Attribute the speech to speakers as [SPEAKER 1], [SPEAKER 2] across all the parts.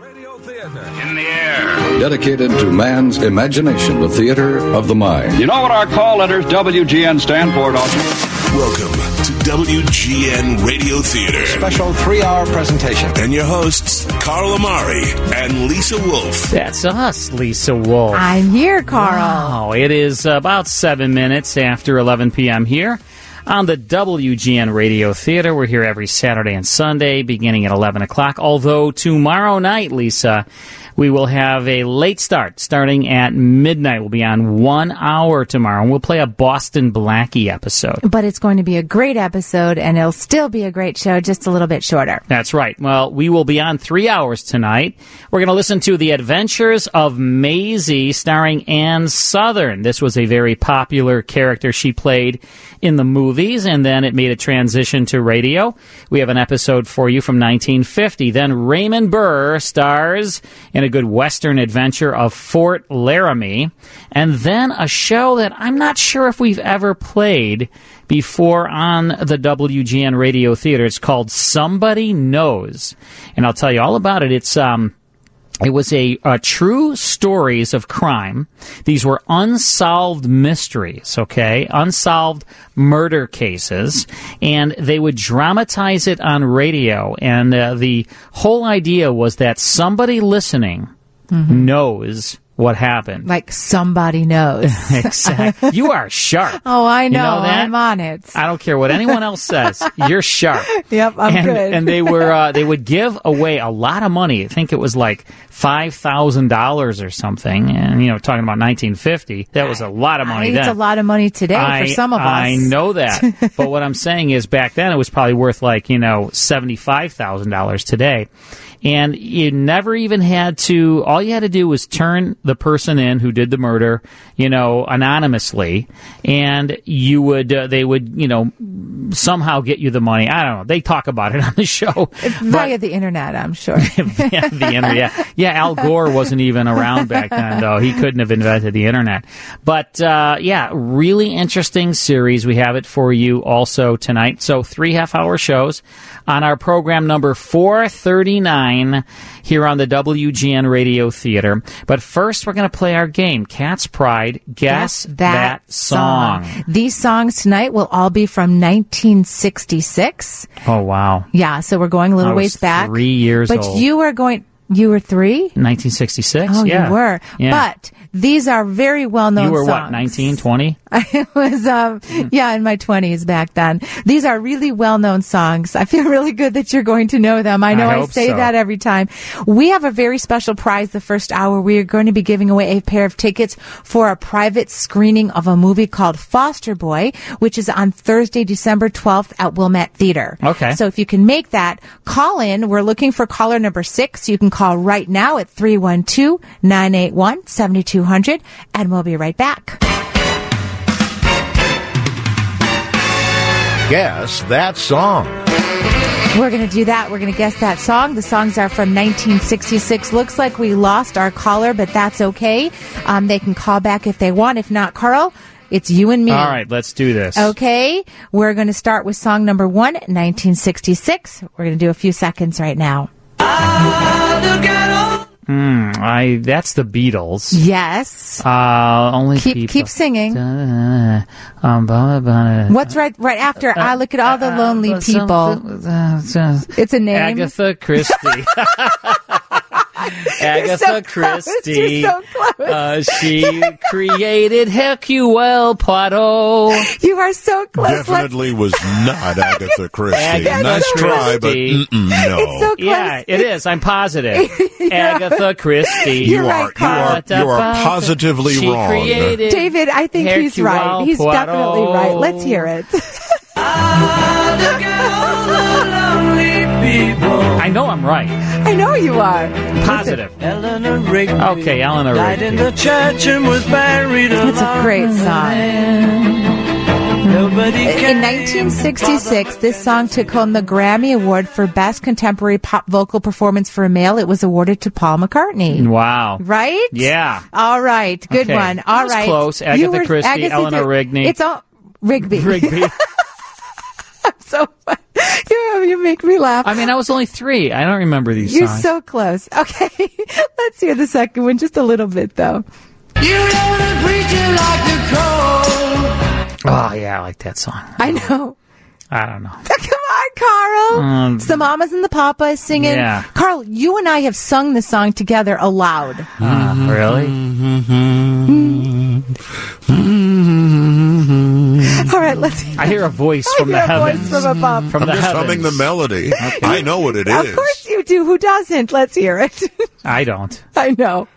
[SPEAKER 1] Radio Theater.
[SPEAKER 2] in the air.
[SPEAKER 3] Dedicated to man's imagination, the theater of the mind.
[SPEAKER 2] You know what our call letters WGN stand for, don't you?
[SPEAKER 4] Welcome to WGN Radio Theater
[SPEAKER 5] Special three hour presentation.
[SPEAKER 4] and your hosts, Carl Amari and Lisa Wolf.
[SPEAKER 6] That's us, Lisa Wolf.
[SPEAKER 7] I'm here, Carl.
[SPEAKER 6] Wow, it is about seven minutes after 11 p.m. here on the WGN Radio Theater. We're here every Saturday and Sunday, beginning at 11 o'clock. Although tomorrow night, Lisa, we will have a late start, starting at midnight. We'll be on one hour tomorrow, and we'll play a Boston Blackie episode.
[SPEAKER 7] But it's going to be a great episode, and it'll still be a great show, just a little bit shorter.
[SPEAKER 6] That's right. Well, we will be on three hours tonight. We're going to listen to The Adventures of Maisie, starring Anne Southern. This was a very popular character she played in the movies, and then it made a transition to radio. We have an episode for you from 1950. Then Raymond Burr stars in a good Western adventure of Fort Laramie, and then a show that I'm not sure if we've ever played before on the WGN Radio Theater. It's called Somebody Knows, and I'll tell you all about it. It's um. It was a, uh true stories of crime. These were unsolved mysteries, okay? Unsolved murder cases. And they would dramatize it on radio. And uh, the whole idea was that somebody listening knows what happened.
[SPEAKER 7] Like somebody knows.
[SPEAKER 6] exactly. You are sharp.
[SPEAKER 7] oh, I
[SPEAKER 6] You
[SPEAKER 7] know.
[SPEAKER 6] that?
[SPEAKER 7] I'm on it.
[SPEAKER 6] I don't care what anyone else says. You're sharp.
[SPEAKER 7] Yep, I'm
[SPEAKER 6] and,
[SPEAKER 7] good.
[SPEAKER 6] and they were uh, they would give away a lot of money. I think it was like five thousand dollars or something. And you know, talking about 1950, that was a lot of money.
[SPEAKER 7] I-
[SPEAKER 6] then.
[SPEAKER 7] it's a lot of money today
[SPEAKER 6] I,
[SPEAKER 7] for some of us.
[SPEAKER 6] I know that. but what I'm saying is back then it was probably worth like, you know, $75,000 today. And you never even had to, all you had to do was turn the person in who did the murder, you know, anonymously. And you would, uh, they would, you know, somehow get you the money. I don't know. They talk about it on the show. But-
[SPEAKER 7] Via the internet, I'm sure.
[SPEAKER 6] yeah, the internet. Yeah. yeah, Al Gore wasn't even around back then, though. He couldn't have invented the internet. But uh, yeah, really interesting series. We have it for you also tonight. So three half hour shows on our program number 439 here on the WGN Radio Theater. But first, we're going to play our game, Cat's Pride. Guess, that, song.
[SPEAKER 7] These songs tonight will all be from 1966.
[SPEAKER 6] Oh, wow.
[SPEAKER 7] Yeah, so we're going a little
[SPEAKER 6] I was
[SPEAKER 7] ways back.
[SPEAKER 6] three years
[SPEAKER 7] But
[SPEAKER 6] old.
[SPEAKER 7] you were going. You were three.
[SPEAKER 6] 1966?
[SPEAKER 7] Oh,
[SPEAKER 6] yeah.
[SPEAKER 7] you were.
[SPEAKER 6] Yeah.
[SPEAKER 7] But these are very well known.
[SPEAKER 6] you were what,
[SPEAKER 7] songs.
[SPEAKER 6] 19, 20?
[SPEAKER 7] I was, um,
[SPEAKER 6] Mm-hmm.
[SPEAKER 7] yeah, in my twenties back then. These are really well-known songs. I feel really good that you're going to know them. I know I,
[SPEAKER 6] hope
[SPEAKER 7] say
[SPEAKER 6] so.
[SPEAKER 7] that every time. We have a very special prize the first hour. We are going to be giving away a pair of tickets for a private screening of a movie called Foster Boy, which is on Thursday, December 12th at Wilmette Theater.
[SPEAKER 6] Okay.
[SPEAKER 7] So if you can make that, call in. We're looking for caller number six. You can call right now at 312-981-7200 and we'll be right back.
[SPEAKER 8] Guess that song.
[SPEAKER 7] We're going to do that. We're going to guess that song. The songs are from 1966. Looks like we lost our caller, but that's okay. Um, they can call back if they want. If not, Carl, it's you and me.
[SPEAKER 6] All right, let's do this.
[SPEAKER 7] Okay. We're going to start with song number one, 1966. We're going to do a few seconds right now.
[SPEAKER 6] Hmm, I that's the Beatles.
[SPEAKER 7] Yes.
[SPEAKER 6] Uh, only
[SPEAKER 7] Keep
[SPEAKER 6] people.
[SPEAKER 7] keep singing.
[SPEAKER 6] Uh, um, blah, blah, blah.
[SPEAKER 7] What's right right after? I look at all the lonely
[SPEAKER 6] Uh,
[SPEAKER 7] people.
[SPEAKER 6] something- uh, uh,
[SPEAKER 7] It's a name.
[SPEAKER 6] Agatha Christie. Agatha
[SPEAKER 7] so close.
[SPEAKER 6] Christie.
[SPEAKER 7] You're so close.
[SPEAKER 6] Uh, she created Hercule Poirot.
[SPEAKER 7] You are so close. Let's-
[SPEAKER 9] Definitely was not Agatha Christie.
[SPEAKER 6] Agatha
[SPEAKER 9] nice try, but
[SPEAKER 6] Christie.
[SPEAKER 9] mm-mm, no.
[SPEAKER 7] It's so close.
[SPEAKER 6] Oh, Yeah, it is. I'm positive. Agatha Christie.
[SPEAKER 7] You're
[SPEAKER 9] you
[SPEAKER 7] right,
[SPEAKER 9] are you
[SPEAKER 7] Carl.
[SPEAKER 9] are you are positively
[SPEAKER 6] she
[SPEAKER 9] wrong.
[SPEAKER 6] Created
[SPEAKER 7] David, I think he's
[SPEAKER 6] Hercule
[SPEAKER 7] right. He's
[SPEAKER 6] Poirot.
[SPEAKER 7] definitely right. Let's hear it.
[SPEAKER 6] I know I'm right.
[SPEAKER 7] I know you are.
[SPEAKER 6] Positive.
[SPEAKER 5] Eleanor Rigby.
[SPEAKER 6] Okay, Eleanor
[SPEAKER 5] Died in the
[SPEAKER 6] Rigby.
[SPEAKER 5] church and was buried
[SPEAKER 7] It's a great song.
[SPEAKER 5] Nobody
[SPEAKER 7] In 1966, this song took home the Grammy Award for Best Contemporary Pop Vocal Performance for a Male. It was awarded to Paul McCartney.
[SPEAKER 6] Wow.
[SPEAKER 7] Right?
[SPEAKER 6] Yeah.
[SPEAKER 7] All right. Good
[SPEAKER 6] Okay.
[SPEAKER 7] one. All
[SPEAKER 6] That was
[SPEAKER 7] right.
[SPEAKER 6] close. Agatha Christie, Eleanor Rigby.
[SPEAKER 7] It's all Rigby.
[SPEAKER 6] Rigby.
[SPEAKER 7] so you have Adam, you make me laugh.
[SPEAKER 6] I mean, I was only three. I don't remember these
[SPEAKER 7] You're
[SPEAKER 6] songs.
[SPEAKER 7] so close. Okay. Let's hear the second one just a little bit, though.
[SPEAKER 6] oh yeah, I like that song.
[SPEAKER 7] I know.
[SPEAKER 6] I don't know.
[SPEAKER 7] Come on, Carl.
[SPEAKER 6] Um,
[SPEAKER 7] it's the mamas and the papas singing.
[SPEAKER 6] yeah.
[SPEAKER 7] Carl, you and I have sung this song together aloud.
[SPEAKER 6] Uh, really?
[SPEAKER 7] All right, let's hear
[SPEAKER 6] I hear a voice from the
[SPEAKER 7] your
[SPEAKER 6] heavens.
[SPEAKER 7] voice from above.
[SPEAKER 6] From the
[SPEAKER 9] I'm just
[SPEAKER 6] heavens.
[SPEAKER 9] humming the melody. I know what it is.
[SPEAKER 7] of course you do. Who doesn't? Let's hear it.
[SPEAKER 6] I don't.
[SPEAKER 7] I know.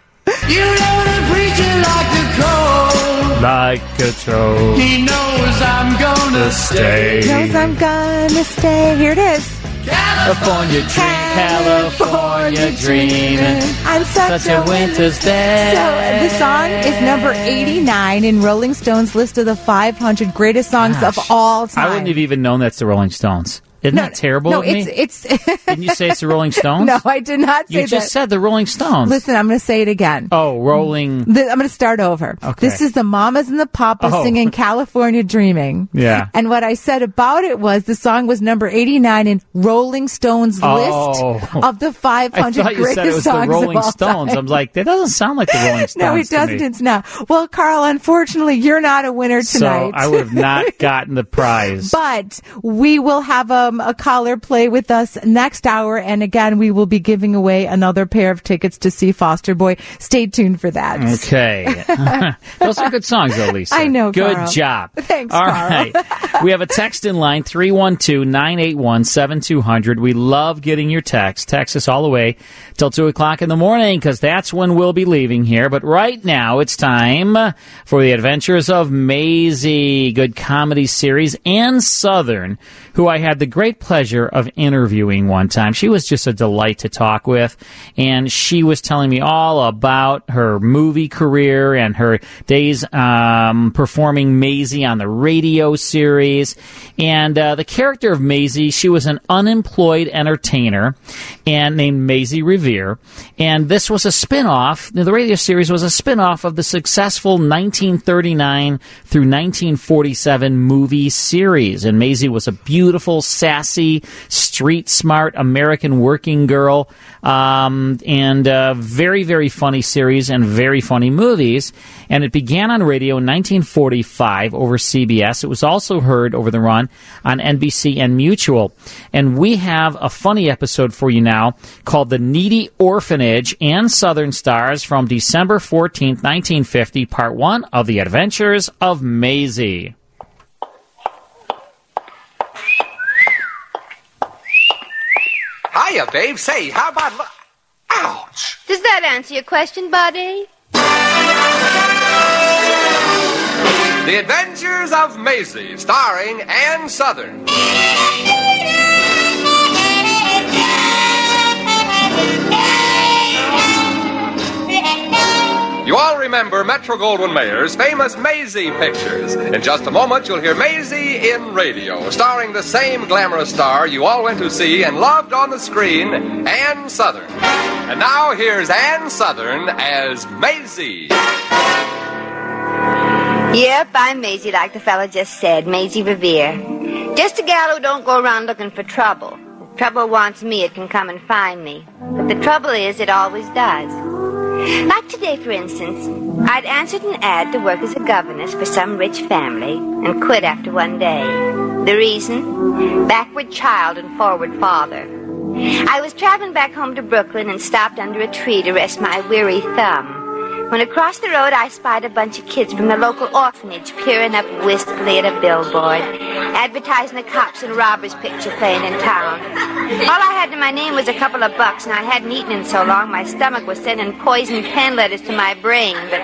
[SPEAKER 6] Like a troll. He knows I'm gonna stay.
[SPEAKER 7] Knows I'm gonna stay. Here it is.
[SPEAKER 6] California dream, California dreaming.
[SPEAKER 7] I'm such,
[SPEAKER 6] Such a winter's day.
[SPEAKER 7] So uh, the song is number 89 in Rolling Stone's list of the 500 greatest songs of
[SPEAKER 6] Gosh.
[SPEAKER 7] all time.
[SPEAKER 6] I wouldn't have even known that's the Rolling Stones. Isn't
[SPEAKER 7] No,
[SPEAKER 6] that terrible
[SPEAKER 7] No,
[SPEAKER 6] of me?
[SPEAKER 7] it's it's.
[SPEAKER 6] Didn't you say it's the Rolling Stones?
[SPEAKER 7] no, I did not say
[SPEAKER 6] You just
[SPEAKER 7] that.
[SPEAKER 6] said the Rolling Stones.
[SPEAKER 7] Listen, I'm going to say it again.
[SPEAKER 6] Oh, Rolling.
[SPEAKER 7] Th- I'm going to start over.
[SPEAKER 6] Okay.
[SPEAKER 7] This is the Mamas and the Papas
[SPEAKER 6] Oh.
[SPEAKER 7] singing California Dreaming.
[SPEAKER 6] Yeah.
[SPEAKER 7] And what I said about it was the song was number 89 in Rolling Stone's
[SPEAKER 6] Oh.
[SPEAKER 7] list of the 500
[SPEAKER 6] I thought you
[SPEAKER 7] greatest
[SPEAKER 6] said it was
[SPEAKER 7] songs
[SPEAKER 6] the Rolling
[SPEAKER 7] of all
[SPEAKER 6] Stones.
[SPEAKER 7] time.
[SPEAKER 6] I'm like, that doesn't sound like the Rolling Stones.
[SPEAKER 7] no, it
[SPEAKER 6] to
[SPEAKER 7] doesn't.
[SPEAKER 6] me.
[SPEAKER 7] It's not. Well, Carl, unfortunately, you're not a winner tonight.
[SPEAKER 6] So I would have not gotten the prize.
[SPEAKER 7] But we will have um, a caller play with us next hour. And again, we will be giving away another pair of tickets to see Foster Boy. Stay tuned for that.
[SPEAKER 6] Mm. Okay. Those are good songs, though, Lisa.
[SPEAKER 7] I know,
[SPEAKER 6] Good
[SPEAKER 7] Carl.
[SPEAKER 6] job.
[SPEAKER 7] Thanks,
[SPEAKER 6] All
[SPEAKER 7] Carl.
[SPEAKER 6] right. we have a text in line 312 981 7200. We love getting your text. Text us all the way till 2 o'clock in the morning because that's when we'll be leaving here. But right now, it's time for the adventures of Maisie, good comedy series, and Southern, who I had the great pleasure of interviewing one time. She was just a delight to talk with, and she was telling me all about her movie career and her days um, performing Maisie on the radio series. And uh, the character of Maisie, she was an unemployed entertainer and named Maisie Revere. And this was a spin-off. The radio series was a spin-off of the successful 1939 through 1947 movie series. And Maisie was a beautiful, sassy, street-smart American working girl. Um, and uh, very, very funny series and very funny movies. And it began on radio in 1945 over CBS. It was also heard over the run on NBC and Mutual. And we have a funny episode for you now called The Needy Orphanage and Southern Stars from December 14th, 1950, part one of The Adventures of Maisie.
[SPEAKER 1] Hiya, babe. Say, how about. Lo- Ouch!
[SPEAKER 10] Does that answer your question, buddy?
[SPEAKER 1] The Adventures of Maisie, starring Ann Southern. You all remember Metro Goldwyn Mayer's famous Maisie pictures. In just a moment, you'll hear Maisie in radio, starring the same glamorous star you all went to see and loved on the screen, Ann Southern. And now here's Ann Southern as Maisie.
[SPEAKER 10] Yep, I'm Maisie, like the fella just said, Maisie Revere. Just a gal who don't go around looking for trouble. If trouble wants me, it can come and find me. But the trouble is, it always does. Like today, for instance, I'd answered an ad to work as a governess for some rich family and quit after one day. The reason? Backward child and forward father. I was traveling back home to Brooklyn and stopped under a tree to rest my weary thumb. When across the road I spied a bunch of kids from the local orphanage peering up wistfully at a billboard, advertising a cops and robbers picture playing in town. All I had to my name was a couple of bucks, and I hadn't eaten in so long my stomach was sending poison pen letters to my brain. But,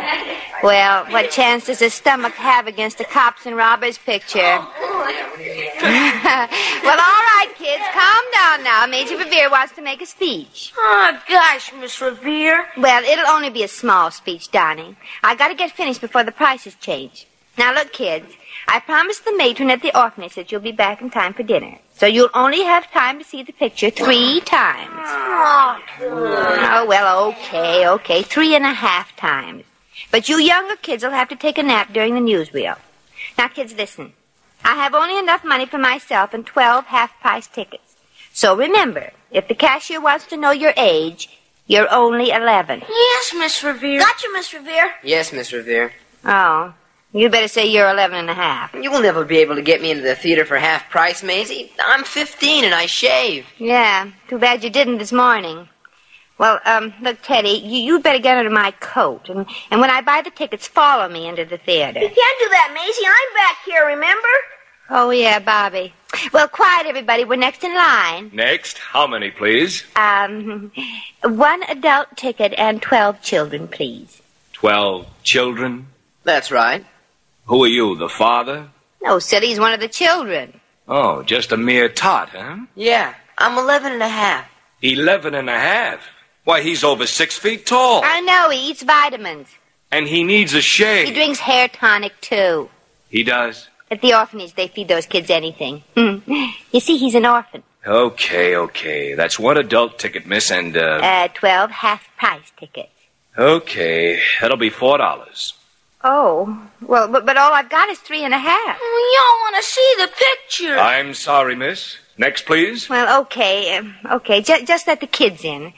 [SPEAKER 10] well, what chance does a stomach have against a cops and robbers picture? well, all right, kids, calm down now. Major Revere wants to make a speech.
[SPEAKER 11] Oh, gosh, Miss Revere.
[SPEAKER 10] Well, it'll only be a small speech, Donnie. I gotta get finished before the prices change. Now, look, kids, I promised the matron at the orphanage that you'll be back in time for dinner. So you'll only have time to see the picture three times.
[SPEAKER 11] Oh,
[SPEAKER 10] Oh, well, okay, okay, three and a half times. But you younger kids will have to take a nap during the newsreel. Now, kids, listen. I have only enough money for myself and 12 half price tickets. So remember, if the cashier wants to know your age, you're only 11.
[SPEAKER 12] Yes, Miss Revere. Gotcha, Miss Revere.
[SPEAKER 13] Yes, Miss Revere.
[SPEAKER 10] Oh, you better say you're 11 and a half.
[SPEAKER 13] You'll never be able to get me into the theater for half price, Maisie. I'm 15 and I shave.
[SPEAKER 10] Yeah, too bad you didn't this morning. Well, um, look, Teddy, you, you better get under my coat. And, and when I buy the tickets, follow me into the theater.
[SPEAKER 12] You can't do that, Maisie. I'm back here, remember?
[SPEAKER 10] Oh, yeah, Bobby. Well, quiet, everybody. We're next in line.
[SPEAKER 14] Next, how many, please?
[SPEAKER 10] Um, one adult ticket and 12 children, please.
[SPEAKER 14] Twelve children.
[SPEAKER 13] That's right.
[SPEAKER 14] Who are you, the father?
[SPEAKER 10] No, silly, Oh, he's one of the children.
[SPEAKER 14] Oh, just a mere tot, huh?
[SPEAKER 13] Yeah, I'm 11 and a half.
[SPEAKER 14] Eleven and a half. Why, he's over six feet tall.
[SPEAKER 10] I know, he eats vitamins.
[SPEAKER 14] And he needs a shave.
[SPEAKER 10] He drinks hair tonic, too.
[SPEAKER 14] He does?
[SPEAKER 10] At the orphanage, they feed those kids anything. you see, he's an orphan.
[SPEAKER 14] Okay, okay. That's one adult ticket, miss, and, uh.
[SPEAKER 10] Uh, 12 half price tickets.
[SPEAKER 14] Okay, that'll be four dollars.
[SPEAKER 10] Oh, well, but, but all I've got is three and a half.
[SPEAKER 12] We all want to see the picture.
[SPEAKER 14] I'm sorry, miss. Next, please.
[SPEAKER 10] Well, okay, um, okay. Just, just let the kids in.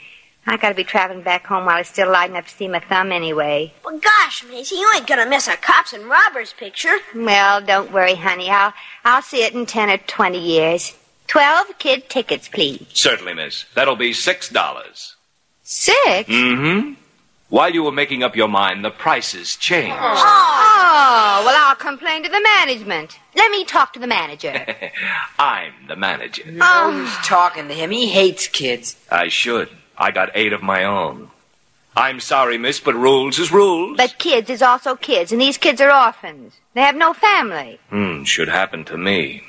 [SPEAKER 10] I gotta be traveling back home while it's still light enough to see my thumb anyway.
[SPEAKER 12] Well, gosh, Maisie, you ain't gonna miss a cops and robbers picture.
[SPEAKER 10] Well, don't worry, honey. I'll, I'll see it in 10 or 20 years. 12 kid tickets, please.
[SPEAKER 14] Certainly, miss. That'll be six dollars.
[SPEAKER 10] 6
[SPEAKER 14] Mm-hmm. While you were making up your mind, the prices changed.
[SPEAKER 10] Oh, well, I'll complain to the management. Let me talk to the manager.
[SPEAKER 14] I'm the manager.
[SPEAKER 13] Oh,
[SPEAKER 10] Ah.
[SPEAKER 13] who's talking to him? He hates kids.
[SPEAKER 14] I should. I got eight of my own. I'm sorry, miss, but rules is rules.
[SPEAKER 10] but kids is also kids, and these kids are orphans. They have no family.
[SPEAKER 14] Hmm, should happen to me.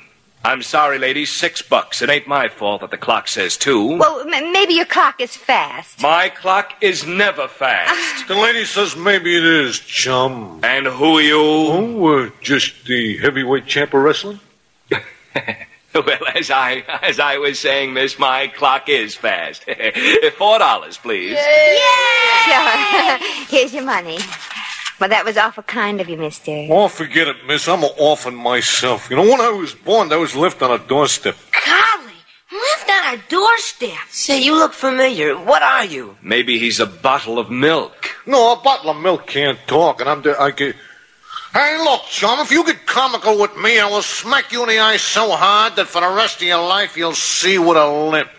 [SPEAKER 14] I'm sorry, ladies, six bucks. It ain't my fault that the clock says two.
[SPEAKER 10] Well, m- maybe your clock is fast.
[SPEAKER 14] my clock is never fast.
[SPEAKER 15] Ah. The lady says maybe it is, chum.
[SPEAKER 14] and who are you?
[SPEAKER 15] Oh, uh, just the heavyweight champ of wrestling?
[SPEAKER 14] Well, as I as I was saying, miss, my clock is fast. Four dollars, please.
[SPEAKER 10] Sure. Here's your money. Well, that was awful kind of you, mister.
[SPEAKER 15] Oh, forget it, miss. I'm an orphan myself. You know, when I was born, I was left on a doorstep.
[SPEAKER 12] Golly, lived on our doorstep.
[SPEAKER 13] Say, you look familiar. What are you?
[SPEAKER 14] Maybe he's a bottle of milk.
[SPEAKER 15] No, a bottle of milk can't talk, and I'm the, I can... Hey, look, chum, if you get comical with me, I will smack you in the eye so hard that for the rest of your life you'll see with a limp.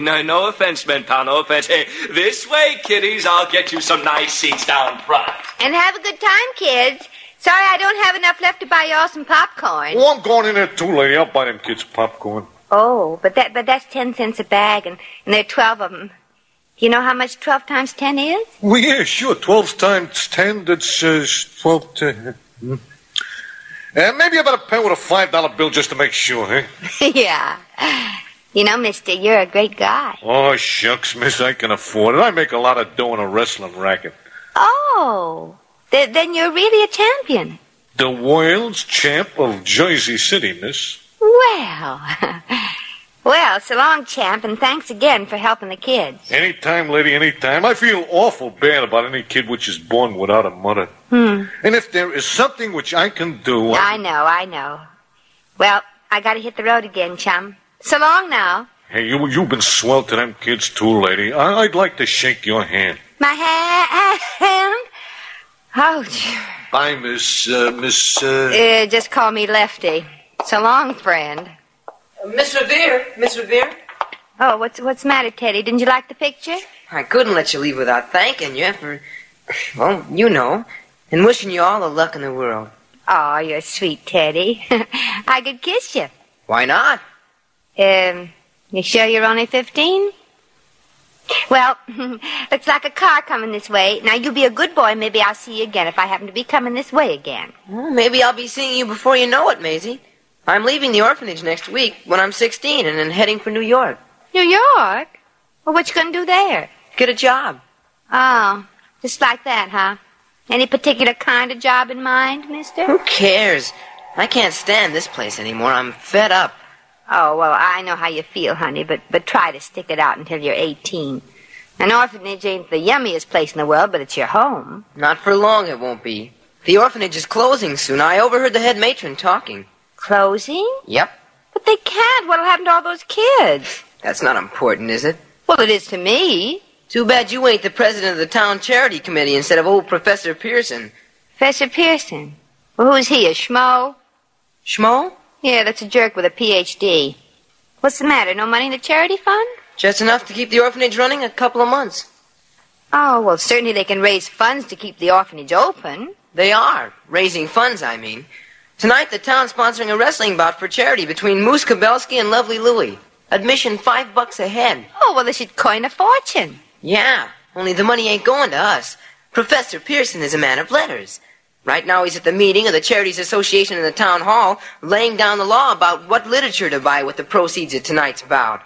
[SPEAKER 14] no, no offense, men, pal, no offense. Hey, this way, kiddies. I'll get you some nice seats down front.
[SPEAKER 10] And have a good time, kids. Sorry I don't have enough left to buy y'all some popcorn.
[SPEAKER 15] Oh, I'm going in there too, lady. I'll buy them kids popcorn.
[SPEAKER 10] Oh, but that but that's ten cents a bag, and, and there are twelve of them. You know how much twelve times ten is?
[SPEAKER 15] Well, yeah, sure. Twelve times ten, that's uh, twelve to... Hmm. Uh, maybe I better pay with a $5 bill just to make sure, eh?
[SPEAKER 10] yeah. You know, Mister, you're a great guy.
[SPEAKER 15] Oh, shucks, miss, I can afford it. I make a lot of dough in a wrestling racket.
[SPEAKER 10] Oh, th- then you're really a champion.
[SPEAKER 15] The world's champ of Jersey City, miss.
[SPEAKER 10] Well, well, so long, champ, and thanks again for helping the kids.
[SPEAKER 15] Anytime, lady, anytime. I feel awful bad about any kid which is born without a mother.
[SPEAKER 10] Hmm.
[SPEAKER 15] And if there is something which I can do,
[SPEAKER 10] I know, I know. Well, I gotta hit the road again, chum. So long now.
[SPEAKER 15] Hey, you, you've been swell to them kids, too, lady. I, I'd like to shake your hand.
[SPEAKER 10] My ha- hand. Oh, gee.
[SPEAKER 15] Bye, Miss, uh, Miss, uh...
[SPEAKER 10] uh, just call me Lefty. So long, friend.
[SPEAKER 13] Uh, Miss Revere. Miss Revere.
[SPEAKER 10] Oh, what's what's the matter, Teddy? Didn't you like the picture?
[SPEAKER 13] I couldn't let you leave without thanking you for, well, you know, and wishing you all the luck in the world.
[SPEAKER 10] Oh, you're sweet, Teddy. I could kiss you.
[SPEAKER 13] Why not?
[SPEAKER 10] Um, you sure you're only fifteen? Well, looks like a car coming this way. Now you be a good boy. Maybe I'll see you again if I happen to be coming this way again.
[SPEAKER 13] Well, maybe I'll be seeing you before you know it, Maisie. I'm leaving the orphanage next week when I'm 16 and then heading for New York.
[SPEAKER 10] New York? Well, what you gonna do there?
[SPEAKER 13] Get a job.
[SPEAKER 10] Oh, just like that, huh? Any particular kind of job in mind, mister?
[SPEAKER 13] Who cares? I can't stand this place anymore. I'm fed up.
[SPEAKER 10] Oh, well, I know how you feel, honey, but, but try to stick it out until you're 18. An orphanage ain't the yummiest place in the world, but it's your home.
[SPEAKER 13] Not for long it won't be. The orphanage is closing soon. I overheard the head matron talking.
[SPEAKER 10] Closing?
[SPEAKER 13] Yep.
[SPEAKER 10] But they can't. What'll happen to all those kids?
[SPEAKER 13] That's not important, is it?
[SPEAKER 10] Well, it is to me.
[SPEAKER 13] Too bad you ain't the president of the town charity committee instead of old Professor Pearson.
[SPEAKER 10] Professor Pearson. Well, who's he, a schmo?
[SPEAKER 13] Schmo?
[SPEAKER 10] Yeah, that's a jerk with a PhD. What's the matter? No money in the charity fund?
[SPEAKER 13] Just enough to keep the orphanage running a couple of months.
[SPEAKER 10] Oh, well, certainly they can raise funds to keep the orphanage open.
[SPEAKER 13] Hmm? They are. Raising funds, I mean. Tonight, the town's sponsoring a wrestling bout for charity between Moose Kabelski and Lovely Louie. Admission five bucks a head.
[SPEAKER 10] Oh, well, they should coin a fortune.
[SPEAKER 13] Yeah, only the money ain't going to us. Professor Pearson is a man of letters. Right now, he's at the meeting of the Charities Association in the town hall, laying down the law about what literature to buy with the proceeds of tonight's bout.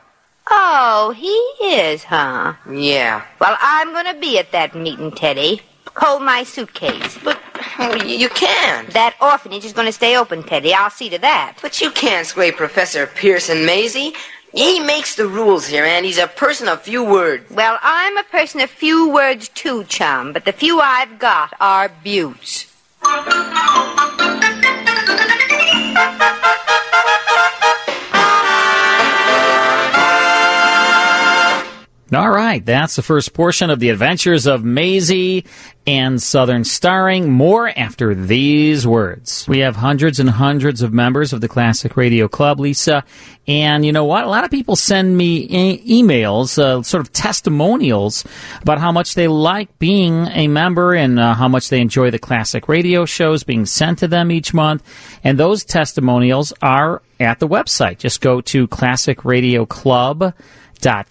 [SPEAKER 10] Oh, he is, huh?
[SPEAKER 13] Yeah.
[SPEAKER 10] Well, I'm going to be at that meeting, Teddy. Hold my suitcase.
[SPEAKER 13] But well, you can't.
[SPEAKER 10] That orphanage is going to stay open, Teddy. I'll see to that.
[SPEAKER 13] But you can't sway Professor Pearson, Maisie. He makes the rules here, and he's a person of few words.
[SPEAKER 10] Well, I'm a person of few words, too, chum, but the few I've got are buttes.
[SPEAKER 6] All right, that's the first portion of the adventures of Maisie and Southern starring. More after these words. We have hundreds and hundreds of members of the Classic Radio Club, Lisa. And you know what? A lot of people send me e- emails, uh, sort of testimonials about how much they like being a member and uh, how much they enjoy the Classic Radio shows being sent to them each month. And those testimonials are at the website. Just go to Classic Radio Club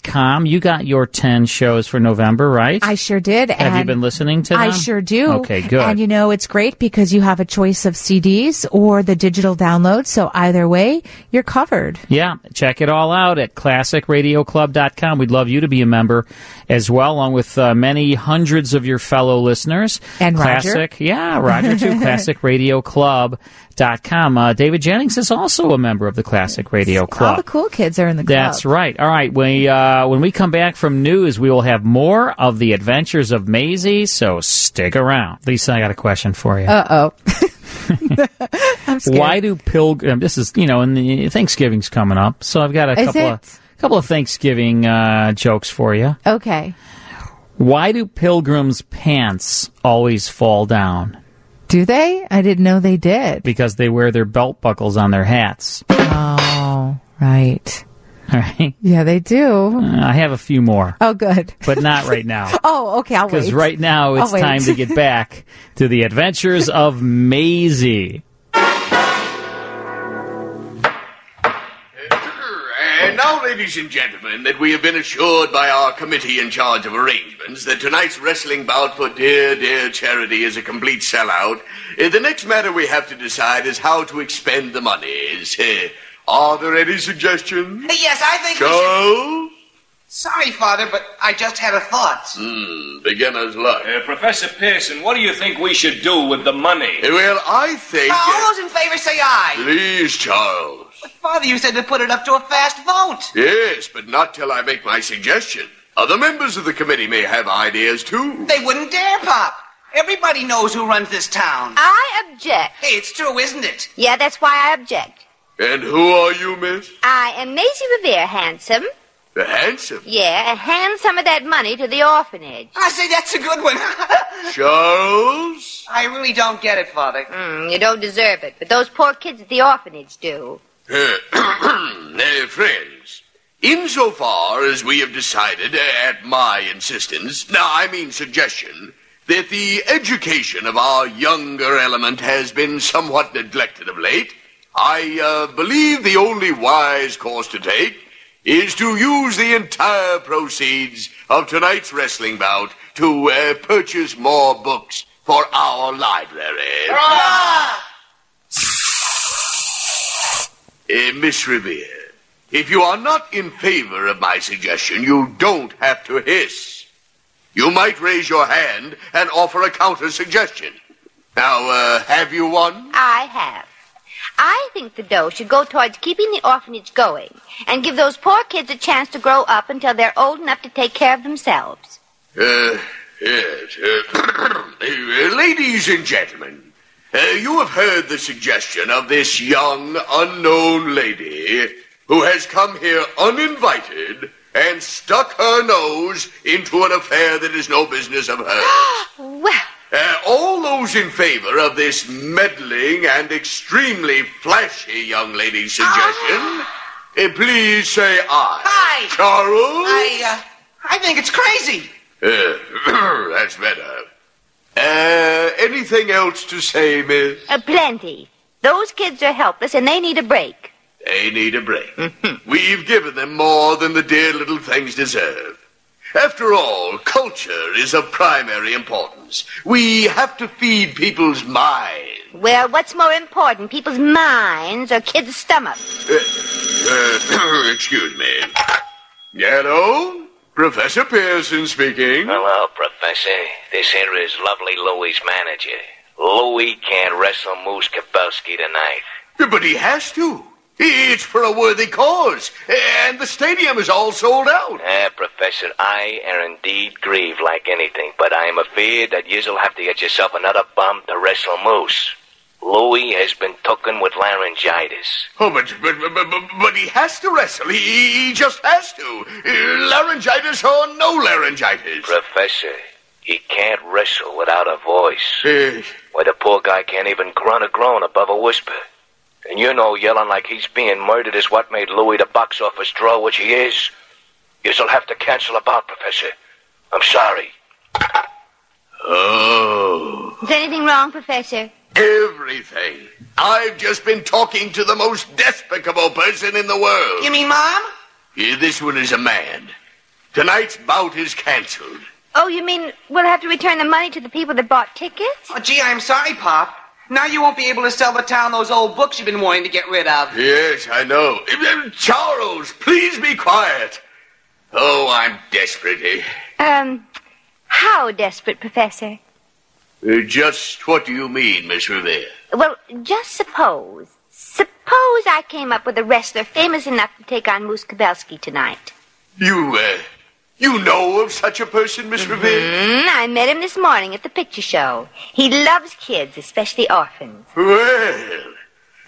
[SPEAKER 6] com. You got your 10 shows for November, right?
[SPEAKER 7] I sure did.
[SPEAKER 6] Have you been listening to them?
[SPEAKER 7] I sure do.
[SPEAKER 6] Okay, good.
[SPEAKER 7] And you know, it's great because you have a choice of CDs or the digital download. So either way, you're covered.
[SPEAKER 6] Yeah, check it all out at classicradioclub.com. We'd love you to be a member as well, along with uh, many hundreds of your fellow listeners.
[SPEAKER 7] And Roger.
[SPEAKER 6] Classic, yeah, Roger too, classicradioclub.com. Uh, David Jennings is also a member of the Classic Radio Club.
[SPEAKER 7] All the cool kids are in the club.
[SPEAKER 6] That's right. All right, when uh, when we come back from news, we will have more of the adventures of Maisie. So stick around. Lisa, I got a question for you.
[SPEAKER 7] Uh oh. I'm scared.
[SPEAKER 6] Why do pilgrim? This is you know, and the Thanksgiving's coming up, so I've got a
[SPEAKER 7] Is
[SPEAKER 6] couple
[SPEAKER 7] it?
[SPEAKER 6] of couple of Thanksgiving uh, jokes for you.
[SPEAKER 7] Okay.
[SPEAKER 6] Why do pilgrims' pants always fall down?
[SPEAKER 7] Do they? I didn't know they did.
[SPEAKER 6] Because they wear their belt buckles on their hats.
[SPEAKER 7] Oh, right.
[SPEAKER 6] All right.
[SPEAKER 7] Yeah, they do.
[SPEAKER 6] I have a few more,
[SPEAKER 7] Oh, good.
[SPEAKER 6] but not right now.
[SPEAKER 7] Oh, okay. I'll
[SPEAKER 6] Because
[SPEAKER 7] wait.
[SPEAKER 6] right now
[SPEAKER 7] I'll
[SPEAKER 6] it's
[SPEAKER 7] wait.
[SPEAKER 6] time to get back to the adventures of Maisie.
[SPEAKER 16] And now, ladies and gentlemen, that we have been assured by our committee in charge of arrangements that tonight's wrestling bout for dear, dear charity is a complete sellout, uh, the next matter we have to decide is how to expend the monies. Uh, are there any suggestions?
[SPEAKER 17] Hey, Yes, I think. we should-
[SPEAKER 16] Joe?
[SPEAKER 17] Sorry, Father, but I just had a thought.
[SPEAKER 16] Hmm, beginner's luck.
[SPEAKER 14] Uh, Professor Pearson, what do you think we should do with the money?
[SPEAKER 16] Eh, Well, I think.
[SPEAKER 17] Uh, all those in favor say aye.
[SPEAKER 16] Please, Charles.
[SPEAKER 17] But, Father, you said to put it up to a fast vote.
[SPEAKER 16] Yes, but not till I make my suggestion. Other members of the committee may have ideas, too.
[SPEAKER 17] They wouldn't dare, Pop. Everybody knows who runs this town.
[SPEAKER 10] I object.
[SPEAKER 17] Hey, it's true, isn't it?
[SPEAKER 10] Yeah, that's why I object.
[SPEAKER 16] And who are you, miss?
[SPEAKER 10] I am Maisie Revere, handsome.
[SPEAKER 16] The handsome.
[SPEAKER 10] Yeah, and hand some of that money to the orphanage.
[SPEAKER 17] I say that's a good one.
[SPEAKER 16] Charles?
[SPEAKER 17] I really don't get it, Father.
[SPEAKER 10] Mm, you don't deserve it, but those poor kids at the orphanage do.
[SPEAKER 16] Uh, uh, friends, insofar as we have decided, uh, at my insistence, now I mean suggestion, that the education of our younger element has been somewhat neglected of late, I uh, believe the only wise course to take is to use the entire proceeds of tonight's wrestling bout to uh, purchase more books for our library. Uh, Miss Revere, if you are not in favor of my suggestion, you don't have to hiss. You might raise your hand and offer a counter suggestion. Now, uh, have you one?
[SPEAKER 10] I have. I think the dough should go towards keeping the orphanage going and give those poor kids a chance to grow up until they're old enough to take care of themselves.
[SPEAKER 16] Uh, yes. Uh, uh, ladies and gentlemen, uh, you have heard the suggestion of this young, unknown lady. who has come here uninvited and stuck her nose into an affair that is no business of hers.
[SPEAKER 17] Ah,
[SPEAKER 10] Well,
[SPEAKER 16] Uh, all those in favor of this meddling and extremely flashy young lady's suggestion, uh, please say aye.
[SPEAKER 18] Hi.
[SPEAKER 16] Charles?
[SPEAKER 18] I, uh, I think it's crazy.
[SPEAKER 16] Uh, that's better. Uh, anything else to say, miss?
[SPEAKER 10] uh, plenty. Those kids are helpless and they need a break.
[SPEAKER 16] They need a break. We've given them more than the dear little things deserve. After all, culture is of primary importance. We have to feed people's minds.
[SPEAKER 10] Well, what's more important, people's minds or kids' stomachs?
[SPEAKER 16] Uh, uh, excuse me. Hello? Professor Pearson speaking.
[SPEAKER 19] Hello, Professor. This here is lovely Louie's manager. Louie can't wrestle Moose Kabelski tonight.
[SPEAKER 16] But he has to. It's for a worthy cause. And the stadium is all sold out.
[SPEAKER 19] Ah, Professor, I are indeed grieved like anything, but I am afeard that you'll have to get yourself another bum to wrestle Moose. Louie has been tooken with laryngitis.
[SPEAKER 16] Oh, but, but, but, but, but he has to wrestle. He, he just has to. Uh, Laryngitis or no laryngitis.
[SPEAKER 19] Professor, he can't wrestle without a voice.
[SPEAKER 16] Eh.
[SPEAKER 19] Why, the poor guy can't even grunt a groan above a whisper. And you know, yelling like he's being murdered is what made Louis the box office draw, which he is. You'll have to cancel about, Professor. I'm sorry.
[SPEAKER 16] Oh.
[SPEAKER 10] Is anything wrong, Professor?
[SPEAKER 16] Everything. I've just been talking to the most despicable person in the world.
[SPEAKER 18] You mean Mom?
[SPEAKER 16] Yeah, this one is a man. Tonight's bout is cancelled.
[SPEAKER 10] Oh, you mean we'll have to return the money to the people that bought tickets?
[SPEAKER 18] Oh, gee, I'm sorry, Pop. Now you won't be able to sell the town those old books you've been wanting to get rid of.
[SPEAKER 16] Yes, I know. Uh, Charles, please be quiet. Oh, I'm desperate. eh?
[SPEAKER 10] Um, how desperate, Professor?
[SPEAKER 16] Uh, Just what do you mean, Miss Revere?
[SPEAKER 10] Well, just suppose. Suppose I came up with a wrestler famous enough to take on Moose Kabelski tonight.
[SPEAKER 16] You, uh, you know of such a person, Miss Revere?
[SPEAKER 10] Mm, I met him this morning at the picture show. He loves kids, especially orphans.
[SPEAKER 16] Well,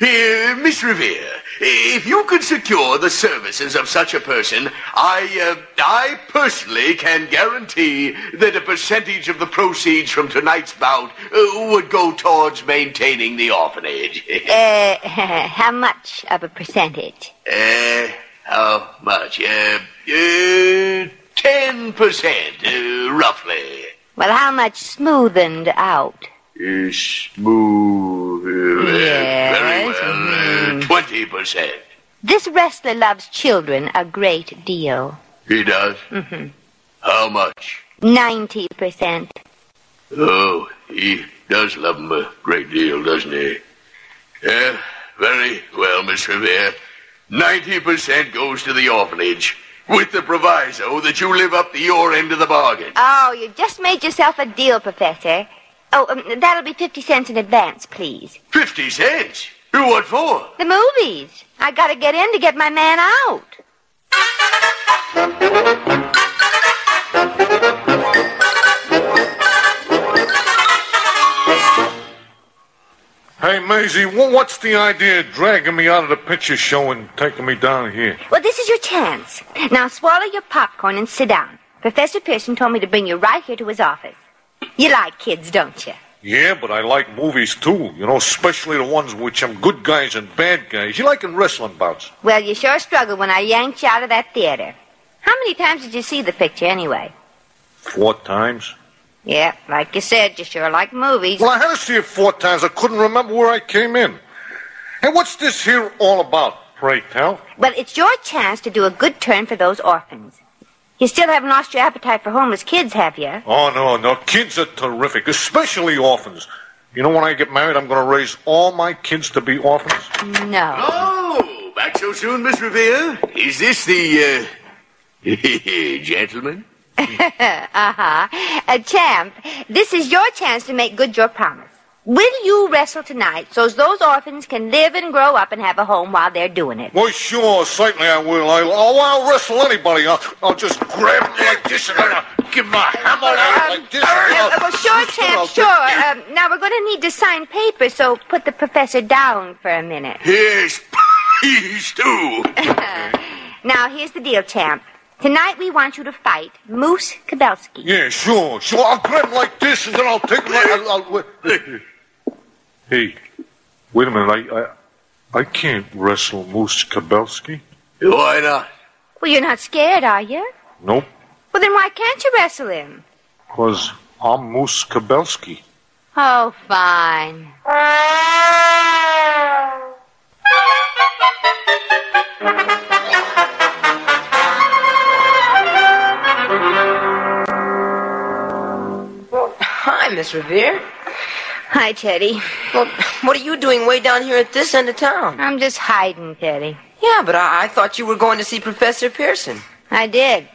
[SPEAKER 16] uh, Miss Revere, if you could secure the services of such a person, I, uh, I personally can guarantee that a percentage of the proceeds from tonight's bout uh, would go towards maintaining the orphanage.
[SPEAKER 10] Uh, how much of a percentage?
[SPEAKER 16] uh, how much? Uh, uh, 10%, uh, roughly.
[SPEAKER 10] Well, how much smoothened out?
[SPEAKER 16] Uh, smooth. uh, Very well. Twenty percent.
[SPEAKER 10] This wrestler loves children a great deal.
[SPEAKER 16] He does.
[SPEAKER 10] hmm
[SPEAKER 16] How much?
[SPEAKER 10] 90%.
[SPEAKER 16] Oh, he does love him a great deal, doesn't he? Yeah. Very well, Miss Revere. Ninety percent goes to the orphanage, with the proviso that you live up to your end of the bargain.
[SPEAKER 10] Oh, you just made yourself a deal, Professor. Oh, um, that'll be 50 cents in advance, please.
[SPEAKER 16] Fifty cents. What for?
[SPEAKER 10] The movies. I gotta get in to get my man out.
[SPEAKER 15] Hey, Maisie, wh- what's the idea of dragging me out of the picture show and taking me down here?
[SPEAKER 10] Well, this is your chance. Now swallow your popcorn and sit down. Professor Pearson told me to bring you right here to his office. You like kids, don't you?
[SPEAKER 15] Yeah, but I like movies too, you know, especially the ones which I'm good guys and bad guys. You like in wrestling bouts.
[SPEAKER 10] Well, you sure struggled when I yanked you out of that theater. How many times did you see the picture anyway?
[SPEAKER 15] Four times?
[SPEAKER 10] Yeah, like you said, you sure like movies.
[SPEAKER 15] Well, I had to see it four times. I couldn't remember where I came in. Hey, what's this here all about, pray tell?
[SPEAKER 10] Well, it's your chance to do a good turn for those orphans. You still haven't lost your appetite for homeless kids, have you?
[SPEAKER 15] Oh, no, no. Kids are terrific, especially orphans. You know, when I get married, I'm going to raise all my kids to be orphans.
[SPEAKER 10] No.
[SPEAKER 16] Oh, back so soon, Miss Revere? Is this the, uh, gentleman?
[SPEAKER 10] uh-huh. Uh, champ, this is your chance to make good your promise. Will you wrestle tonight so's those orphans can live and grow up and have a home while they're doing it?
[SPEAKER 15] Well, sure, certainly I will. I'll, oh, I'll wrestle anybody. I'll, I'll just grab them like this and I'll give my hammer out like this.
[SPEAKER 10] Uh, well, sure, champ, sure. Um, now, we're going to need to sign papers, so put the professor down for a minute.
[SPEAKER 16] Yes. He's too.
[SPEAKER 10] Now, here's the deal, champ. Tonight we want you to fight Moose Kabelski.
[SPEAKER 20] Yeah, sure, sure. I'll grab him like this, and then I'll take him like. I'll, I'll, wait.
[SPEAKER 15] Hey, wait a minute. I I, I can't wrestle Moose Kabelski.
[SPEAKER 16] Why not?
[SPEAKER 10] Well, you're not scared, are you?
[SPEAKER 15] Nope,
[SPEAKER 10] Well, then why can't you wrestle him?
[SPEAKER 15] because I'm Moose Kabelski.
[SPEAKER 10] Oh, fine.
[SPEAKER 13] Hi, Miss Revere.
[SPEAKER 10] Hi, Teddy.
[SPEAKER 13] Well, what are you doing way down here at this end of town?
[SPEAKER 10] I'm just hiding, Teddy.
[SPEAKER 13] Yeah, but I, I thought you were going to see Professor Pearson.
[SPEAKER 10] I did.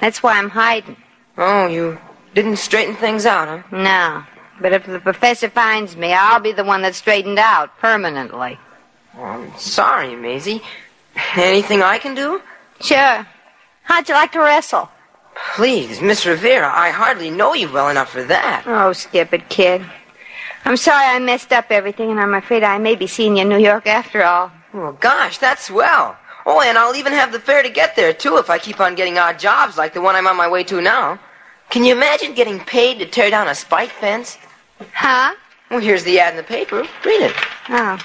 [SPEAKER 10] That's why I'm hiding.
[SPEAKER 13] Oh, you didn't straighten things out, huh?
[SPEAKER 10] No. But if the professor finds me, I'll be the one that's straightened out permanently.
[SPEAKER 13] Well, I'm sorry, Maisie. Anything I can do?
[SPEAKER 10] Sure. How'd you like to wrestle?
[SPEAKER 13] Please, Miss Revere, I hardly know you well enough for that.
[SPEAKER 10] Oh, skip it, kid. I'm sorry I messed up everything, and I'm afraid I may be seeing you in New York after all.
[SPEAKER 13] Well, Oh, gosh, that's well. Oh, and I'll even have the fare to get there, too, if I keep on getting odd jobs like the one I'm on my way to now. Can you imagine getting paid to tear down a spike fence?
[SPEAKER 10] Huh?
[SPEAKER 13] Well, here's the ad in the paper. Read it.
[SPEAKER 10] Oh.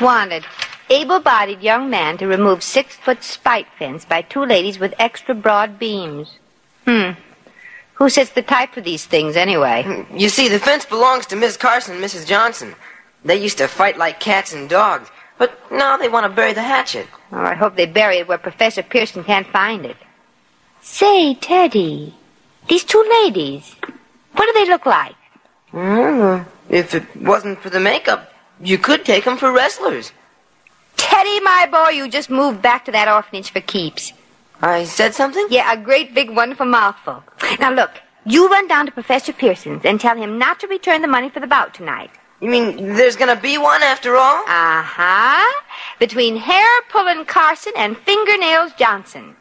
[SPEAKER 10] Wanted. Able bodied young man to remove six foot spike fence by two ladies with extra broad beams. Hmm. Who sets the type for these things, anyway?
[SPEAKER 13] You see, the fence belongs to Miss Carson and Mrs. Johnson. They used to fight like cats and dogs, but now they want to bury the hatchet.
[SPEAKER 10] Oh, I hope they bury it where Professor Pearson can't find it. Say, Teddy, these two ladies, what do they look like?
[SPEAKER 13] Well, Hmm, if it wasn't for the makeup, you could take them for wrestlers.
[SPEAKER 10] Teddy, my boy, you just moved back to that orphanage for keeps.
[SPEAKER 13] I said something?
[SPEAKER 10] Yeah, a great big wonderful mouthful. Now look, you run down to Professor Pearson's and tell him not to return the money for the bout tonight.
[SPEAKER 13] You mean there's gonna be one after all?
[SPEAKER 10] Uh huh. Between hair pulling Carson and fingernails Johnson.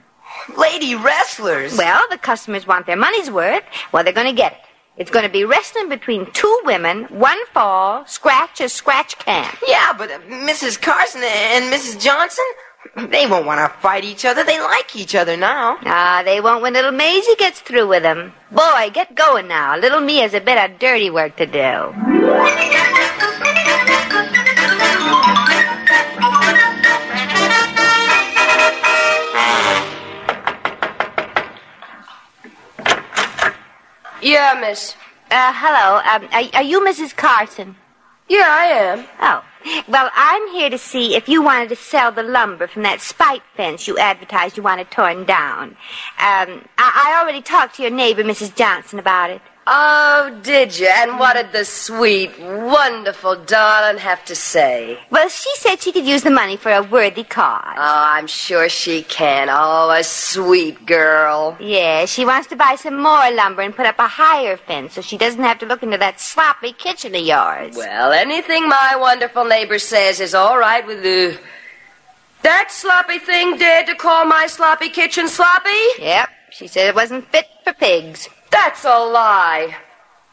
[SPEAKER 13] Lady wrestlers.
[SPEAKER 10] Well, the customers want their money's worth. Well, they're going to get it. It's going to be wrestling between two women, one fall, scratch as scratch can.
[SPEAKER 13] yeah, but uh, Mrs. Carson and Mrs. Johnson, they won't want to fight each other. They like each other now.
[SPEAKER 10] Ah, they won't when little Maisie gets through with them. Boy, get going now. Little me has a bit of dirty work to do.
[SPEAKER 21] Yeah, miss.
[SPEAKER 10] Uh, hello. Um, are, are you Mrs. Carson?
[SPEAKER 21] Yeah, I am.
[SPEAKER 10] Oh. Well, I'm here to see if you wanted to sell the lumber from that spike fence you advertised you wanted torn down. Um, I, I already talked to your neighbor, Mrs. Johnson, about it.
[SPEAKER 21] Oh, did you? And what did the sweet, wonderful darling have to say?
[SPEAKER 10] Well, she said she could use the money for a worthy cause.
[SPEAKER 21] Oh, I'm sure she can. Oh, a sweet girl.
[SPEAKER 10] yeah, she wants to buy some more lumber and put up a higher fence so she doesn't have to look into that sloppy kitchen of yours.
[SPEAKER 21] Well, anything my wonderful neighbor says is all right with you. That sloppy thing dared to call my sloppy kitchen sloppy?
[SPEAKER 10] Yep, she said it wasn't fit for pigs.
[SPEAKER 21] That's a lie.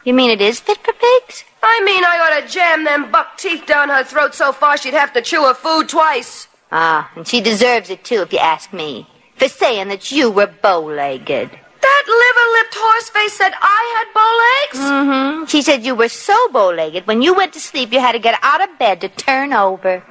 [SPEAKER 10] You mean it is fit for pigs?
[SPEAKER 21] I mean, I ought to jam them buck teeth down her throat so far she'd have to chew her food twice.
[SPEAKER 10] Ah, and she deserves it too, if you ask me, for saying that you were bow-legged.
[SPEAKER 21] That liver-lipped horseface said I had bow legs?
[SPEAKER 10] Mm-hmm. She said you were so bow-legged when you went to sleep you had to get out of bed to turn over.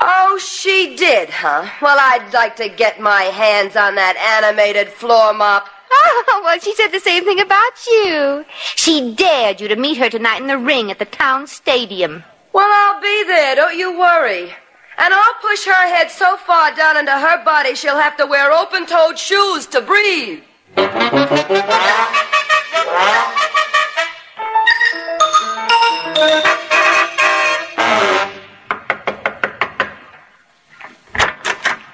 [SPEAKER 21] Oh, she did, huh? Well, I'd like to get my hands on that animated floor mop.
[SPEAKER 10] Oh, well, she said the same thing about you. She dared you to meet her tonight in the ring at the town stadium.
[SPEAKER 21] Well, I'll be there, don't you worry. And I'll push her head so far down into her body she'll have to wear open toed shoes to breathe.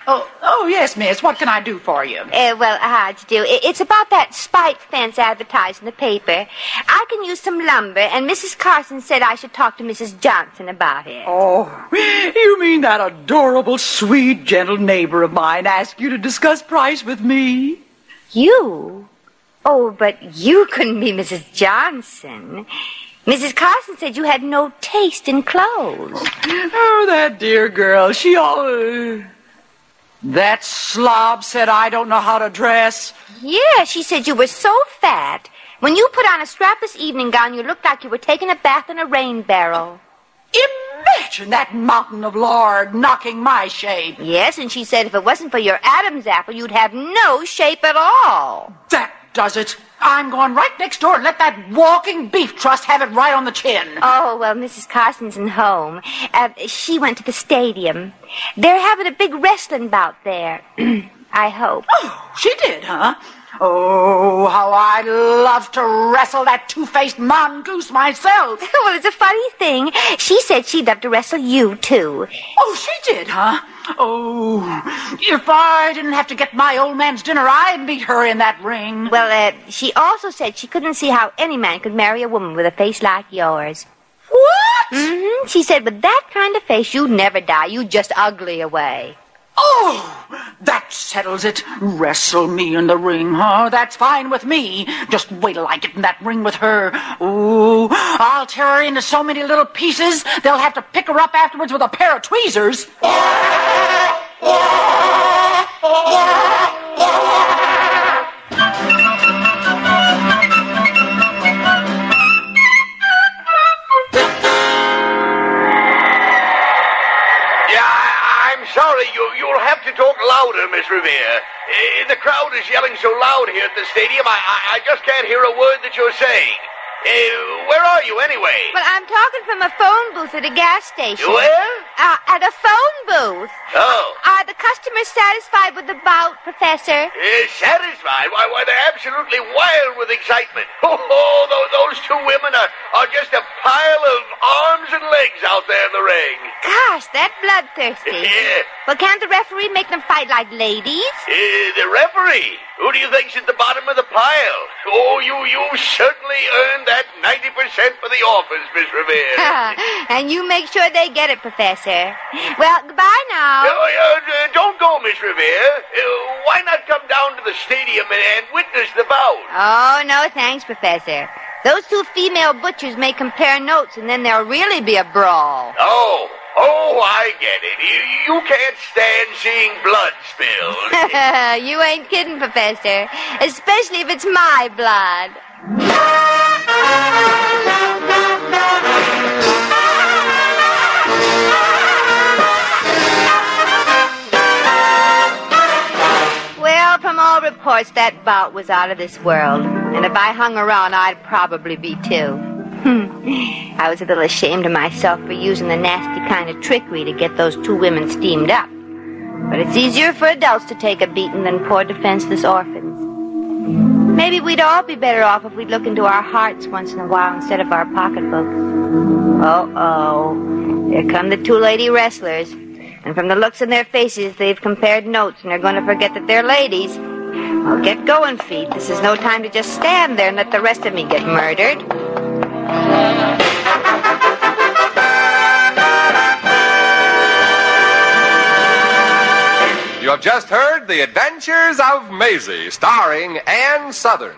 [SPEAKER 17] Oh, oh yes, miss. What can I do for you?
[SPEAKER 10] Uh, well, how'd you do? I- It's about that spike fence advertised in the paper. I can use some lumber, and Mrs. Carson said I should talk to Mrs. Johnson about it.
[SPEAKER 17] Oh, you mean that adorable, sweet, gentle neighbor of mine asked you to discuss price with me?
[SPEAKER 10] You? Oh, but you couldn't be Mrs. Johnson. Mrs. Carson said you had no taste in clothes.
[SPEAKER 17] Oh, that dear girl. She all. Uh, That slob said I don't know how to dress.
[SPEAKER 10] Yeah, she said you were so fat. When you put on a strapless evening gown, you looked like you were taking a bath in a rain barrel.
[SPEAKER 17] Imagine that mountain of lard knocking my shape.
[SPEAKER 10] Yes, and she said if it wasn't for your Adam's apple, you'd have no shape at all.
[SPEAKER 17] That does it. I'm going right next door and let that walking beef trust have it right on the chin.
[SPEAKER 10] Oh, well, Mrs. Carson's in home. Uh, she went to the stadium. They're having a big wrestling bout there. I hope.
[SPEAKER 17] Oh, she did, huh? Oh, how I'd love to wrestle that two-faced mongoose myself.
[SPEAKER 10] well, it's a funny thing. She said she'd love to wrestle you, too.
[SPEAKER 17] Oh, she did, huh? Oh, if I didn't have to get my old man's dinner, I'd beat her in that ring.
[SPEAKER 10] Well, uh, she also said she couldn't see how any man could marry a woman with a face like yours.
[SPEAKER 17] What?
[SPEAKER 10] hmm She said with that kind of face, you'd never die. You'd just ugly away.
[SPEAKER 17] Oh, that settles it. Wrestle me in the ring, huh? That's fine with me. Just wait till I get in that ring with her. Ooh, I'll tear her into so many little pieces, they'll have to pick her up afterwards with a pair of tweezers.
[SPEAKER 20] Yeah, I, I'm sorry. You, you'll have to talk louder, Miss Revere. Eh, The crowd is yelling so loud here at the stadium, I, I, I just can't hear a word that you're saying. Eh, where are you, anyway?
[SPEAKER 10] Well, I'm talking from a phone booth at a gas station.
[SPEAKER 20] Where?
[SPEAKER 10] Uh, at a phone booth.
[SPEAKER 20] Oh.
[SPEAKER 10] Are the customers satisfied with the bout, Professor?
[SPEAKER 20] Eh, satisfied? Why, why, they're absolutely wild with excitement. Oh, those, those two women are, are just a pile of arms and legs out there in the ring.
[SPEAKER 10] Gosh, that bloodthirsty.
[SPEAKER 20] Yeah.
[SPEAKER 10] Well, can't the referee make them fight like ladies?
[SPEAKER 20] Eh, the referee. Who do you think's at the bottom of the pile? Oh, you you certainly earned that 90% for the office, Miss Revere.
[SPEAKER 10] and you make sure they get it, Professor. Well, goodbye now.
[SPEAKER 20] Oh, yeah, d- don't go, Miss Revere. Uh, why not come down to the stadium and, and witness the bout?
[SPEAKER 10] Oh, no, thanks, Professor. Those two female butchers may compare notes, and then there'll really be a brawl.
[SPEAKER 20] Oh, oh, I get it. You, you can't stand seeing blood spilled.
[SPEAKER 10] you ain't kidding, Professor. Especially if it's my blood. Well, from all reports, that bout was out of this world. And if I hung around, I'd probably be too. Hmm. I was a little ashamed of myself for using the nasty kind of trickery to get those two women steamed up. But it's easier for adults to take a beating than poor defenseless orphans. Maybe we'd all be better off if we'd look into our hearts once in a while instead of our pocketbooks. Uh oh. Here come the two lady wrestlers. And from the looks in their faces, they've compared notes and are going to forget that they're ladies. Well, get going, feet. This is no time to just stand there and let the rest of me get murdered.
[SPEAKER 22] You have just heard The Adventures of Maisie, starring Ann Southern.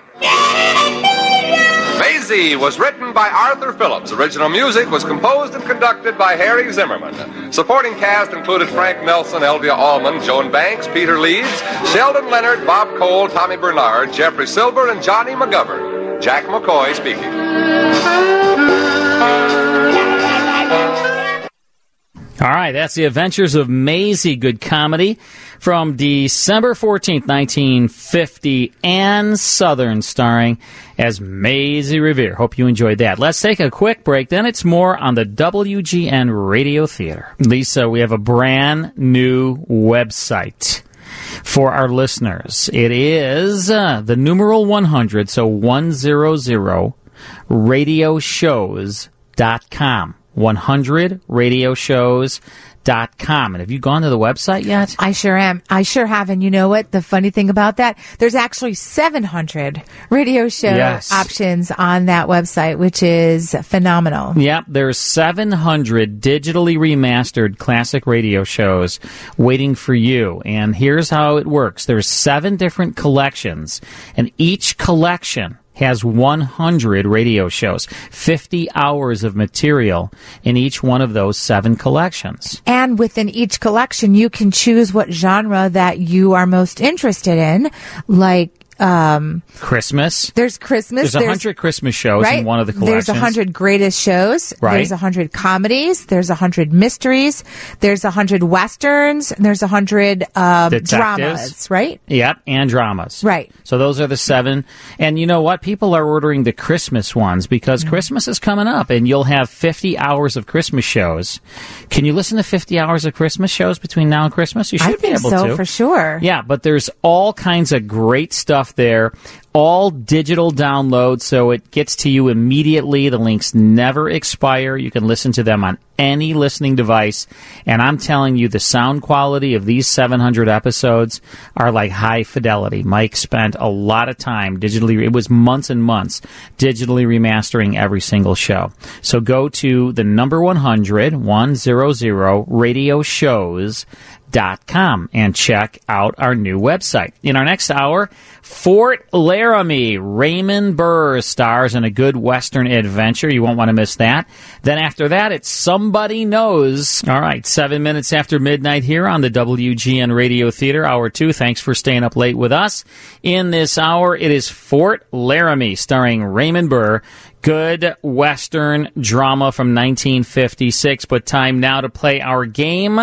[SPEAKER 22] Maisie was written by Arthur Phillips. Original music was composed and conducted by Harry Zimmerman. Supporting cast included Frank Nelson, Elvia Allman, Joan Banks, Peter Leeds, Sheldon Leonard, Bob Cole, Tommy Bernard, Jeffrey Silver, and Johnny McGovern. Jack McCoy speaking.
[SPEAKER 6] All right, that's The Adventures of Maisie, good comedy from December 14th, 1950, and Southern starring as Maisie Revere. Hope you enjoyed that. Let's take a quick break, then it's more on the WGN Radio Theater. Lisa, we have a brand new website for our listeners. It is uh, the numeral 100, so 100 radioshows.com. 100 radioshows.com. And have you gone to the website yet?
[SPEAKER 7] I sure am. I sure have. And you know what? The funny thing about that, there's actually 700 radio show
[SPEAKER 6] Yes.
[SPEAKER 7] options on that website, which is phenomenal.
[SPEAKER 6] Yep, there's 700 digitally remastered classic radio shows waiting for you. And here's how it works. There's seven different collections, and each collection has 100 radio shows, 50 hours of material in each one of those seven collections.
[SPEAKER 7] And within each collection, you can choose what genre that you are most interested in, like um,
[SPEAKER 6] Christmas.
[SPEAKER 7] there's Christmas.
[SPEAKER 6] There's a hundred Christmas shows
[SPEAKER 7] right?
[SPEAKER 6] in one of the collections.
[SPEAKER 7] There's a hundred greatest shows.
[SPEAKER 6] Right.
[SPEAKER 7] There's a hundred comedies. There's a hundred mysteries. There's a hundred westerns. And there's a hundred um,
[SPEAKER 6] Detectives.
[SPEAKER 7] dramas. Right.
[SPEAKER 6] Yep, and dramas.
[SPEAKER 7] Right.
[SPEAKER 6] So those are the seven. And you know what? People are ordering the Christmas ones because
[SPEAKER 7] Mm-hmm.
[SPEAKER 6] Christmas is coming up and you'll have 50 hours of Christmas shows. Can you listen to 50 hours of Christmas shows between now and Christmas? You should
[SPEAKER 7] I think
[SPEAKER 6] be able
[SPEAKER 7] so
[SPEAKER 6] to.
[SPEAKER 7] for sure.
[SPEAKER 6] Yeah, but there's all kinds of great stuff there. All digital download, so it gets to you immediately. The links never expire. You can listen to them on any listening device. And I'm telling you, the sound quality of these 700 episodes are like high fidelity. Mike spent a lot of time digitally, it was months and months, digitally remastering every single show. So go to the number 100, 100 radio shows com and check out our new website. In our next hour, Fort Laramie, Raymond Burr stars in a good Western adventure. You won't want to miss that. Then after that, it's Somebody Knows. All right, seven minutes after midnight here on the WGN Radio Theater, hour two. Thanks for staying up late with us. In this hour, it is Fort Laramie starring Raymond Burr. Good Western drama from 1956, but time now to play our game,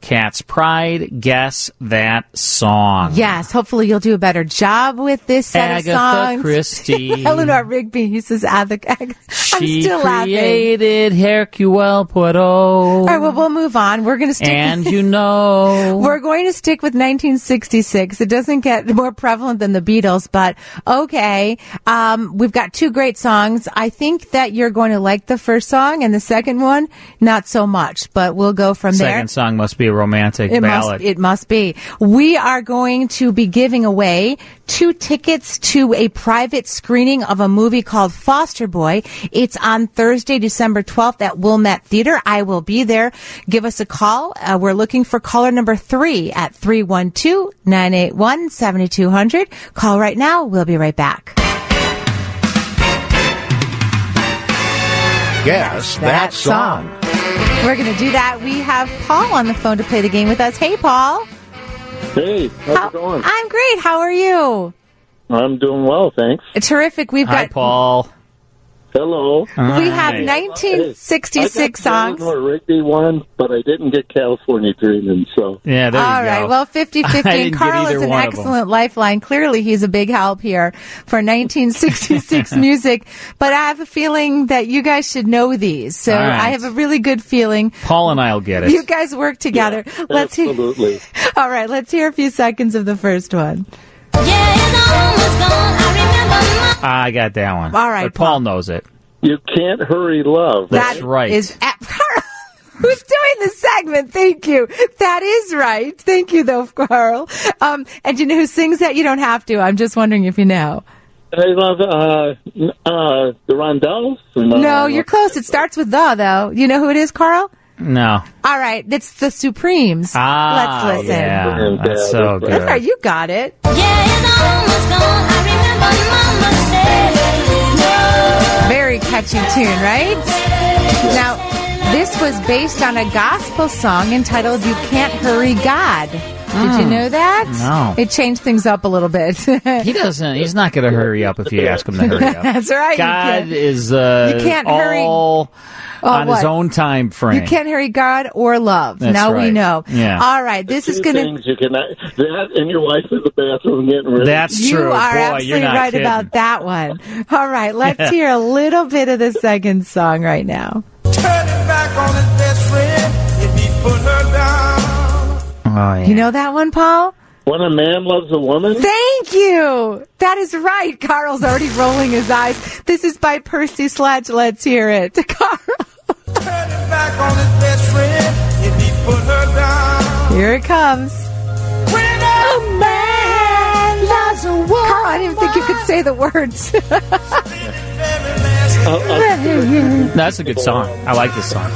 [SPEAKER 6] Cat's Pride. Guess that song.
[SPEAKER 7] Yes, hopefully you'll do a better job with this set of
[SPEAKER 6] Agatha
[SPEAKER 7] songs.
[SPEAKER 6] Christie.
[SPEAKER 7] Eleanor Rigby, he says, Agatha. Ag- I'm
[SPEAKER 6] She
[SPEAKER 7] still laughing.
[SPEAKER 6] created Hercule
[SPEAKER 7] All right,
[SPEAKER 6] Poirot.
[SPEAKER 7] well, we'll move on. We're going to stick.
[SPEAKER 6] And you know.
[SPEAKER 7] We're going to stick with 1966. It doesn't get more prevalent than the Beatles, but okay. Um, we've got two great songs. I think that you're going to like the first song and the second one, not so much, but we'll go from there.
[SPEAKER 6] Second song must be a romantic
[SPEAKER 7] It
[SPEAKER 6] ballad.
[SPEAKER 7] must, it must be. We are going to be giving away two tickets to a private screening of a movie called Foster Boy. It's on Thursday, December 12th at Wilmette Theater. I will be there. Give us a call. Uh, we're looking for caller number three at 312-981-7200. Call right now. We'll be right back.
[SPEAKER 8] Guess that song.
[SPEAKER 7] We're going to do that. We have Paul on the phone to play the game with us. Hey, Paul.
[SPEAKER 23] Hey, how's it going?
[SPEAKER 7] I'm great. How are you?
[SPEAKER 23] I'm doing well, thanks.
[SPEAKER 7] Terrific. We've got
[SPEAKER 6] Paul.
[SPEAKER 23] Hello.
[SPEAKER 7] We have 1966
[SPEAKER 23] I got
[SPEAKER 7] songs.
[SPEAKER 23] the Eleanor Rigby one, but I didn't get California Dreaming, so.
[SPEAKER 6] Yeah,
[SPEAKER 7] All right. Well, 50
[SPEAKER 23] I
[SPEAKER 7] 50.
[SPEAKER 23] didn't
[SPEAKER 7] And
[SPEAKER 23] get
[SPEAKER 7] Carl
[SPEAKER 23] either
[SPEAKER 7] is an
[SPEAKER 23] one of 'em.
[SPEAKER 7] excellent lifeline. Clearly, he's a big help here for 1966 music. But I have a feeling that you guys should know these. So
[SPEAKER 6] All right.
[SPEAKER 7] I have a really good feeling.
[SPEAKER 6] Paul and I'll get it.
[SPEAKER 7] You guys work together. let's hear.
[SPEAKER 23] Absolutely.
[SPEAKER 7] All right. Let's hear a few seconds of the first one.
[SPEAKER 6] I got that one.
[SPEAKER 7] All right,
[SPEAKER 6] But Paul, knows it.
[SPEAKER 23] You can't hurry love.
[SPEAKER 6] That's right.
[SPEAKER 7] Is at- Who's doing the segment? Thank you. That is right. Thank you, though, Carl. Um, and you know who sings that? You don't have to. I'm just wondering if you know.
[SPEAKER 23] I love uh, uh, the Rondells.
[SPEAKER 7] No, you're close. It starts with the, though. You know who it is, Carl?
[SPEAKER 6] no.
[SPEAKER 7] All right, it's the Supremes.
[SPEAKER 6] Ah,
[SPEAKER 7] Let's listen.
[SPEAKER 23] uh,
[SPEAKER 6] yeah, that's so good.
[SPEAKER 7] That's right. You got it. Very catchy tune, right? Now, this was based on a gospel song entitled You Can't Hurry God. Did you
[SPEAKER 6] Mm.
[SPEAKER 7] know that?
[SPEAKER 6] No.
[SPEAKER 7] It changed things up a little bit.
[SPEAKER 6] He doesn't. He's not going to hurry up if you ask him to hurry up.
[SPEAKER 7] That's right. you
[SPEAKER 6] God
[SPEAKER 7] can't,
[SPEAKER 6] is uh,
[SPEAKER 7] You can't hurry-
[SPEAKER 6] all
[SPEAKER 7] Oh,
[SPEAKER 6] on
[SPEAKER 7] what?
[SPEAKER 6] his own time frame.
[SPEAKER 7] you can't hurry God or love.
[SPEAKER 6] That's
[SPEAKER 7] now we
[SPEAKER 6] right.
[SPEAKER 7] know.
[SPEAKER 6] Yeah.
[SPEAKER 7] All right, this is going to
[SPEAKER 23] Things you cannot, that and your wife in the bathroom getting ready.
[SPEAKER 7] you are absolutely right about that one. All right, let's
[SPEAKER 23] Yeah.
[SPEAKER 7] hear a little bit of the second song right now.
[SPEAKER 6] Oh,
[SPEAKER 7] You know that one, Paul?
[SPEAKER 23] When a man loves a woman?
[SPEAKER 7] Thank you. That is right. Carl's already rolling his eyes. This is by Percy Sledge. Let's hear it. Carl. Here it comes. a man loves a woman. Carl, I didn't even think you could say the words.
[SPEAKER 23] I'll, I'll,
[SPEAKER 6] No, That's a good song. I like this song.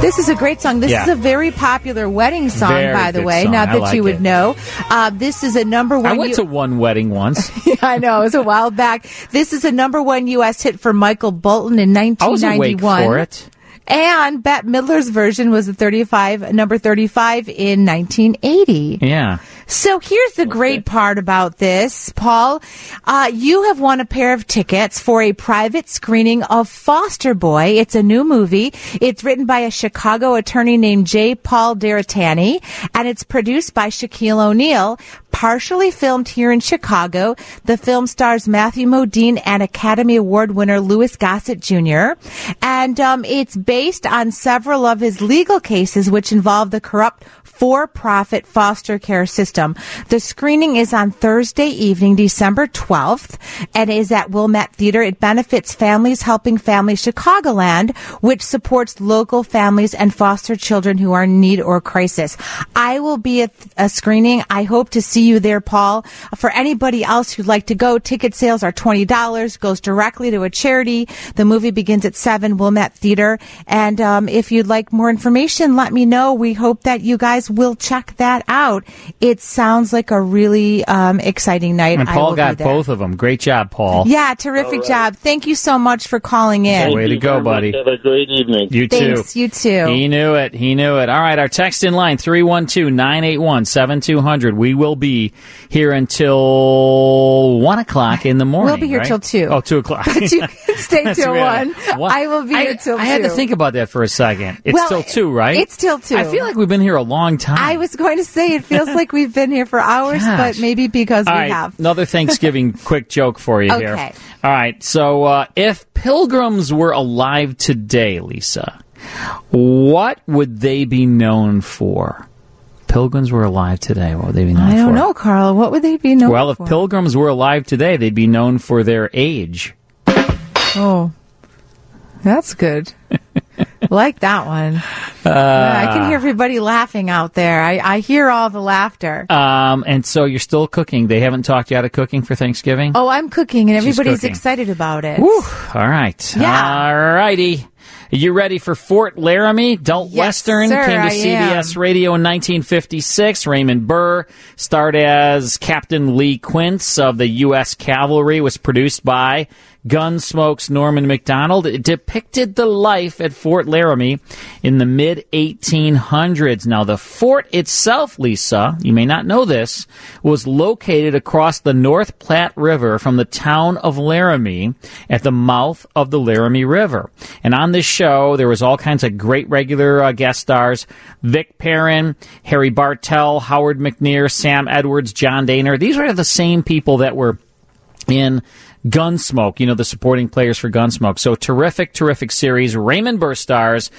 [SPEAKER 7] This is a great song. This
[SPEAKER 6] Yeah.
[SPEAKER 7] is a very popular wedding song,
[SPEAKER 6] Very
[SPEAKER 7] by the
[SPEAKER 6] good
[SPEAKER 7] way.
[SPEAKER 6] song.
[SPEAKER 7] Not
[SPEAKER 6] I
[SPEAKER 7] that
[SPEAKER 6] like
[SPEAKER 7] you would
[SPEAKER 6] it.
[SPEAKER 7] know. Uh, this is a number one.
[SPEAKER 6] I went
[SPEAKER 7] U-
[SPEAKER 6] to one wedding once.
[SPEAKER 7] Yeah, I know. It was a while back. This is a number one U.S. hit for Michael Bolton in
[SPEAKER 6] I was awake
[SPEAKER 7] 1991.
[SPEAKER 6] for it.
[SPEAKER 7] And Bette Midler's version was the 35, number 35 in 1980.
[SPEAKER 6] Yeah.
[SPEAKER 7] So here's the great part about this, Paul. Uh, you have won a pair of tickets for a private screening of Foster Boy. It's a new movie. It's written by a Chicago attorney named J. Paul Deratani, and it's produced by Shaquille O'Neal. Partially filmed here in Chicago, the film stars Matthew Modine and Academy Award winner Louis Gossett Jr. And um, it's based on several of his legal cases, which involve the corrupt for profit foster care system. The screening is on Thursday evening, December 12th, and is at Wilmette Theater. It benefits Families Helping Families Chicagoland, which supports local families and foster children who are in need or crisis. I will be at a screening. I hope to see you there, Paul. For anybody else who'd like to go, ticket sales are $20, goes directly to a charity. The movie begins at 7, Wilmette Theater. And um, if you'd like more information, let me know. We hope that you guys will check that out. It sounds like a really um, exciting night.
[SPEAKER 6] And
[SPEAKER 7] I will
[SPEAKER 6] Paul
[SPEAKER 7] be
[SPEAKER 6] got
[SPEAKER 7] there.
[SPEAKER 6] both of them. Great job, Paul.
[SPEAKER 7] Yeah, terrific job. Thank you so much for calling in.
[SPEAKER 6] Way to go, buddy. Have a great evening. You
[SPEAKER 7] Thanks,
[SPEAKER 6] too.
[SPEAKER 7] you too.
[SPEAKER 6] He knew it. He knew it. All right, our text in line 312-981-7200. We will be here until 1 o'clock in the morning.
[SPEAKER 7] We'll be here
[SPEAKER 6] right?
[SPEAKER 7] till 2.
[SPEAKER 6] Oh, 2 o'clock.
[SPEAKER 7] But you can stay
[SPEAKER 6] That's
[SPEAKER 7] till
[SPEAKER 6] really-
[SPEAKER 7] 1. I will be here till
[SPEAKER 6] I had
[SPEAKER 7] 2.
[SPEAKER 6] to think about that for a second. It's
[SPEAKER 7] Well,
[SPEAKER 6] till 2, right?
[SPEAKER 7] it's till 2.
[SPEAKER 6] I feel like we've been here a long time.
[SPEAKER 7] I was going to say it feels like we've been here for hours, but maybe because
[SPEAKER 6] All
[SPEAKER 7] we
[SPEAKER 6] right,
[SPEAKER 7] have.
[SPEAKER 6] Another Thanksgiving quick joke for you here.
[SPEAKER 7] Okay.
[SPEAKER 6] All right. So, uh, if pilgrims were alive today, Lisa, what would they be known for? Pilgrims were alive today. What would they be known
[SPEAKER 7] I
[SPEAKER 6] for?
[SPEAKER 7] don't know, Carl. What would they be known
[SPEAKER 6] well, if
[SPEAKER 7] for?
[SPEAKER 6] pilgrims were alive today, they'd be known for their age.
[SPEAKER 7] oh, that's good. like that one.
[SPEAKER 6] Uh,
[SPEAKER 7] I can hear everybody laughing out there. I, I hear all the laughter.
[SPEAKER 6] Um, and so you're still cooking. They haven't talked you out of cooking for Thanksgiving.
[SPEAKER 7] Oh, I'm cooking, and
[SPEAKER 6] She's
[SPEAKER 7] everybody's
[SPEAKER 6] cooking.
[SPEAKER 7] excited about it.
[SPEAKER 6] All right. Yeah. All righty. You ready for Fort Laramie? Delt Western
[SPEAKER 7] sir,
[SPEAKER 6] came to
[SPEAKER 7] I
[SPEAKER 6] CBS Radio in 1956. Raymond Burr starred as Captain Lee Quince of the U.S. Cavalry. Was produced by Gunsmoke's Norman McDonald. It depicted the life at Fort Laramie in the mid 1800s. Now, the fort itself, Lisa, you may not know this, was located across the North Platte River from the town of Laramie at the mouth of the Laramie River. And on this show, there was all kinds of great regular uh, guest stars. Vic Perrin, Harry Bartell, Howard McNear, Sam Edwards, John Daner. These were the same people that were in Gunsmoke, you know, the supporting players for Gunsmoke. So terrific, terrific series. Raymond Burr stars.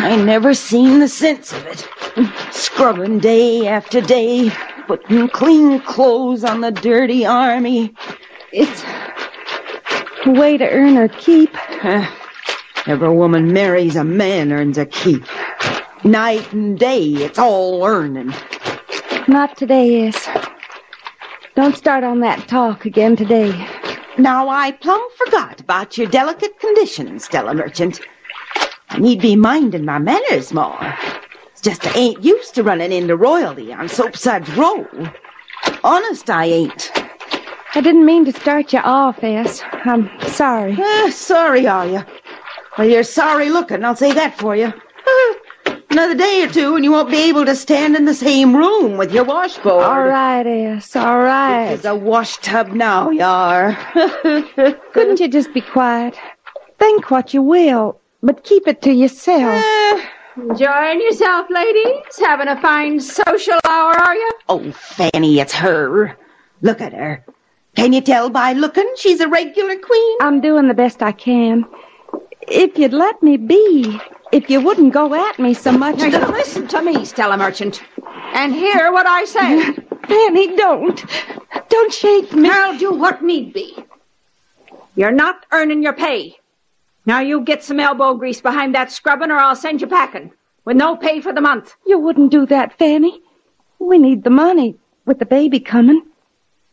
[SPEAKER 24] I never seen the sense of it. Scrubbing day after day, putting clean clothes on the dirty army. It's a way to earn her keep. every woman marries a man earns a keep. Night and day, it's all earning.
[SPEAKER 25] Not today, yes.
[SPEAKER 24] Don't start on that talk again today. Now, I plumb forgot about your delicate condition, Stella Merchant. I need be minding my manners more. It's just I ain't used to running into royalty on Soapsuds Row. Honest, I ain't. I didn't mean to start you off, Ass. I'm sorry. Ah, sorry, are you? Well, you're sorry looking, I'll say that for you. Another day or two, and you won't be able to stand in the same room with your washboard. All right, Ass, all right. It's a wash tub now, you are. Couldn't you just be quiet? Think what you will, but keep it to yourself.
[SPEAKER 2] Enjoying yourself, ladies? Having a fine social hour, are you?
[SPEAKER 24] Oh, Fanny, it's her. Look at her. Can you tell by looking she's a regular queen? I'm doing the best I can. If you'd let me be, if you wouldn't go at me so much.
[SPEAKER 2] Now, you listen to me, Stella Merchant, and hear what I say.
[SPEAKER 24] Fanny, don't. Don't shake me.
[SPEAKER 2] I'll do what need be. You're not earning your pay. Now you get some elbow grease behind that scrubbing, or I'll send you packing with no pay for the month.
[SPEAKER 24] You wouldn't do that, Fanny. We need the money with the baby coming.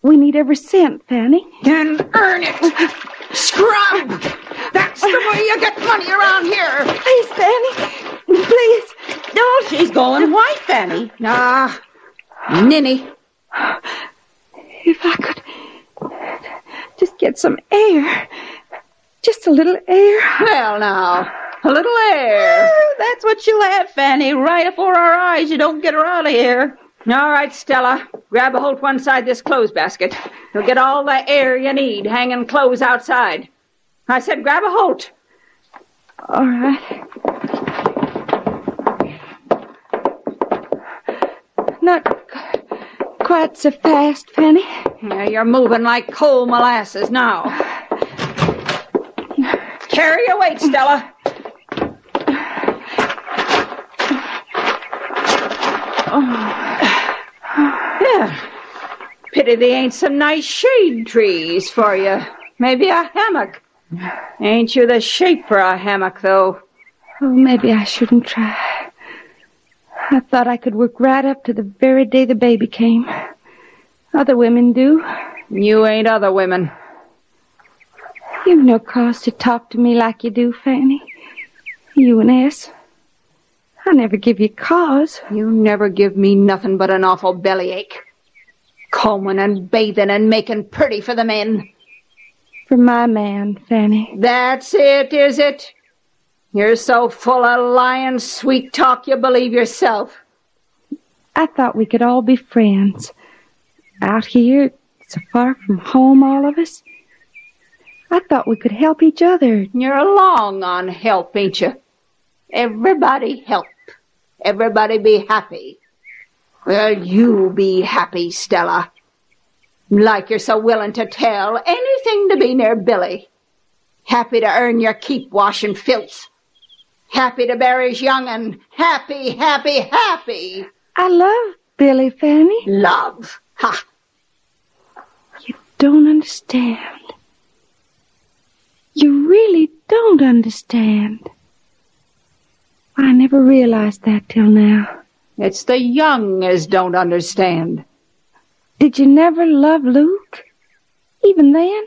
[SPEAKER 24] We need every cent, Fanny.
[SPEAKER 2] Then earn it. Scrub! That's the way you get money around here.
[SPEAKER 24] Please, Fanny. Please. Don't. She's going white, Fanny.
[SPEAKER 2] Ah, ninny.
[SPEAKER 24] If I could just get some air. Just a little air.
[SPEAKER 2] Well, now, a little air.
[SPEAKER 24] That's what you'll have, Fanny, right before our eyes. You don't get her out of here.
[SPEAKER 2] All right, Stella. Grab a hold one side this clothes basket. You'll get all the air you need hanging clothes outside. I said grab a hold.
[SPEAKER 24] All right. Not qu- quite so fast, Fanny.
[SPEAKER 2] Yeah, you're moving like coal molasses now. Carry your weight, Stella. Yeah. Pity they ain't some nice shade trees for you. Maybe a hammock. Ain't you the shape for a hammock, though?
[SPEAKER 24] Oh, maybe I shouldn't try. I thought I could work right up to the very day the baby came. Other women do.
[SPEAKER 2] You ain't other women.
[SPEAKER 24] You've no cause to talk to me like you do, Fanny. You and S. I never give you cause.
[SPEAKER 2] You never give me nothing but an awful bellyache. Combing and bathing and making pretty for the men.
[SPEAKER 24] For my man, Fanny.
[SPEAKER 2] That's it, is it? You're so full of lying, sweet talk you believe yourself.
[SPEAKER 24] I thought we could all be friends. Out here, so far from home, all of us. I thought we could help each other.
[SPEAKER 2] You're long on help, ain't you? Everybody help. Everybody be happy. Well, you be happy, Stella. Like you're so willing to tell anything to be near Billy. Happy to earn your keep washing filth. Happy to bear his young and happy, happy, happy.
[SPEAKER 24] I love Billy, Fanny.
[SPEAKER 2] Love. Ha!
[SPEAKER 24] Don't understand. You really don't understand. I never realized that till now.
[SPEAKER 2] It's the young as don't understand.
[SPEAKER 24] Did you never love Luke? Even then?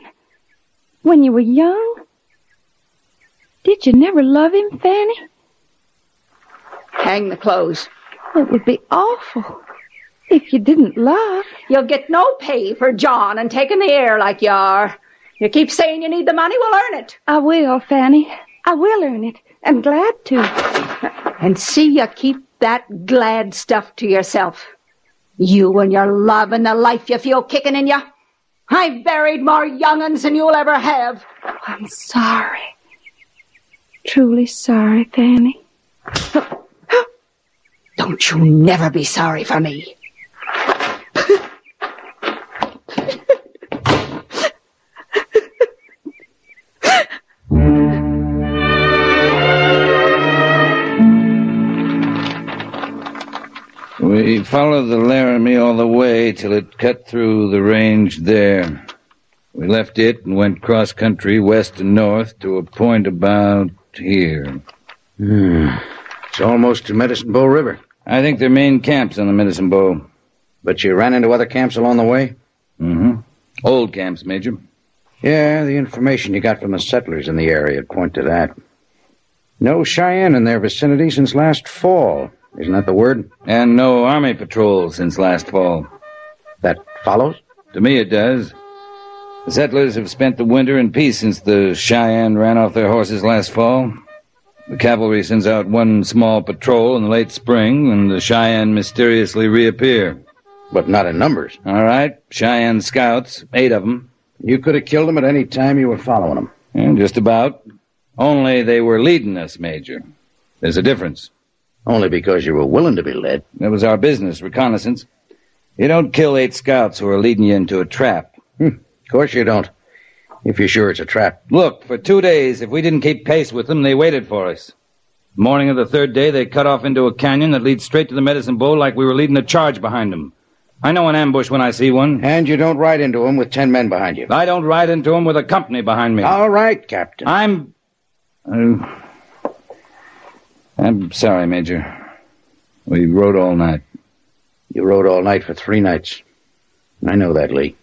[SPEAKER 24] When you were young? Did you never love him, Fanny?
[SPEAKER 2] Hang the clothes.
[SPEAKER 24] It would Oh, be awful if you didn't love.
[SPEAKER 2] You'll get no pay for John and taking the air like you are. You keep saying you need the money, we'll earn it.
[SPEAKER 24] I will, Fanny. I will earn it. I'm glad to.
[SPEAKER 2] And see you keep that glad stuff to yourself. You and your love and the life you feel kicking in you. I've buried more young'uns than you'll ever have.
[SPEAKER 24] I'm sorry. Truly sorry, Fanny.
[SPEAKER 2] Don't you never be sorry for me.
[SPEAKER 4] We followed the Laramie all the way till it cut through the range there. We left it and went cross country west and north to a point about here.
[SPEAKER 25] Hmm. It's almost to Medicine Bow River.
[SPEAKER 4] I think their main camp's on the Medicine Bow.
[SPEAKER 25] But you ran into other camps along the way?
[SPEAKER 4] Mm-hmm. Old camps, Major.
[SPEAKER 25] Yeah, the information you got from the settlers in the area would point to that. No Cheyenne in their vicinity since last fall. Isn't that the word?
[SPEAKER 4] And no Army patrol since last fall.
[SPEAKER 25] That follows?
[SPEAKER 4] To me, it does. The settlers have spent the winter in peace since the Cheyenne ran off their horses last fall. The cavalry sends out one small patrol in the late spring, and the Cheyenne mysteriously reappear.
[SPEAKER 25] But not in numbers.
[SPEAKER 4] All right, Cheyenne scouts, eight of them.
[SPEAKER 25] You could have killed them at any time you were following them.
[SPEAKER 4] Yeah, just about. Only they were leading us, Major. There's a difference.
[SPEAKER 25] Only because you were willing to be led.
[SPEAKER 4] That was our business, reconnaissance. You don't kill eight scouts who are leading you into a trap. Hmm.
[SPEAKER 25] Of course you don't. If you're sure it's a trap.
[SPEAKER 4] Look, for two days, if we didn't keep pace with them, they waited for us. Morning of the third day, they cut off into a canyon that leads straight to the medicine bowl like we were leading a charge behind them. I know an ambush when I see one.
[SPEAKER 25] And you don't ride into them with ten men behind you.
[SPEAKER 4] I don't ride into them with a company behind me.
[SPEAKER 25] All right, Captain.
[SPEAKER 4] I'm. Uh, I'm sorry, Major. We rode all night.
[SPEAKER 25] You rode all night for three nights. I know that, Lee.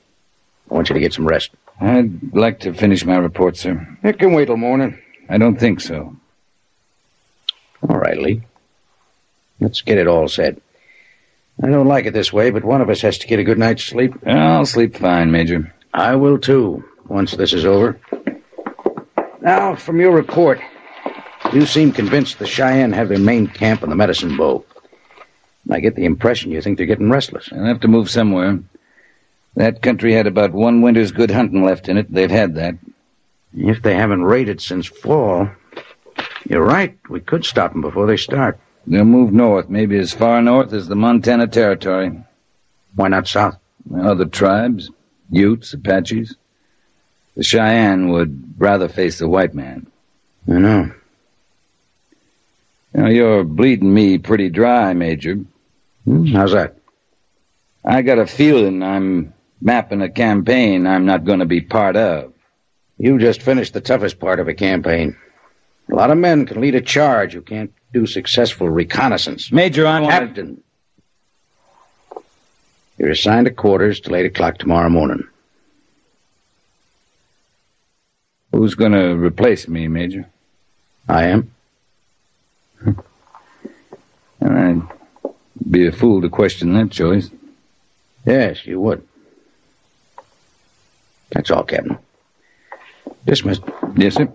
[SPEAKER 25] I want you to get some rest.
[SPEAKER 4] I'd like to finish my report, sir.
[SPEAKER 25] It can wait till morning.
[SPEAKER 4] I don't think so.
[SPEAKER 25] All right, Lee. Let's get it all said. I don't like it this way, but one of us has to get a good night's sleep.
[SPEAKER 4] I'll sleep fine, Major.
[SPEAKER 25] I will too, once this is over. Now, from your report, you seem convinced the Cheyenne have their main camp in the medicine bowl. I get the impression you think they're getting restless.
[SPEAKER 4] I'll have to move somewhere. That country had about one winter's good hunting left in it. They've had that.
[SPEAKER 25] If they haven't raided since fall, you're right. We could stop them before they start.
[SPEAKER 4] They'll move north, maybe as far north as the Montana Territory.
[SPEAKER 25] Why not south?
[SPEAKER 4] Other tribes, Utes, Apaches. The Cheyenne would rather face the white man.
[SPEAKER 25] I know.
[SPEAKER 4] You know, you're bleeding me pretty dry, Major.
[SPEAKER 25] Hmm, How's that?
[SPEAKER 4] I got a feeling I'm mapping a campaign I'm not going to be part of.
[SPEAKER 25] You just finished the toughest part of a campaign. A lot of men can lead a charge who can't do successful reconnaissance.
[SPEAKER 4] Major, I want
[SPEAKER 25] Captain, you're assigned to quarters till 8 o'clock tomorrow morning.
[SPEAKER 4] Who's going to replace me, Major?
[SPEAKER 25] I am.
[SPEAKER 4] And I'd be a fool to question that choice.
[SPEAKER 25] Yes, you would. That's all, Captain. Dismissed.
[SPEAKER 4] Yes, sir.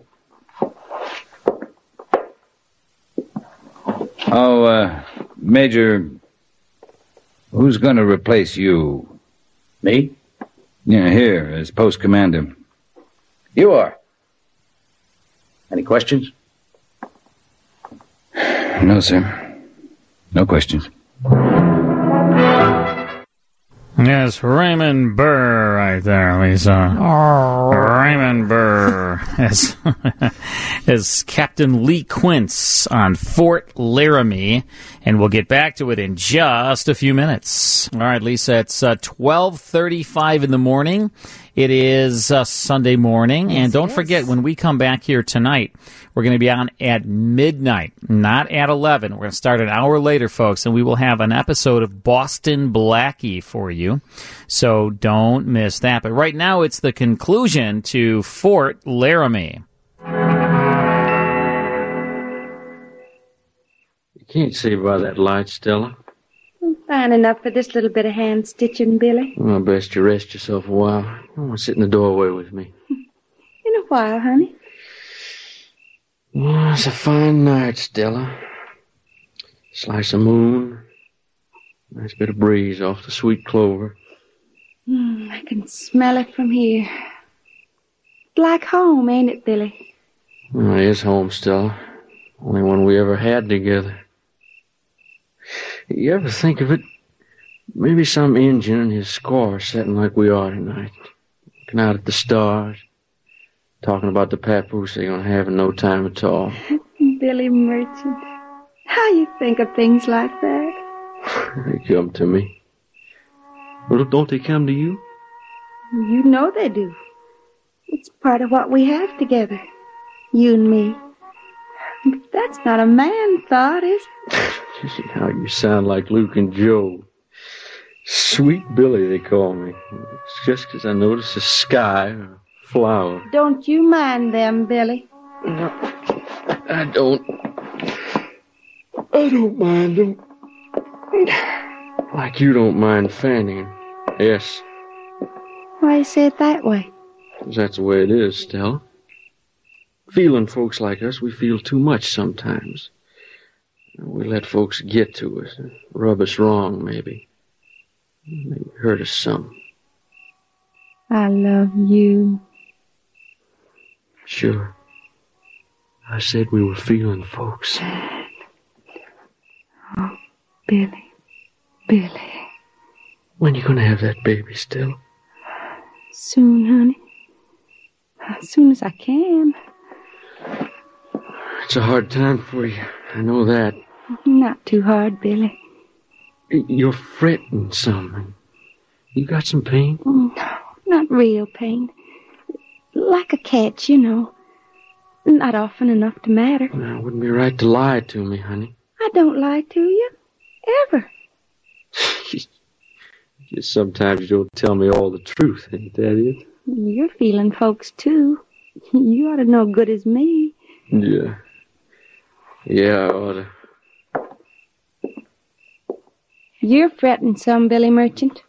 [SPEAKER 4] Oh, uh, Major, who's going to replace you?
[SPEAKER 25] Me?
[SPEAKER 4] Yeah, here, as post commander.
[SPEAKER 25] You are. Any questions?
[SPEAKER 4] No, sir. No questions.
[SPEAKER 6] Yes, Raymond Burr right there, Lisa. Raymond Burr as, as Captain Lee Quince on Fort Laramie, and we'll get back to it in just a few minutes. All right, Lisa, it's uh, 12.35 in the morning. It is uh, Sunday morning, and don't forget, when we come back here tonight, we're going to be on at midnight, not at 11. We're going to start an hour later, folks, and we will have an episode of Boston Blackie for you. So don't miss that. But right now, it's the conclusion to Fort Laramie.
[SPEAKER 5] You can't see by that light, Stella.
[SPEAKER 9] Fine enough for this little bit of hand stitching, Billy.
[SPEAKER 5] Well, best you rest yourself a while. Come on, sit in the doorway with me.
[SPEAKER 9] In a while, honey.
[SPEAKER 5] Oh, it's a fine night, Stella. Slice of moon. Nice bit of breeze off the sweet clover.
[SPEAKER 9] Mm, I can smell it from here. Like home, ain't it, Billy?
[SPEAKER 5] Oh, it is home, Stella. Only one we ever had together. You ever think of it? Maybe some Injun and his squaw are sitting like we are tonight, looking out at the stars, talking about the papoose they're gonna have in no time at all.
[SPEAKER 9] Billy Merchant. How you think of things like that?
[SPEAKER 5] they come to me. Well, don't they come to you?
[SPEAKER 9] You know they do. It's part of what we have together. You and me. But that's not a man thought, is it?
[SPEAKER 5] How you sound like Luke and Joe. Sweet Billy, they call me. It's just 'cause I noticed a sky or a flower.
[SPEAKER 24] Don't you mind them, Billy.
[SPEAKER 5] I don't. I don't mind them. Like you don't mind fanning. Yes,
[SPEAKER 24] Why you say it that way?
[SPEAKER 5] 'cause that's the way it is, Stella. Feeling folks like us, we feel too much sometimes. We let folks get to us, and rub us wrong, maybe. Maybe hurt us some.
[SPEAKER 24] I love you.
[SPEAKER 5] Sure. I said we were feeling folks.
[SPEAKER 24] Oh, Billy. Billy.
[SPEAKER 5] When you gonna have that baby, Stella?
[SPEAKER 24] Soon, honey. As soon as I can.
[SPEAKER 5] It's a hard time for you. I know that.
[SPEAKER 24] Not too hard, Billy.
[SPEAKER 5] You're fretting some. You got some pain?
[SPEAKER 24] No, Mm, not real pain. Like a catch, you know. Not often enough to matter.
[SPEAKER 5] Now, it wouldn't be right to lie to me, honey.
[SPEAKER 24] I don't lie to you. Ever.
[SPEAKER 5] Just sometimes you don't tell me all the truth, ain't that it?
[SPEAKER 24] You're feeling folks, too. You ought to know good as me.
[SPEAKER 5] Yeah. Yeah, I oughta.
[SPEAKER 24] You're fretting some, Billy Merchant.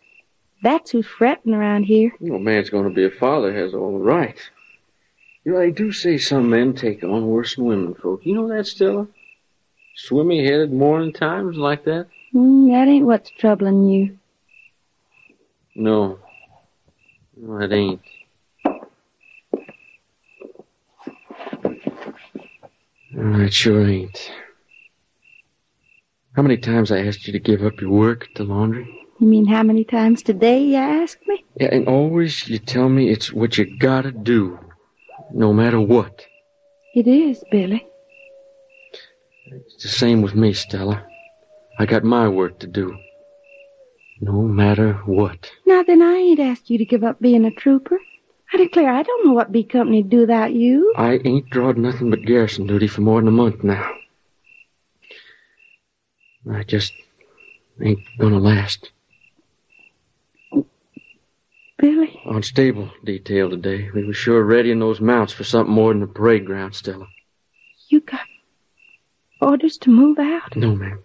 [SPEAKER 24] That's who's fretting around here.
[SPEAKER 5] No man's gonna be a father has all the right. You know, they do say some men take on worse than women folk. You know that, Stella? Swimmy headed morning times like that?
[SPEAKER 24] Mm, that ain't what's troubling you.
[SPEAKER 5] No. No, it ain't. No, it sure ain't. How many times I asked you to give up your work at the laundry?
[SPEAKER 24] You mean how many times today you ask me?
[SPEAKER 5] Yeah, and always you tell me it's what you gotta do, no matter what.
[SPEAKER 24] It is, Billy.
[SPEAKER 5] It's the same with me, Stella. I got my work to do, no matter what.
[SPEAKER 24] Now then, I ain't asked you to give up being a trooper. I declare I don't know what B Company'd do without you.
[SPEAKER 5] I ain't drawed nothing but garrison duty for more than a month now. I just ain't gonna last.
[SPEAKER 24] Billy?
[SPEAKER 5] On stable detail today, we were sure ready in those mounts for something more than a parade ground, Stella.
[SPEAKER 24] You got orders to move out.
[SPEAKER 5] No, ma'am.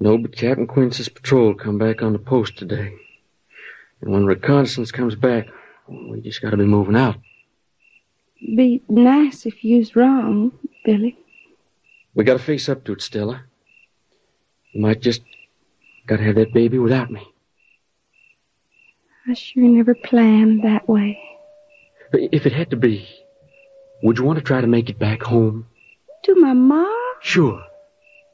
[SPEAKER 5] No, but Captain Quince's patrol come back on the post today. And when reconnaissance comes back, we just gotta be moving out.
[SPEAKER 24] Be nice if you's wrong, Billy.
[SPEAKER 5] We gotta face up to it, Stella. You might just gotta have that baby without me.
[SPEAKER 24] I sure never planned that way.
[SPEAKER 5] But If it had to be, would you want to try to make it back home?
[SPEAKER 24] To my ma?
[SPEAKER 5] Sure.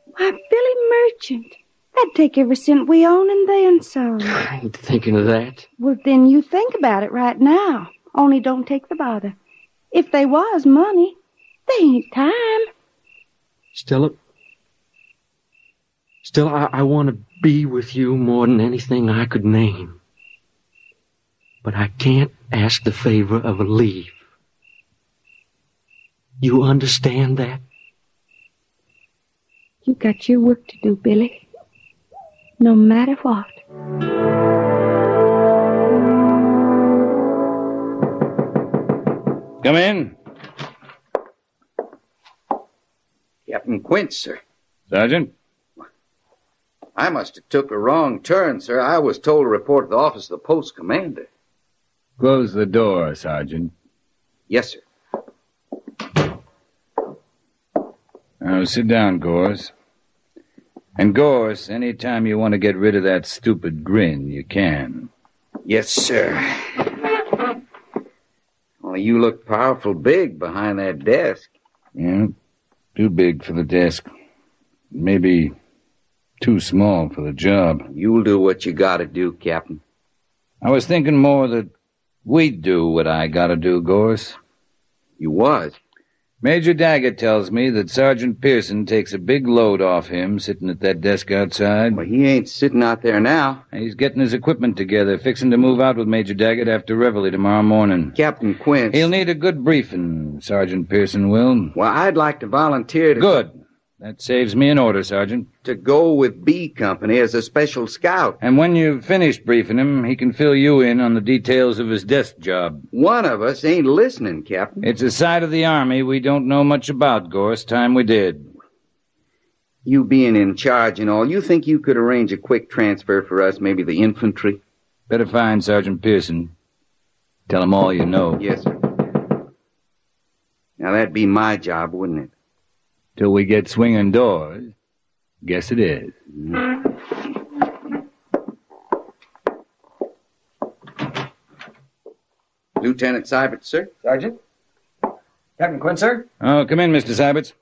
[SPEAKER 24] Why, Billy Merchant. That'd take every cent we own and then some.
[SPEAKER 5] I ain't thinking of that.
[SPEAKER 24] Well, then you think about it right now. Only don't take the bother. If they was money, they ain't time.
[SPEAKER 5] Stella. Stella, I, I want to be with you more than anything I could name. But I can't ask the favor of a leave. You understand that?
[SPEAKER 24] You got your work to do, Billy. No matter what.
[SPEAKER 4] Come in.
[SPEAKER 1] Captain Quince, sir.
[SPEAKER 4] Sergeant?
[SPEAKER 1] I must have took a wrong turn, sir. I was told to report to the office of the post commander.
[SPEAKER 26] Close the door, Sergeant.
[SPEAKER 1] Yes, sir.
[SPEAKER 4] Oh, sit down, Gorse. And Gorse, any time you want to get rid of that stupid grin, you can.
[SPEAKER 1] Yes, sir. Well, you look powerful big behind that desk.
[SPEAKER 4] Yeah, too big for the desk. Maybe too small for the job.
[SPEAKER 1] You'll do what you gotta do, Captain.
[SPEAKER 4] I was thinking more that we'd do what I gotta do, Gorse.
[SPEAKER 1] You was?
[SPEAKER 4] Major Daggett tells me that Sergeant Pearson takes a big load off him sitting at that desk outside.
[SPEAKER 1] Well, he ain't sitting out there now.
[SPEAKER 4] He's getting his equipment together, fixing to move out with Major Daggett after Reveille tomorrow morning.
[SPEAKER 1] Captain Quince.
[SPEAKER 4] He'll need a good briefing, Sergeant Pearson will.
[SPEAKER 1] Well, I'd like to volunteer to.
[SPEAKER 4] Good. That saves me an order, Sergeant.
[SPEAKER 17] To go with B Company as a special scout.
[SPEAKER 4] And when you've finished briefing him, he can fill you in on the details of his desk job.
[SPEAKER 17] One of us ain't listening, Captain.
[SPEAKER 4] It's a side of the Army we don't know much about, Gorse. Time we did.
[SPEAKER 17] You being in charge and all, you think you could arrange a quick transfer for us, maybe the infantry?
[SPEAKER 4] Better find Sergeant Pearson. Tell him all you know.
[SPEAKER 17] Yes, sir. Now, that'd be my job, wouldn't it?
[SPEAKER 4] Till we get swinging doors. Guess it is.
[SPEAKER 17] Lieutenant Seibert, sir. Sergeant?
[SPEAKER 14] Captain Quinn, sir?
[SPEAKER 4] Oh, come in, Mr. Syberts.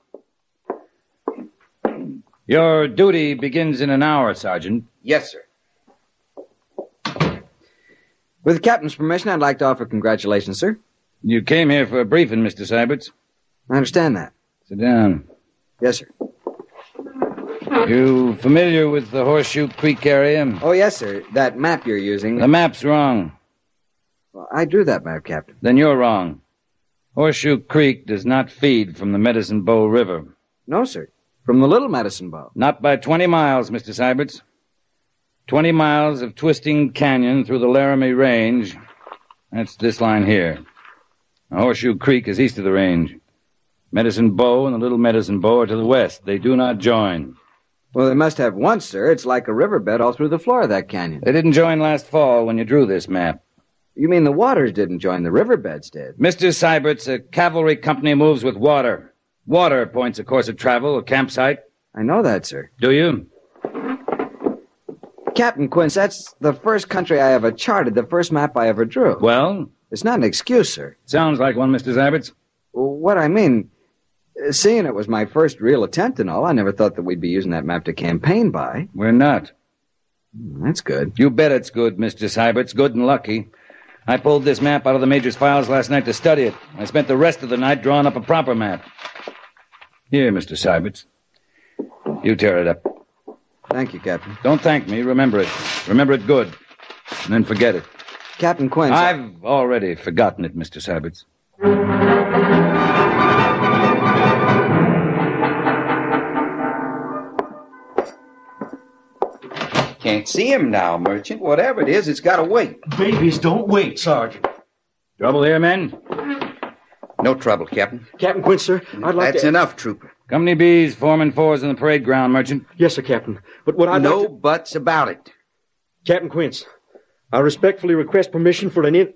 [SPEAKER 4] Your duty begins in an hour, Sergeant.
[SPEAKER 17] Yes, sir.
[SPEAKER 14] With the captain's permission, I'd like to offer congratulations, sir.
[SPEAKER 4] You came here for a briefing, Mr. Syberts.
[SPEAKER 14] I understand that.
[SPEAKER 4] Sit down.
[SPEAKER 14] Yes, sir.
[SPEAKER 4] You familiar with the Horseshoe Creek area?
[SPEAKER 14] Oh, yes, sir. That map you're using.
[SPEAKER 4] The map's wrong.
[SPEAKER 14] Well, I drew that map, Captain.
[SPEAKER 4] Then you're wrong. Horseshoe Creek does not feed from the Medicine Bow River.
[SPEAKER 14] No, sir. From the Little Medicine Bow.
[SPEAKER 4] Not by 20 miles, Mr. Syberts. 20 miles of twisting canyon through the Laramie Range. That's this line here. Now, Horseshoe Creek is east of the range. Medicine Bow and the Little Medicine Bow are to the west. They do not join.
[SPEAKER 14] Well, they must have once, sir. It's like a riverbed all through the floor of that canyon.
[SPEAKER 4] They didn't join last fall when you drew this map.
[SPEAKER 14] You mean the waters didn't join, the riverbeds did?
[SPEAKER 4] Mr. Syberts, a cavalry company moves with water. Water points a course of travel, a campsite.
[SPEAKER 14] I know that, sir.
[SPEAKER 4] Do you?
[SPEAKER 14] Captain Quince, that's the first country I ever charted, the first map I ever drew.
[SPEAKER 4] Well?
[SPEAKER 14] It's not an excuse, sir.
[SPEAKER 4] Sounds like one, Mr. Syberts.
[SPEAKER 14] What I mean, seeing it was my first real attempt and all, I never thought that we'd be using that map to campaign by. Hmm,
[SPEAKER 4] We're not.
[SPEAKER 14] That's good.
[SPEAKER 4] You bet it's good, Mr. Syberts. Good and lucky. I pulled this map out of the major's files last night to study it. I spent the rest of the night drawing up a proper map. Here, Mr. Syberts. You tear it up.
[SPEAKER 14] Thank you, Captain.
[SPEAKER 4] Don't thank me. Remember it. Remember it good. And then forget it.
[SPEAKER 14] Captain Quinn.
[SPEAKER 4] I've already forgotten it, Mr. Syberts.
[SPEAKER 17] Can't see him now, Merchant. Whatever it is, it's gotta wait.
[SPEAKER 5] Babies don't wait, Sergeant.
[SPEAKER 4] Trouble here, men?
[SPEAKER 17] No trouble, Captain.
[SPEAKER 5] Captain Quinn, sir, I'd like
[SPEAKER 17] That's
[SPEAKER 5] to...
[SPEAKER 17] enough, Trooper.
[SPEAKER 4] Company B's, foreman fours in the parade ground, merchant.
[SPEAKER 5] Yes, sir, Captain. But what I'd
[SPEAKER 17] no
[SPEAKER 5] like to...
[SPEAKER 17] buts about it.
[SPEAKER 5] Captain Quince, I respectfully request permission for an in...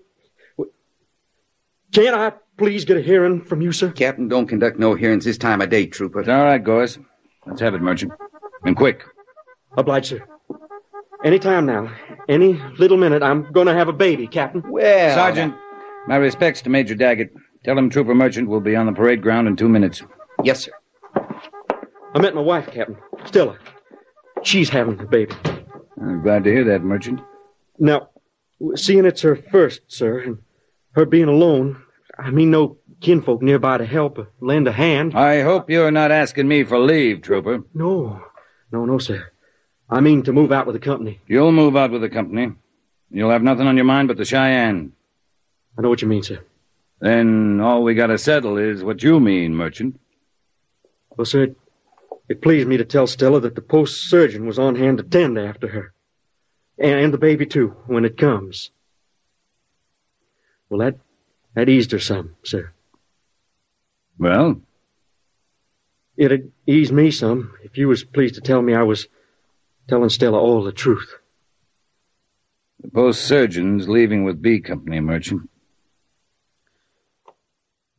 [SPEAKER 5] Can I please get a hearing from you, sir?
[SPEAKER 17] Captain, don't conduct no hearings this time of day, Trooper.
[SPEAKER 4] It's all right, Gorse. Let's have it, merchant. And quick.
[SPEAKER 5] Obliged, sir. Any time now. Any little minute, I'm going to have a baby, Captain.
[SPEAKER 17] Well,
[SPEAKER 4] Sergeant, my respects to Major Daggett. Tell him Trooper Merchant will be on the parade ground in two minutes.
[SPEAKER 17] Yes, sir.
[SPEAKER 5] I met my wife, Captain. Stella. She's having a baby.
[SPEAKER 4] I'm glad to hear that, Merchant.
[SPEAKER 5] Now, seeing it's her first, sir, and her being alone, I mean, no kinfolk nearby to help or lend a hand.
[SPEAKER 4] I hope you're not asking me for leave, Trooper.
[SPEAKER 5] No, no, no, sir. I mean to move out with the company.
[SPEAKER 4] You'll move out with the company. You'll have nothing on your mind but the Cheyenne.
[SPEAKER 5] I know what you mean, sir.
[SPEAKER 4] Then all we gotta settle is what you mean, Merchant.
[SPEAKER 5] Well, sir, it, it pleased me to tell Stella that the post surgeon was on hand to tend after her. And, and the baby, too, when it comes. Well, that, that eased her some, sir.
[SPEAKER 4] Well,
[SPEAKER 5] It'd ease me some if you was pleased to tell me I was telling Stella all the truth.
[SPEAKER 4] the post surgeon's leaving with B Company, Merchant.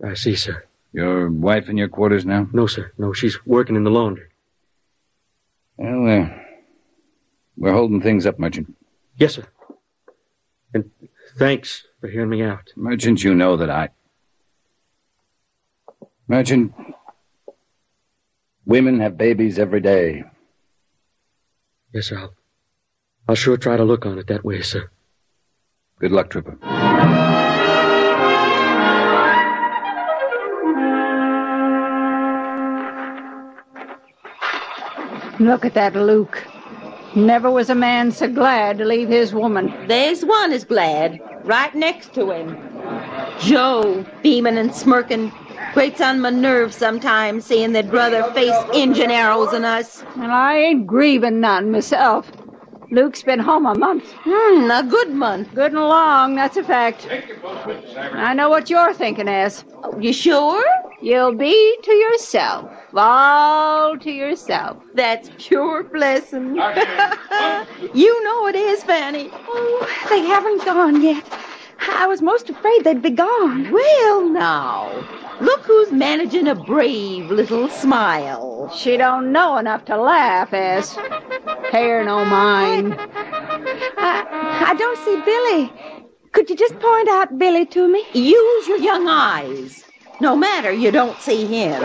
[SPEAKER 5] I see, sir.
[SPEAKER 4] Your wife in your quarters now?
[SPEAKER 5] No, sir. No, she's working in the laundry.
[SPEAKER 4] Well, uh, we're holding things up, Merchant.
[SPEAKER 5] Yes, sir. And thanks for hearing me out.
[SPEAKER 4] Merchant, you know that I. Merchant, women have babies every day.
[SPEAKER 5] Yes, sir. I'll, I'll sure try to look on it that way, sir.
[SPEAKER 4] Good luck, Trooper.
[SPEAKER 27] Look at that Luke. Never was a man so glad to leave his woman.
[SPEAKER 2] There's one is glad, right next to him. Joe, beaming and smirking.
[SPEAKER 24] Grates on my nerves sometimes, seeing that brother face engine arrows and us.
[SPEAKER 2] And I ain't grieving none myself. Luke's been home a month.
[SPEAKER 24] Hmm, a good month.
[SPEAKER 2] Good and long, that's a fact. I know what you're thinking, As.
[SPEAKER 24] You sure?
[SPEAKER 2] You'll be to yourself. All to yourself.
[SPEAKER 24] That's pure blessing. you know it is, Fanny.
[SPEAKER 9] Oh, they haven't gone yet. I was most afraid they'd be gone.
[SPEAKER 24] Well, now, look who's managing a brave little smile.
[SPEAKER 2] She don't know enough to laugh, As. Hair no mind.
[SPEAKER 9] I, I don't see Billy. Could you just point out Billy to me?
[SPEAKER 24] Use your young eyes. No matter you don't see him.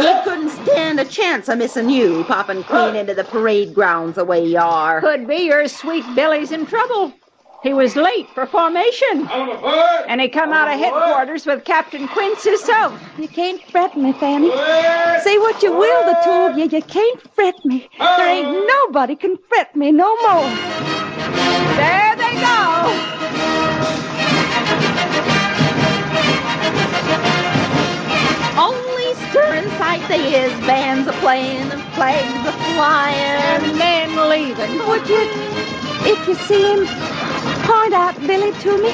[SPEAKER 24] He couldn't stand a chance of missing you, popping clean into the parade grounds the way you are.
[SPEAKER 2] Could be your sweet Billy's in trouble. He was late for formation. And he come out of headquarters with Captain Quince himself.
[SPEAKER 9] You can't fret me, Fanny. Say what you will, the two of you, you can't fret me. There ain't nobody can fret me no more.
[SPEAKER 2] There they go.
[SPEAKER 24] Only stirring sight they is. Bands a playing, flags a flying.
[SPEAKER 2] And men leaving.
[SPEAKER 9] Would you, if you see him, point out Billy to me?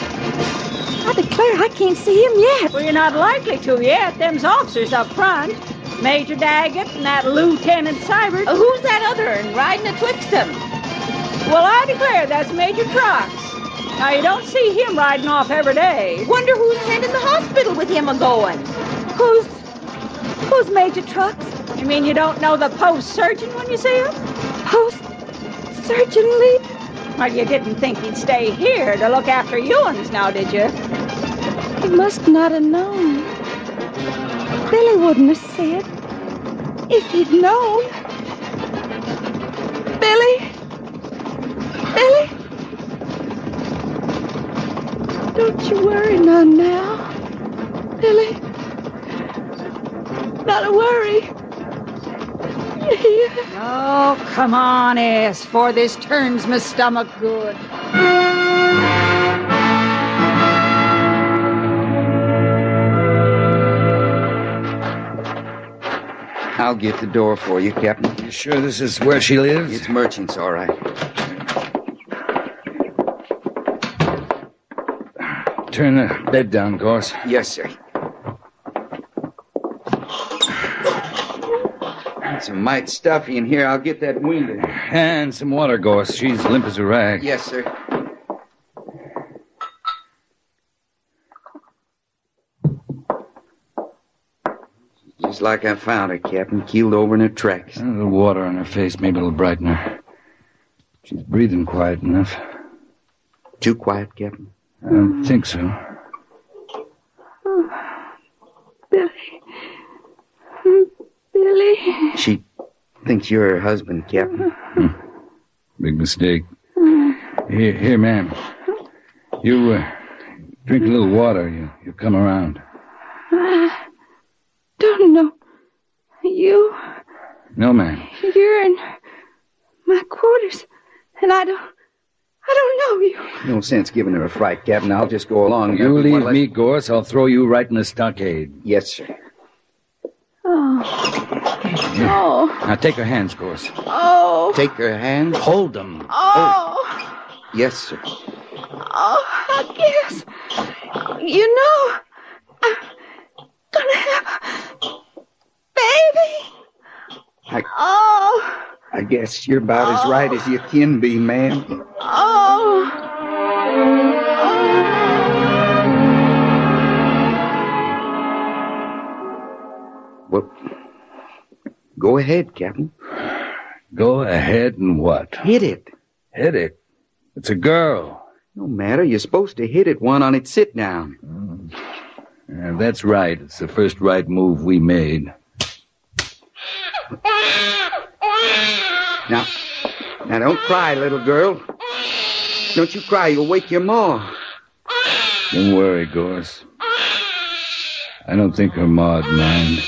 [SPEAKER 9] I declare I can't see him yet.
[SPEAKER 2] Well, you're not likely to yet. Them's officers up front. Major Daggett and that Lieutenant Sybert.
[SPEAKER 24] Uh, who's that other un riding atwixt them?
[SPEAKER 2] Well, I declare that's Major Trucks. Now, you don't see him riding off every day.
[SPEAKER 24] Wonder who's sent in the hospital with him a going.
[SPEAKER 9] Who's who's Major Trucks?
[SPEAKER 2] You mean you don't know the post surgeon when you see him?
[SPEAKER 9] Post surgeon lead?
[SPEAKER 2] Well, you didn't think he'd stay here to look after Ewans now, did you?
[SPEAKER 9] He must not have known. Billy wouldn't have said. If he'd known. Billy? Billy? Don't you worry none now. Billy? Not a worry. You hear?
[SPEAKER 2] Oh, come on, ass, for this turns my stomach good.
[SPEAKER 16] I'll get the door for you, Captain.
[SPEAKER 4] You sure this is where she lives?
[SPEAKER 16] It's merchants, all right.
[SPEAKER 4] Turn the bed down, Gorse.
[SPEAKER 16] Yes, sir. It's a mite stuffy in here. I'll get that window.
[SPEAKER 4] And some water, Gorse. She's limp as a rag.
[SPEAKER 16] Yes, sir. Just like I found her, Captain, keeled over in her tracks.
[SPEAKER 4] A little water on her face. Maybe it'll brighten her. She's breathing quiet enough.
[SPEAKER 16] Too quiet, Captain.
[SPEAKER 4] I don't think so.
[SPEAKER 9] Billy. Billy.
[SPEAKER 16] She thinks you're her husband, Captain.
[SPEAKER 4] Hmm. Big mistake. Here, here, ma'am. You uh, drink a little water. You, you come around.
[SPEAKER 9] I Ah, don't know. You,
[SPEAKER 4] No, ma'am.
[SPEAKER 9] you're in my quarters, and I don't, I don't know you.
[SPEAKER 16] No sense giving her a fright, Captain. I'll just go along.
[SPEAKER 4] You
[SPEAKER 16] One
[SPEAKER 4] leave
[SPEAKER 16] less-
[SPEAKER 4] me, Gorse. I'll throw you right in the stockade.
[SPEAKER 16] Yes, sir.
[SPEAKER 9] Oh, oh,
[SPEAKER 4] Now take her hands, Gorse.
[SPEAKER 9] oh,
[SPEAKER 16] Take her hand.
[SPEAKER 4] Hold them.
[SPEAKER 9] oh,
[SPEAKER 16] Yes, sir.
[SPEAKER 9] oh, I guess, you know, I'm gonna have a baby.
[SPEAKER 16] I,
[SPEAKER 9] Oh,
[SPEAKER 16] I guess you're about as right as you can be, ma'am.
[SPEAKER 9] oh.
[SPEAKER 16] Well, go ahead, Captain.
[SPEAKER 4] Go ahead and what?
[SPEAKER 16] Hit it.
[SPEAKER 4] Hit it. It's a girl.
[SPEAKER 16] No matter. You're supposed to hit it one on its sit down.
[SPEAKER 4] Mm. Yeah, that's right. It's the first right move we made.
[SPEAKER 16] Now, now don't cry, little girl. Don't you cry. You'll wake your ma.
[SPEAKER 4] Don't worry, Gorse. I don't think her ma'd mind.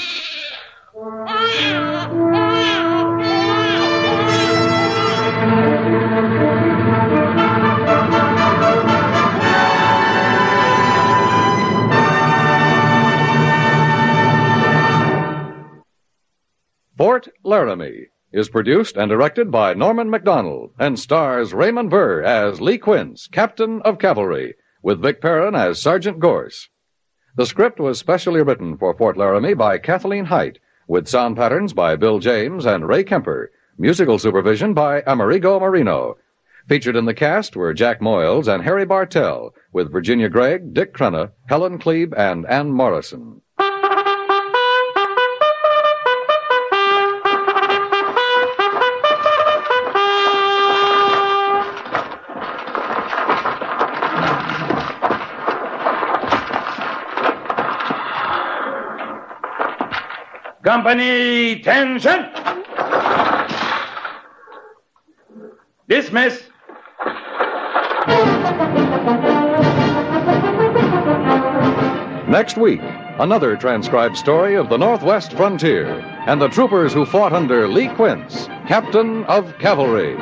[SPEAKER 3] Laramie is produced and directed by Norman McDonald and stars Raymond Burr as Lee Quince, Captain of Cavalry, with Vic Perrin as Sergeant Gorse. The script was specially written for Fort Laramie by Kathleen Height, with sound patterns by Bill James and Ray Kemper, musical supervision by Amerigo Marino. Featured in the cast were Jack Moyles and Harry Bartell, with Virginia Gregg, Dick Crenna, Helen Klebe, and Ann Morrison.
[SPEAKER 28] Company, tension. Dismiss.
[SPEAKER 3] Next week, another transcribed story of the Northwest frontier and the troopers who fought under Lee Quince, Captain of Cavalry.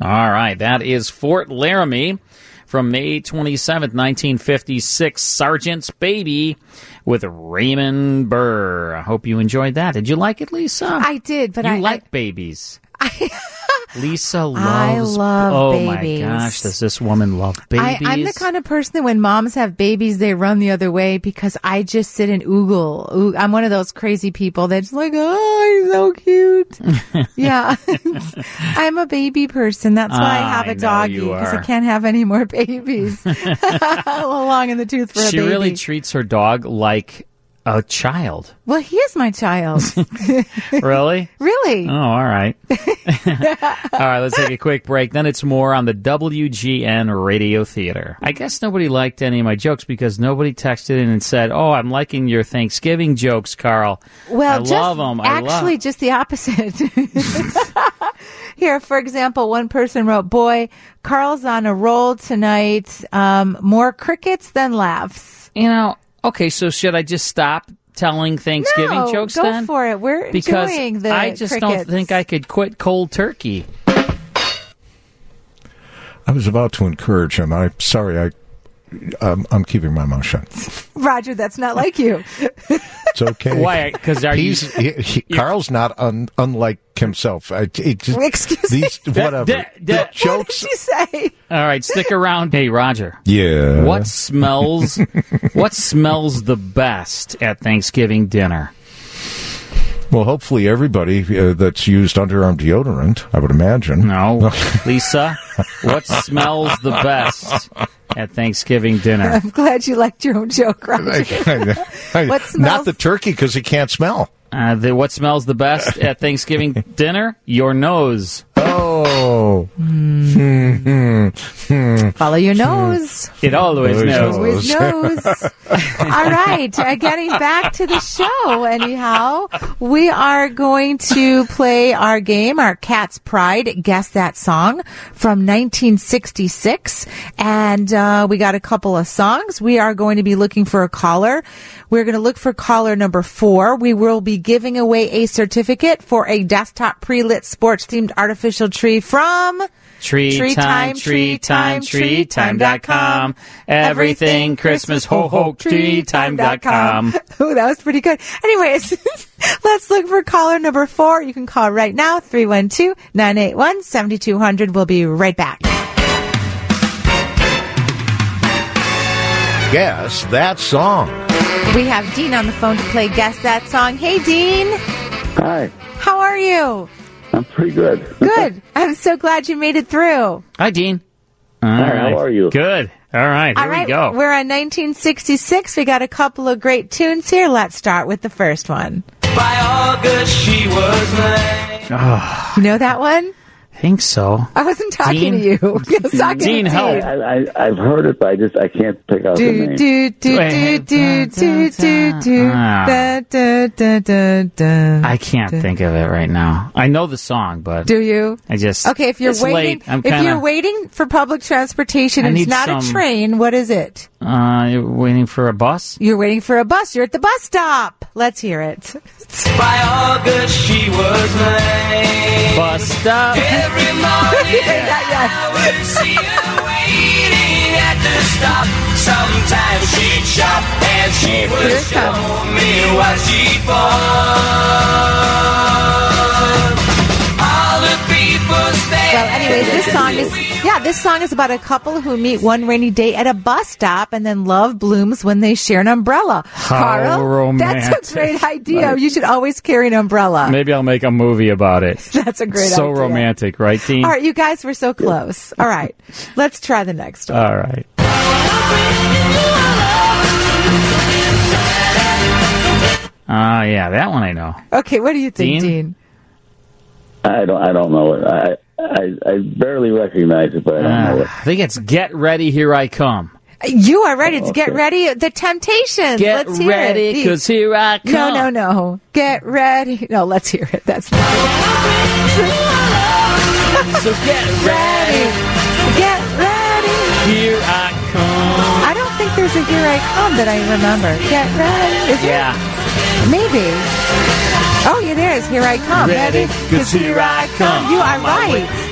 [SPEAKER 6] All right, that is Fort Laramie from May 27th, 1956, Sergeant's Baby with Raymond Burr. I hope you enjoyed that. Did you like it, Lisa?
[SPEAKER 7] I did, but
[SPEAKER 6] you
[SPEAKER 7] I
[SPEAKER 6] like babies. Lisa
[SPEAKER 7] I
[SPEAKER 6] loves
[SPEAKER 7] love
[SPEAKER 6] Oh
[SPEAKER 7] babies.
[SPEAKER 6] my gosh, does this woman love babies?
[SPEAKER 7] I, I'm the kind of person that when moms have babies, they run the other way because I just sit and oogle. Oog- I'm one of those crazy people that's like, oh, he's so cute. yeah. I'm a baby person. That's why I
[SPEAKER 6] Ah,
[SPEAKER 7] have
[SPEAKER 6] I
[SPEAKER 7] a
[SPEAKER 6] know
[SPEAKER 7] doggy
[SPEAKER 6] you
[SPEAKER 7] because I
[SPEAKER 6] are.
[SPEAKER 7] can't have any more babies. Along in the tooth for a
[SPEAKER 6] she
[SPEAKER 7] baby.
[SPEAKER 6] really treats her dog like a child.
[SPEAKER 7] well, he is my child.
[SPEAKER 6] Really?
[SPEAKER 7] really?
[SPEAKER 6] Oh, all right. all right, let's take a quick break. Then it's more on the WGN Radio Theater. I guess nobody liked any of my jokes because nobody texted in and said, "Oh, I'm liking your Thanksgiving jokes, Carl." I
[SPEAKER 7] Well, just
[SPEAKER 6] love them. I love-
[SPEAKER 7] actually, just the opposite. Here, for example, one person wrote, "Boy, Carl's on a roll tonight. Um, more crickets than laughs."
[SPEAKER 6] You know, okay. So should I just stop telling Thanksgiving
[SPEAKER 7] no,
[SPEAKER 6] jokes
[SPEAKER 7] go
[SPEAKER 6] then?
[SPEAKER 7] for it. We're
[SPEAKER 6] because
[SPEAKER 7] enjoying the
[SPEAKER 6] I just don't
[SPEAKER 7] crickets.
[SPEAKER 6] think I could quit cold turkey.
[SPEAKER 14] I was about to encourage him. I'm sorry. I, um, I'm keeping my mouth shut.
[SPEAKER 7] Roger, that's not like you.
[SPEAKER 14] It's okay.
[SPEAKER 6] Why? 'Cause are you-
[SPEAKER 14] He's, he, he- Carl's not un, unlike himself. I, it just,
[SPEAKER 7] Excuse
[SPEAKER 14] these,
[SPEAKER 6] me?
[SPEAKER 14] Whatever.
[SPEAKER 6] That- that- that-
[SPEAKER 14] The jokes.
[SPEAKER 7] She say,
[SPEAKER 6] All right, stick around. Hey, Roger.
[SPEAKER 14] Yeah.
[SPEAKER 6] What smells? what smells the best at Thanksgiving dinner?
[SPEAKER 14] Well, hopefully everybody uh, that's used underarm deodorant, I would imagine.
[SPEAKER 6] No. Lisa, what smells the best at Thanksgiving dinner?
[SPEAKER 7] "I'm glad you liked your own joke, Roger." What
[SPEAKER 14] Not
[SPEAKER 7] smells-
[SPEAKER 14] the turkey because he can't smell.
[SPEAKER 6] Uh, the, what smells the best at Thanksgiving dinner? Your nose.
[SPEAKER 14] Oh. Hmm, hmm, hmm.
[SPEAKER 7] Follow your nose.
[SPEAKER 6] It always knows.
[SPEAKER 7] Always knows. All right, uh, getting back to the show. Anyhow, we are going to play our game, our Cat's Pride. Guess that song from 1966, and uh, we got a couple of songs. We are going to be looking for a caller. We're going to look for caller number four. We will be giving away a certificate for a desktop pre-lit sports-themed artificial tree from.
[SPEAKER 6] Tree,
[SPEAKER 7] Tree
[SPEAKER 6] time,
[SPEAKER 7] time,
[SPEAKER 6] tree time, tree time dot com. Everything Christmas, ho ho, tree time dot com.
[SPEAKER 7] Oh, that was pretty good. Anyways, let's look for caller number four. You can call right now, 312-981-7200. We'll be right back.
[SPEAKER 14] Guess that song.
[SPEAKER 7] We have Dean on the phone to play Guess That Song. Hey, Dean.
[SPEAKER 29] Hi,
[SPEAKER 7] How are you?
[SPEAKER 29] I'm pretty good.
[SPEAKER 7] Good. I'm so glad you made it through.
[SPEAKER 6] Hi, Dean.
[SPEAKER 29] Hi, how are you?
[SPEAKER 6] Good. All right, here
[SPEAKER 7] All right,
[SPEAKER 6] we go.
[SPEAKER 7] are on 1966. We got a couple of great tunes here. Let's start with the first one.
[SPEAKER 13] By August, she was mine.
[SPEAKER 6] Ah,
[SPEAKER 7] You know that one?
[SPEAKER 6] think so.
[SPEAKER 7] I wasn't talking to you. I was talking to Dean.
[SPEAKER 29] I, I, I've heard it, but I just I can't pick out the
[SPEAKER 7] Do
[SPEAKER 29] name.
[SPEAKER 7] do do do do do do do.
[SPEAKER 6] Ah.
[SPEAKER 7] Da, da, da, da, da.
[SPEAKER 6] I can't think of it right now. I know the song, but
[SPEAKER 7] Do you?
[SPEAKER 6] I just
[SPEAKER 7] Okay, if you're
[SPEAKER 6] it's
[SPEAKER 7] waiting,
[SPEAKER 6] late. I'm
[SPEAKER 7] if
[SPEAKER 6] kinda,
[SPEAKER 7] you're waiting for public transportation,
[SPEAKER 6] I
[SPEAKER 7] and it's
[SPEAKER 6] need
[SPEAKER 7] not
[SPEAKER 6] some-
[SPEAKER 7] a train. What is it?
[SPEAKER 6] uh, you're waiting for a bus.
[SPEAKER 7] You're waiting for a bus. You're at the bus stop. Let's hear it.
[SPEAKER 13] By August, she was mine.
[SPEAKER 6] Bus stop.
[SPEAKER 13] Every morning,
[SPEAKER 7] Yeah, yeah.
[SPEAKER 13] I would see her waiting at to stop. Sometimes she'd shop and she would
[SPEAKER 11] Here it
[SPEAKER 13] show me what she bought. All the people stay.
[SPEAKER 7] Well, anyways, this song is yeah, this song is about a couple who meet one rainy day at a bus stop and then love blooms when they share an umbrella.
[SPEAKER 6] How
[SPEAKER 7] Carl, that's
[SPEAKER 6] romantic.
[SPEAKER 7] a great idea. You should always carry an umbrella.
[SPEAKER 6] Maybe I'll make a movie about it.
[SPEAKER 7] Uh. That's a great
[SPEAKER 6] So
[SPEAKER 7] idea.
[SPEAKER 6] romantic, right, Dean?
[SPEAKER 7] All right, you guys were so close. All right, let's try the next one.
[SPEAKER 6] All right. Ah, yeah, that one I know.
[SPEAKER 7] Okay, what do you think, Dean?
[SPEAKER 29] I don't. I don't know it. I I, I barely recognize it, but I don't know it.
[SPEAKER 6] Ah, I think it's Get Ready, Here I Come.
[SPEAKER 7] You are ready to get ready. The Temptations.
[SPEAKER 6] Get
[SPEAKER 7] let's hear
[SPEAKER 6] ready,
[SPEAKER 7] it.
[SPEAKER 6] 'cause here I come.
[SPEAKER 7] No, no, no. Get ready. No, let's hear it. That's not
[SPEAKER 13] So get ready.
[SPEAKER 7] Get ready.
[SPEAKER 13] Here I come.
[SPEAKER 7] I don't think there's a Here I Come that I remember. Get ready. Is
[SPEAKER 13] Yeah.
[SPEAKER 7] It? Maybe. Oh, it is. Here I Come.
[SPEAKER 13] Ready, 'cause here I come.
[SPEAKER 7] You are
[SPEAKER 13] On my way.
[SPEAKER 7] right.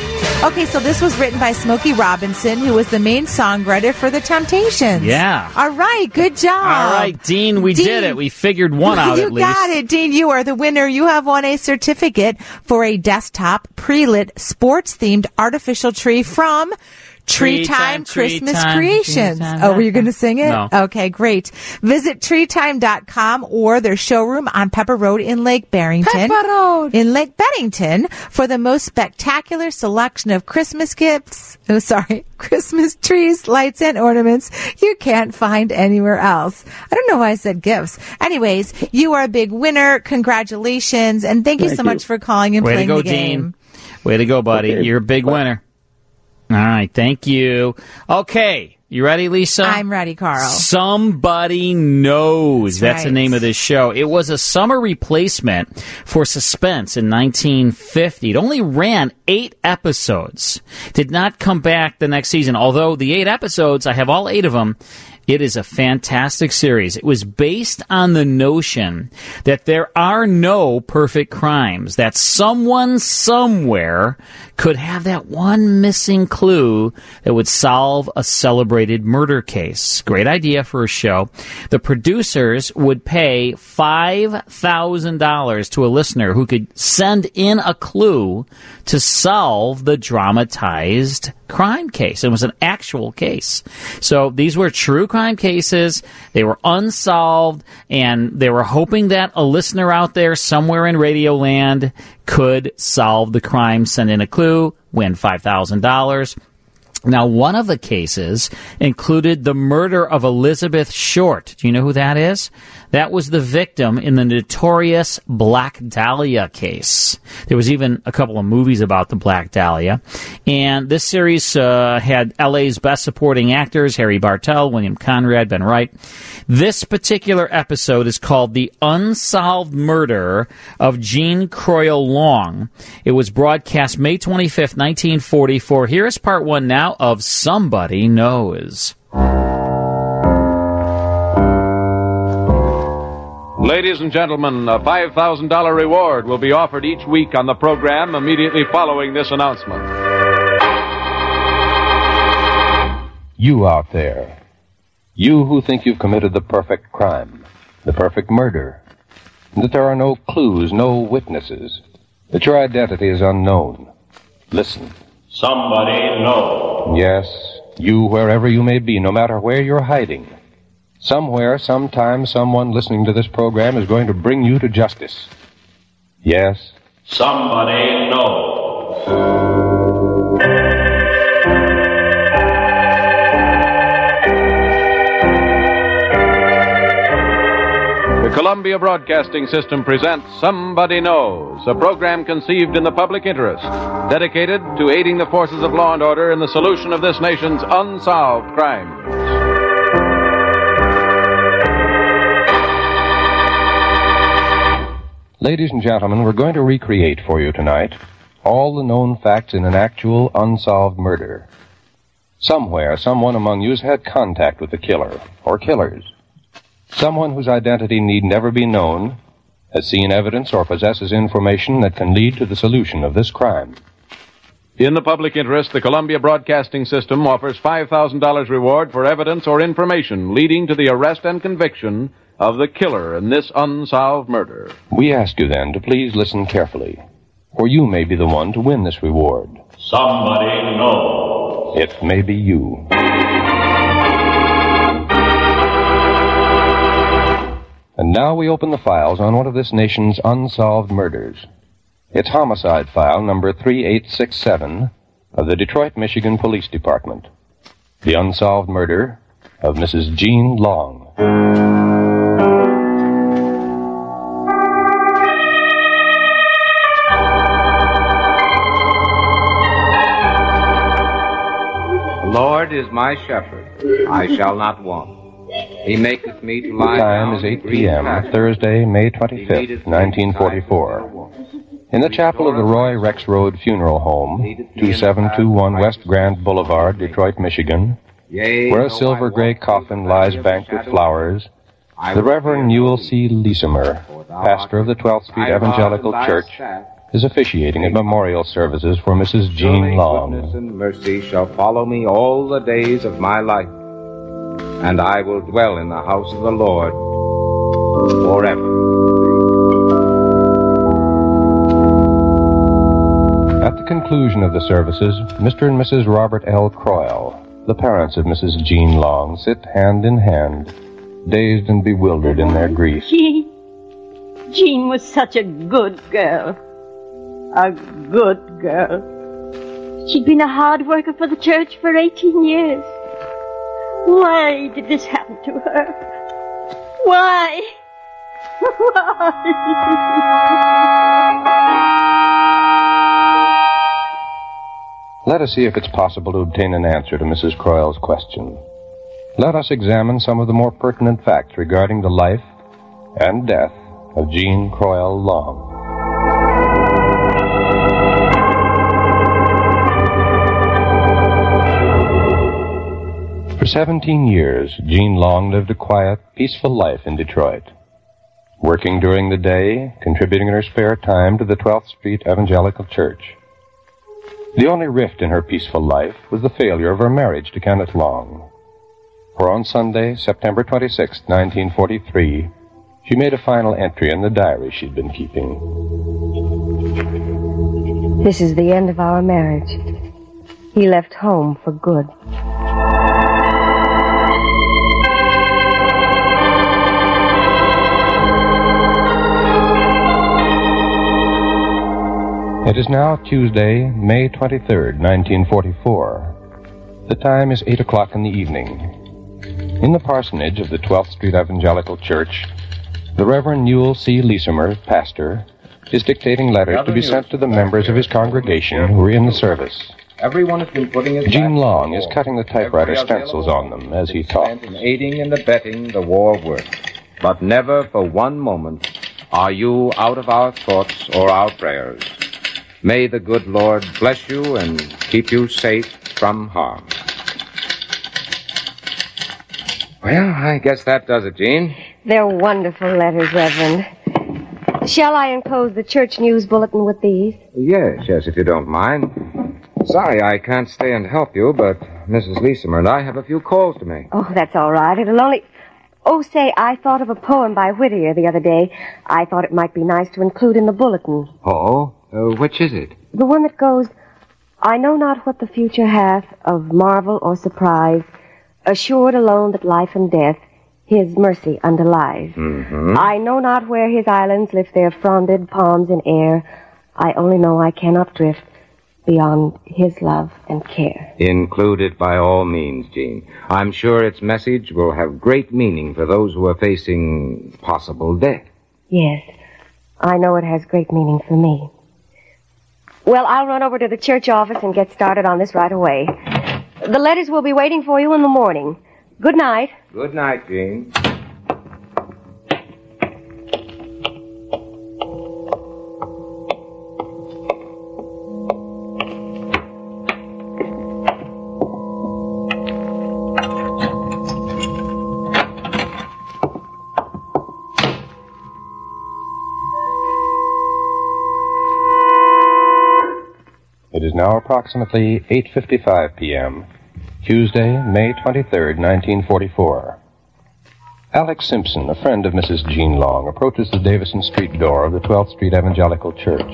[SPEAKER 7] Okay, so this was written by Smokey Robinson, who was the main songwriter for The Temptations.
[SPEAKER 6] Yeah.
[SPEAKER 7] All right, good job.
[SPEAKER 6] All right, Dean, we
[SPEAKER 7] Ah. Dean.
[SPEAKER 6] did it. We figured one out
[SPEAKER 7] you
[SPEAKER 6] at least.
[SPEAKER 7] got it, Dean. You are the winner. You have won a certificate for a desktop pre-lit sports-themed artificial tree from Tree,
[SPEAKER 13] Tree
[SPEAKER 7] Time,
[SPEAKER 13] Time, Tree
[SPEAKER 7] Christmas
[SPEAKER 13] Time,
[SPEAKER 7] Creations.
[SPEAKER 13] Tree Time.
[SPEAKER 7] oh, were you going to sing it?
[SPEAKER 13] No.
[SPEAKER 7] Okay, great. Visit treetime.com or their showroom on Pepper Road in Lake Barrington. Pepper Road. In Lake Barrington for the most spectacular selection of Christmas gifts. Oh, sorry. Christmas trees, lights, and ornaments you can't find anywhere else. I don't know why I said gifts. Anyways, you are a big winner. Congratulations. And thank you so much for calling and
[SPEAKER 6] Way to
[SPEAKER 7] playing
[SPEAKER 6] go,
[SPEAKER 7] the game.
[SPEAKER 6] Dean. Way to go, buddy. You're a big winner. All right, thank you. Okay, you ready, Lisa?
[SPEAKER 7] I'm ready, Carl.
[SPEAKER 6] Somebody knows. That's,
[SPEAKER 7] That's
[SPEAKER 6] the
[SPEAKER 7] right.
[SPEAKER 6] name of this show. It was a summer replacement for Suspense in 1950. It only ran eight episodes. Did not come back the next season. Although the eight episodes, I have all eight of them. It is a fantastic series. It was based on the notion that there are no perfect crimes, that someone somewhere could have that one missing clue that would solve a celebrated murder case. Great idea for a show. The producers would pay $5,000 to a listener who could send in a clue to solve the dramatized crime case. It was an actual case. So these were true crime cases. They were unsolved and they were hoping that a listener out there somewhere in radio land could solve the crime, send in a clue, win $5,000. Now, one of the cases included the murder of Elizabeth Short. Do you know who that is? That was the victim in the notorious Black Dahlia case. There was even a couple of movies about the Black Dahlia. And this series uh, had LA's best supporting actors, Harry Bartell, William Conrad, Ben Wright. This particular episode is called The Unsolved Murder of Jean Croyle Long. It was broadcast May 25th, 1944. Here is part one now of Somebody Knows.
[SPEAKER 28] Ladies and gentlemen, a $5,000 reward will be offered each week on the program immediately following this announcement.
[SPEAKER 19] You out there. You who think you've committed the perfect crime, the perfect murder, and that there are no clues, no witnesses, that your identity is unknown. Listen.
[SPEAKER 17] Somebody knows.
[SPEAKER 19] Yes, you wherever you may be, no matter where you're hiding. Somewhere, sometime, someone listening to this program is going to bring you to justice. Yes,
[SPEAKER 17] Somebody knows.
[SPEAKER 28] The Columbia Broadcasting System presents Somebody Knows, a program conceived in the public interest, dedicated to aiding the forces of law and order in the solution of this nation's unsolved crimes.
[SPEAKER 19] Ladies and gentlemen, we're going to recreate for you tonight all the known facts in an actual unsolved murder. Somewhere, someone among you has had contact with the killer or killers. Someone whose identity need never be known has seen evidence or possesses information that can lead to the solution of this crime.
[SPEAKER 28] In the public interest, the Columbia Broadcasting System offers $5,000 reward for evidence or information leading to the arrest and conviction of the killer in this unsolved murder.
[SPEAKER 19] We ask you then to please listen carefully, for you may be the one to win this reward.
[SPEAKER 30] Somebody knows.
[SPEAKER 19] It may be you. And now we open the files on one of this nation's unsolved murders. It's homicide file number 3867 of the Detroit, Michigan Police Department. The unsolved murder of Mrs. Jean Long.
[SPEAKER 1] The Lord is my shepherd, I shall not want. He maketh me to lie
[SPEAKER 19] The time
[SPEAKER 1] down
[SPEAKER 19] is
[SPEAKER 1] in
[SPEAKER 19] 8
[SPEAKER 1] green
[SPEAKER 19] p.m.,
[SPEAKER 1] pastures.
[SPEAKER 19] Thursday, May 25th, 1944. In the chapel of the Roy Rex Road Funeral Home, 2721 West Grand Boulevard, Detroit, Michigan,
[SPEAKER 1] Yea,
[SPEAKER 19] where a
[SPEAKER 1] though
[SPEAKER 19] silver gray coffin lies banked with flowers, the Reverend Newell C. Leesimer, pastor of the 12th Street
[SPEAKER 1] thy rod
[SPEAKER 19] Evangelical
[SPEAKER 1] and thy
[SPEAKER 19] Church,
[SPEAKER 1] staff,
[SPEAKER 19] is officiating at memorial services for Mrs. Jean
[SPEAKER 1] surely
[SPEAKER 19] Long.
[SPEAKER 1] Goodness and mercy shall follow me all the days of my life, and I will dwell in the house of the Lord forever.
[SPEAKER 19] At the conclusion of the services, Mr. and Mrs. Robert L. Croyle, the parents of Mrs. Jean Long, sit hand in hand, dazed and bewildered in their grief.
[SPEAKER 8] Jean. Jean was such a good girl. A good girl. She'd been a hard worker for the church for 18 years. Why did this happen to her? Why?
[SPEAKER 19] Let us see if it's possible to obtain an answer to Mrs. Croyle's question. Let us examine some of the more pertinent facts regarding the life and death of Jean Croyle Long. For 17 years, Jean Long lived a quiet, peaceful life in Detroit. Working during the day, contributing in her spare time to the 12th Street Evangelical Church. The only rift in her peaceful life was the failure of her marriage to Kenneth Long. For on Sunday, September 26, 1943, she made a final entry in the diary she'd been keeping.
[SPEAKER 31] This is the end of our marriage. He left home for good.
[SPEAKER 19] It is now Tuesday, May 23, 1944. The time is 8 o'clock in the evening. In the parsonage of the 12th Street Evangelical Church, the Reverend Newell C. Leesimer, pastor, is dictating letters to be sent to the members of his congregation who are in the service.
[SPEAKER 1] Everyone has been putting his
[SPEAKER 19] Gene Long is cutting the typewriter stencils on them as he talks.
[SPEAKER 1] in aiding and abetting the war work, but never for one moment are you out of our thoughts or our prayers. May the good Lord bless you and keep you safe from harm. Well, I guess that does it, Gene.
[SPEAKER 31] They're wonderful letters, Reverend. Shall I enclose the church news bulletin with these?
[SPEAKER 1] Yes, yes, if you don't mind. Sorry I can't stay and help you, but Mrs. Leesimer and I have a few calls to make.
[SPEAKER 31] Oh, that's all right. It'll only. Oh, say, I thought of a poem by Whittier the other day. I thought it might be nice to include in the bulletin.
[SPEAKER 1] Oh? Uh, which is it?
[SPEAKER 31] The one that goes, I know not what the future hath of marvel or surprise, assured alone that life and death his mercy underlies.
[SPEAKER 25] 嗯 Hmm?
[SPEAKER 1] Mm-hmm.
[SPEAKER 31] I know not where his islands lift their fronded palms in air. I only know I cannot drift beyond his love and care.
[SPEAKER 1] Include it by all means, Jean. I'm sure its message will have great meaning for those who are facing possible death.
[SPEAKER 31] Yes, I know it has great meaning for me. Well, I'll run over to the church office and get started on this right away. The letters will be waiting for you in the morning. Good night.
[SPEAKER 1] Good night, Jean.
[SPEAKER 19] It is now now approximately 8:55 p.m. Tuesday, May 23rd, 1944. Alex Simpson, a friend of Mrs. Jean Long, approaches the Davison Street door of the 12th Street Evangelical Church.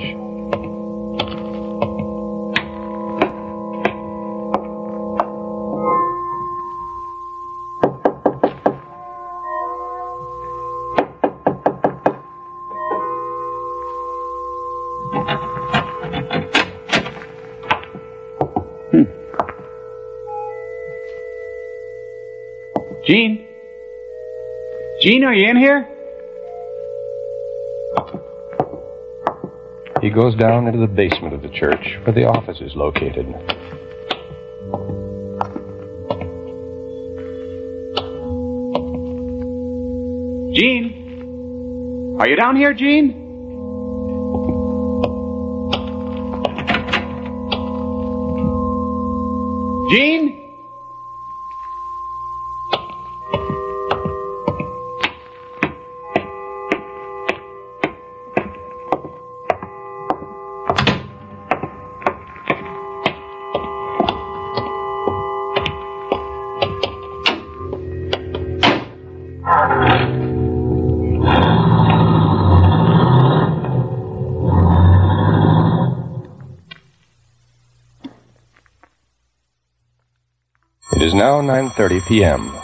[SPEAKER 5] Gene? Gene, are you in here?
[SPEAKER 19] He goes down into the basement of the church where the office is located.
[SPEAKER 5] Gene? Are you down here, Gene? Gene?
[SPEAKER 19] It is now 9:30 p.m.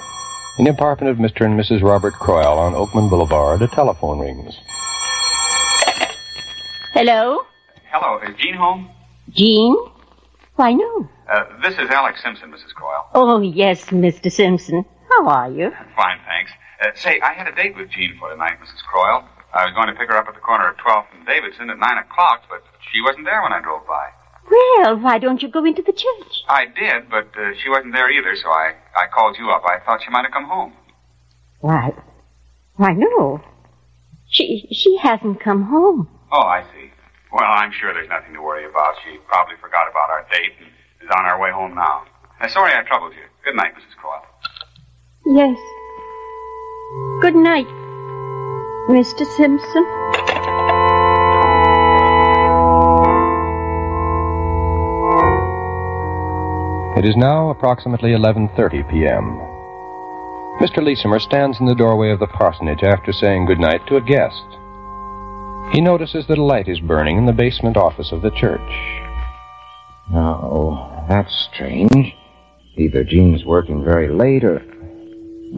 [SPEAKER 19] In the apartment of Mr. and Mrs. Robert Croyle on Oakman Boulevard, a telephone rings.
[SPEAKER 8] Hello?
[SPEAKER 11] Hello, is Jean home?
[SPEAKER 8] Jean? Why, no.
[SPEAKER 11] Uh, this is Alex Simpson, Mrs. Coyle.
[SPEAKER 8] Oh, yes, Mr. Simpson. How are you?
[SPEAKER 11] Fine, thanks. Uh, say, I had a date with Jean for tonight, Mrs. Coyle. I was going to pick her up at the corner of 12th and Davidson at 9 o'clock, but she wasn't there when I drove by.
[SPEAKER 8] Well, why don't you go into the church?
[SPEAKER 11] I did, but uh, she wasn't there either, so I, I called you up. I thought she might have come home.
[SPEAKER 8] Why? Why, no. She, she hasn't come home.
[SPEAKER 11] Oh, I see. Well, I'm sure there's nothing to worry about. She probably forgot about our date and is on her way home now. Uh, sorry I troubled you. Good night, Mrs. Coyle.
[SPEAKER 8] Yes. Good night, Mr. Simpson.
[SPEAKER 19] It is now approximately 11:30 p.m. Mr. Leesimer stands in the doorway of the parsonage after saying goodnight to a guest. He notices that a light is burning in the basement office of the church.
[SPEAKER 15] No, that's strange. Either Jean's working very late or.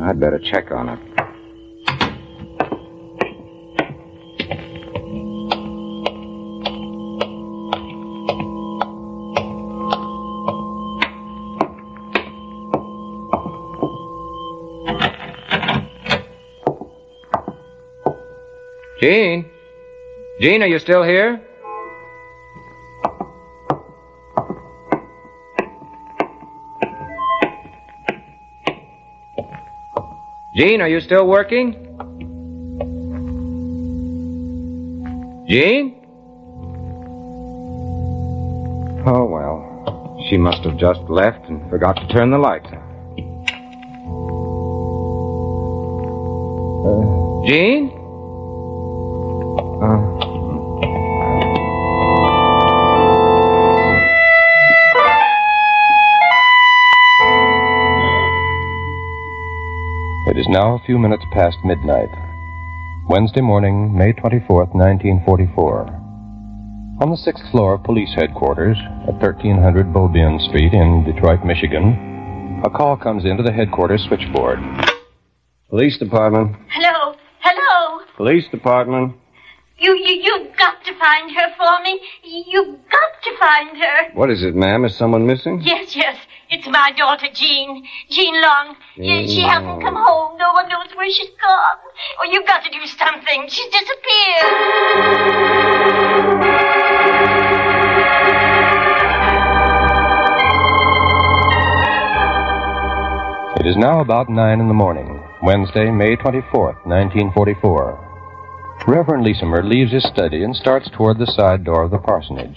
[SPEAKER 15] I'd better check on her.
[SPEAKER 1] Jean? Jean, are you still here? Jean, are you still working?
[SPEAKER 15] Jean? Oh, well. She must have just left and forgot to turn the lights on. Uh, Jean? Uh,
[SPEAKER 19] It is now a few minutes past midnight. Wednesday morning, May 24th, 1944. On the sixth floor of police headquarters at 1300 Beaubien Street in Detroit, Michigan, a call comes into the headquarters switchboard.
[SPEAKER 23] Police department.
[SPEAKER 32] Hello, hello.
[SPEAKER 23] Police department.
[SPEAKER 32] You, you, you've got to find her for me. You've got to find her.
[SPEAKER 23] What is it, ma'am? Is someone missing?
[SPEAKER 32] Yes, yes. It's my daughter, Jean. Jean Long. Ye-
[SPEAKER 23] Jean
[SPEAKER 32] she hasn't
[SPEAKER 23] Long.
[SPEAKER 32] come home. No one knows where she's gone. Oh, you've got to do something. She's disappeared.
[SPEAKER 19] It is now about 9 in the morning, Wednesday, May 24th, 1944. Reverend Leesimer leaves his study and starts toward the side door of the parsonage.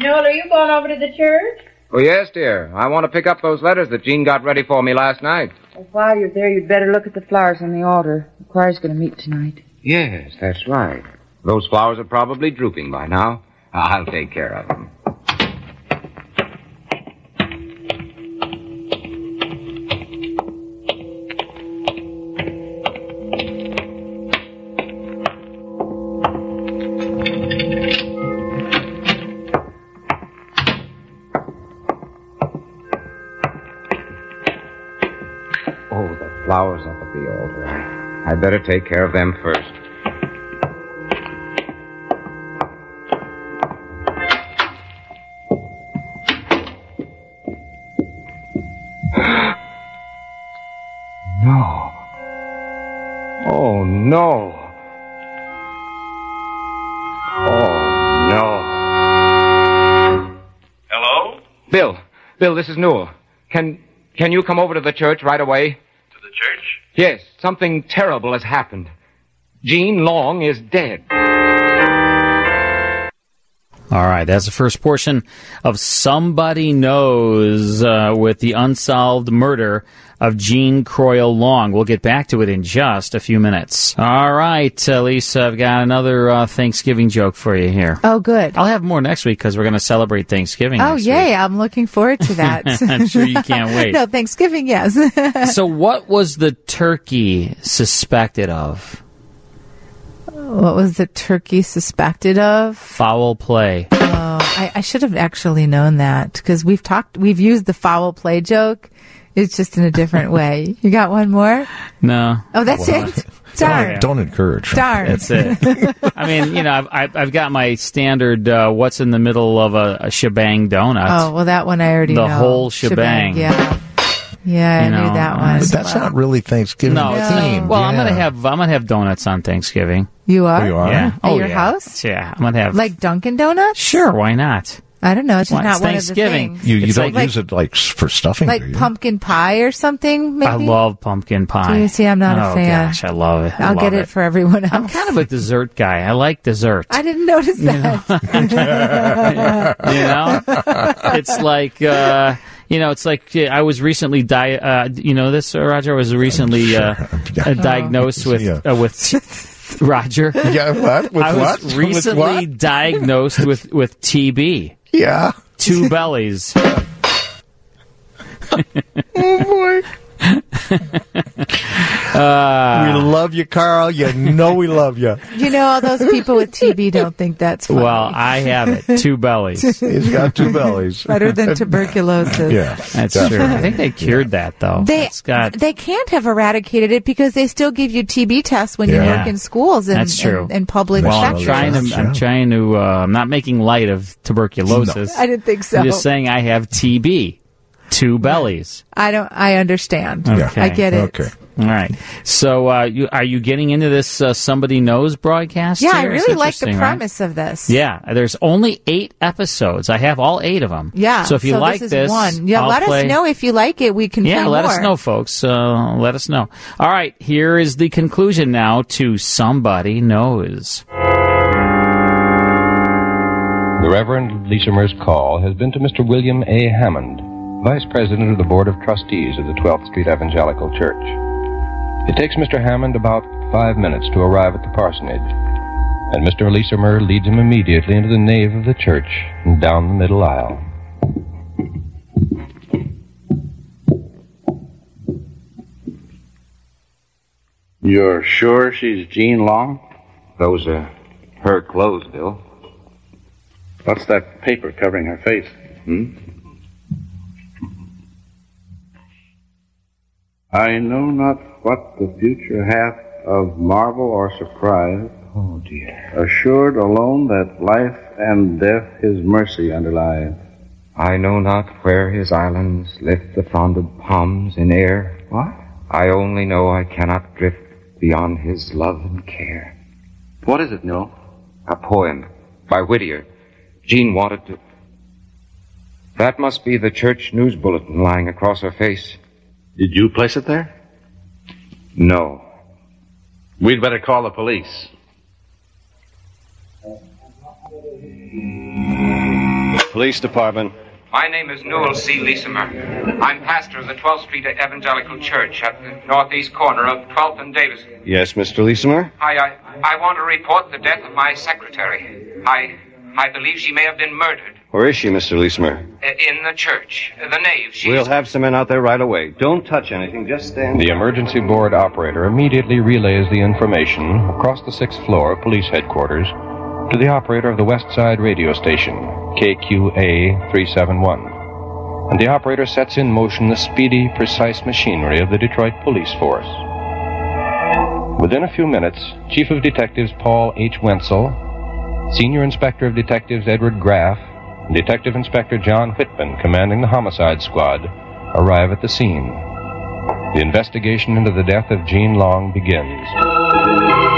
[SPEAKER 33] Noel, are you going over to the church?
[SPEAKER 1] Oh, yes, dear. I want to pick up those letters that Jean got ready for me last night.
[SPEAKER 33] Well, Oh, while you're there, you'd better look at the flowers on the altar. The choir's going to meet tonight.
[SPEAKER 1] Yes, that's right.
[SPEAKER 15] Those flowers are probably drooping by now. I'll take care of them.
[SPEAKER 1] Oh, the flowers up at the altar. I, I'd better take care of them first.
[SPEAKER 23] No. Oh, no. Oh, no.
[SPEAKER 2] Hello?
[SPEAKER 23] Bill, Bill, this is Newell. Can, can you come over to the church right away?
[SPEAKER 2] To the church?
[SPEAKER 23] Yes, something terrible has happened. Jean Long is dead.
[SPEAKER 6] All right, that's the first portion of Somebody Knows uh, with the unsolved murder of Jean Croyle Long. We'll get back to it in just a few minutes. All right, uh, Lisa, I've got another uh, Thanksgiving joke for you here.
[SPEAKER 7] Oh, good.
[SPEAKER 6] I'll have more next week because we're going to celebrate Thanksgiving.
[SPEAKER 7] Oh,
[SPEAKER 6] next
[SPEAKER 7] yay. I'm looking forward to that.
[SPEAKER 6] I'm sure you can't wait.
[SPEAKER 7] no, Thanksgiving, yes.
[SPEAKER 6] week. so, what was the turkey suspected of?
[SPEAKER 7] what was the turkey suspected of?
[SPEAKER 6] Foul play.
[SPEAKER 7] Oh, I, I should have actually known that because we've talked, we've used the foul play joke. It's just in a different way. You got one more?
[SPEAKER 6] No.
[SPEAKER 7] Oh, that's it? Darn.
[SPEAKER 14] Don't, don't encourage.
[SPEAKER 7] Darn.
[SPEAKER 6] That's it. I mean, you know, I've- I've, I've got my standard uh, what's in the middle of a, a shebang donut.
[SPEAKER 7] Oh, well, that one I already
[SPEAKER 6] The
[SPEAKER 7] know.
[SPEAKER 6] whole shebang.
[SPEAKER 7] Yeah. Yeah, I
[SPEAKER 6] You know,
[SPEAKER 7] knew that
[SPEAKER 6] uh,
[SPEAKER 7] one.
[SPEAKER 6] But that's
[SPEAKER 14] not really Thanksgiving
[SPEAKER 6] no, it's not-
[SPEAKER 14] themed,
[SPEAKER 6] Well, I'm gonna
[SPEAKER 14] yeah.
[SPEAKER 6] have I'm gonna have donuts on Thanksgiving.
[SPEAKER 7] You are? You are?
[SPEAKER 6] Yeah.
[SPEAKER 7] At
[SPEAKER 6] oh,
[SPEAKER 7] your
[SPEAKER 6] yeah.
[SPEAKER 7] house?
[SPEAKER 6] Yeah, I'm gonna have.
[SPEAKER 7] Like Dunkin' Donuts?
[SPEAKER 6] sure, why not?
[SPEAKER 7] I don't know. It's just
[SPEAKER 6] Well,
[SPEAKER 7] not one of the
[SPEAKER 6] Thanksgiving.
[SPEAKER 7] things.
[SPEAKER 14] You, you
[SPEAKER 6] It's
[SPEAKER 14] don't
[SPEAKER 6] like-
[SPEAKER 14] use it like s- for stuffing. do
[SPEAKER 7] Like
[SPEAKER 14] you?
[SPEAKER 7] pumpkin pie or something, maybe?
[SPEAKER 6] I love pumpkin pie.
[SPEAKER 7] Do you see, I'm not a
[SPEAKER 6] oh,
[SPEAKER 7] fan.
[SPEAKER 6] Gosh, I love it. I
[SPEAKER 7] I'll get
[SPEAKER 6] love
[SPEAKER 7] it, for everyone else.
[SPEAKER 6] I'm kind of a dessert guy. I like dessert.
[SPEAKER 7] I didn't notice that.
[SPEAKER 6] you know it's like uh you know it's like yeah, i was recently di- uh you know this uh, roger I was recently uh, uh, diagnosed with uh, with roger
[SPEAKER 14] Yeah, what? With
[SPEAKER 6] i was
[SPEAKER 14] what? With
[SPEAKER 6] recently
[SPEAKER 14] what?
[SPEAKER 6] diagnosed with with tb
[SPEAKER 14] yeah
[SPEAKER 6] two bellies
[SPEAKER 14] oh boy.
[SPEAKER 6] uh,
[SPEAKER 14] we love you, Carl. You know we love you.
[SPEAKER 7] You know, all those people with TB don't think that's funny.
[SPEAKER 6] well i have it two bellies
[SPEAKER 14] He's got two bellies.
[SPEAKER 7] better than tuberculosis.
[SPEAKER 6] that's true i think they cured that though
[SPEAKER 7] They
[SPEAKER 6] it's got
[SPEAKER 7] they can't have eradicated it because they still give you TB tests when you
[SPEAKER 6] Yeah.
[SPEAKER 7] work in schools and,
[SPEAKER 6] that's true.
[SPEAKER 7] and, and public
[SPEAKER 6] well, I'm
[SPEAKER 7] sectors.
[SPEAKER 6] trying to. I'm trying to. Uh, I'm not making light of tuberculosis.
[SPEAKER 7] No. I didn't think so.
[SPEAKER 6] I'm just saying I have TB, two bellies.
[SPEAKER 7] I don't. I understand. I get it.
[SPEAKER 6] All right. So, uh, you, are you getting into this? Uh, Somebody knows broadcast.
[SPEAKER 7] Yeah, I
[SPEAKER 6] here? It's
[SPEAKER 7] really like the
[SPEAKER 6] interesting, right?
[SPEAKER 7] premise of this.
[SPEAKER 6] Yeah, there's only eight episodes. I have all eight of them.
[SPEAKER 7] Yeah.
[SPEAKER 6] So if you like
[SPEAKER 7] this, is
[SPEAKER 6] this,
[SPEAKER 7] one. Yeah,
[SPEAKER 6] I'll
[SPEAKER 7] let
[SPEAKER 6] play-
[SPEAKER 7] us know if you like it. We can.
[SPEAKER 6] Yeah,
[SPEAKER 7] play
[SPEAKER 6] let us
[SPEAKER 7] more.
[SPEAKER 6] know, folks. Uh, let us know. All right, here is the conclusion now to Somebody Knows.
[SPEAKER 19] The Reverend Leesimer's call has been to Mr. William A. Hammond, Vice President of the Board of Trustees of the 12th Street Evangelical Church. It takes Mr. Hammond about five minutes to arrive at the parsonage, and Mr. Leesimer leads him immediately into the nave of the church and down the middle aisle.
[SPEAKER 23] You're sure she's Jean Long? Those are her clothes, Bill. What's that paper covering her face? Hmm? I know not what the future hath of marvel or surprise. Oh dear. Assured alone that life and death his mercy underlies.
[SPEAKER 1] I know not where his islands lift the fronded palms in air.
[SPEAKER 23] What?
[SPEAKER 1] I only know I cannot drift beyond his love and care.
[SPEAKER 23] What is it, Nil?
[SPEAKER 1] A poem by Whittier. Jean wanted to. That must be the church news bulletin lying across her face.
[SPEAKER 23] Did you place it there?
[SPEAKER 1] No.
[SPEAKER 23] We'd better call the police.
[SPEAKER 28] Police Department.
[SPEAKER 11] My name is Newell C. Leesimer. I'm pastor of the 12th Street Evangelical Church at the northeast corner of 12th and Davis.
[SPEAKER 23] Yes, Mr. Leesimer?
[SPEAKER 11] I, I, I want to report the death of my secretary. I, I believe she may have been murdered
[SPEAKER 23] Where is she, Mr. Leesimer?
[SPEAKER 11] uh, in the church, uh, the nave. She
[SPEAKER 23] We'll have some men out there right away. Don't touch anything. Just stand.
[SPEAKER 19] The emergency board operator immediately relays the information across the sixth floor of police headquarters to the operator of the West Side radio station, KQA 371. and the operator sets in motion the speedy, precise machinery of the Detroit Police Force. Within a few minutes, Chief of Detectives Paul H. Wenzel, Senior Inspector of Detectives Edward Graff, and Detective Inspector John Whitman, commanding the Homicide Squad, arrive at the scene. The investigation into the death of Jean Long begins.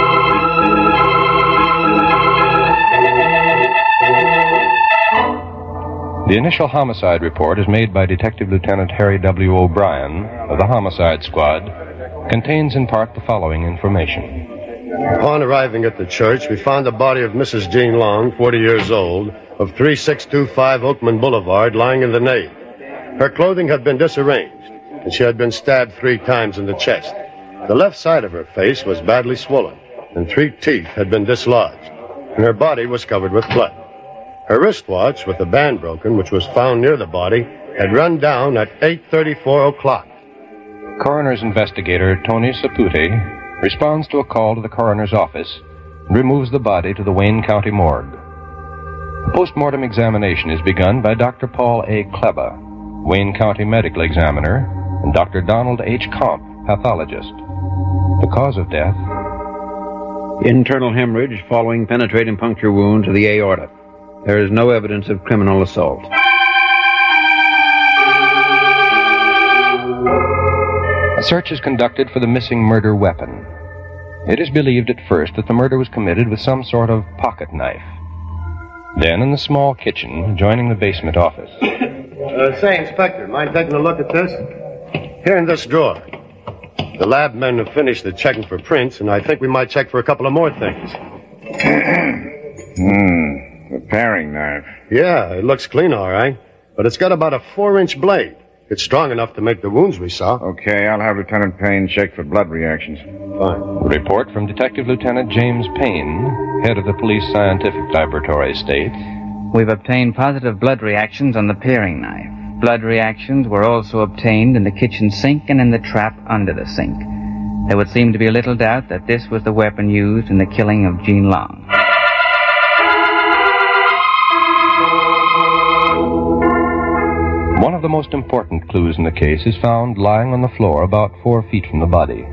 [SPEAKER 19] The initial homicide report is made by Detective Lieutenant Harry W. O'Brien of the Homicide Squad, contains in part the following information.
[SPEAKER 18] Upon arriving at the church, we found the body of Mrs. Jean Long, 40 years old, of 3625 Oakman Boulevard, lying in the nave. Her clothing had been disarranged, and she had been stabbed three times in the chest. The left side of her face was badly swollen, and three teeth had been dislodged, and her body was covered with blood. Her wristwatch, with the band broken, which was found near the body, had run down at 8.34 o'clock.
[SPEAKER 19] Coroner's investigator Tony Sapute responds to a call to the coroner's office and removes the body to the Wayne County morgue. The postmortem examination is begun by Dr. Paul A. Kleba, Wayne County medical examiner, and Dr. Donald H. Comp, pathologist. The cause of death
[SPEAKER 28] Internal hemorrhage following penetrating puncture wound to the aorta. There is no evidence of criminal assault.
[SPEAKER 19] A search is conducted for the missing murder weapon. It is believed at first that the murder was committed with some sort of pocket knife. Then, in the small kitchen adjoining the basement office,
[SPEAKER 18] Uh, say, Inspector, mind taking a look at this? Here in this drawer. The lab men have finished the checking for prints, and I think we might check for a couple of more things.
[SPEAKER 1] Hmm. The paring knife.
[SPEAKER 18] Yeah, it looks clean, all right. But it's got about a four inch blade. It's strong enough to make the wounds we saw.
[SPEAKER 1] Okay, I'll have Lieutenant Payne check for blood reactions.
[SPEAKER 18] Fine.
[SPEAKER 19] a report from Detective Lieutenant James Payne, head of the Police Scientific Laboratory, states
[SPEAKER 4] We've obtained positive blood reactions on the paring knife. Blood reactions were also obtained in the kitchen sink and in the trap under the sink. There would seem to be little doubt that this was the weapon used in the killing of Jean Long.
[SPEAKER 19] One of the most important clues in the case is found lying on the floor about four feet from the body.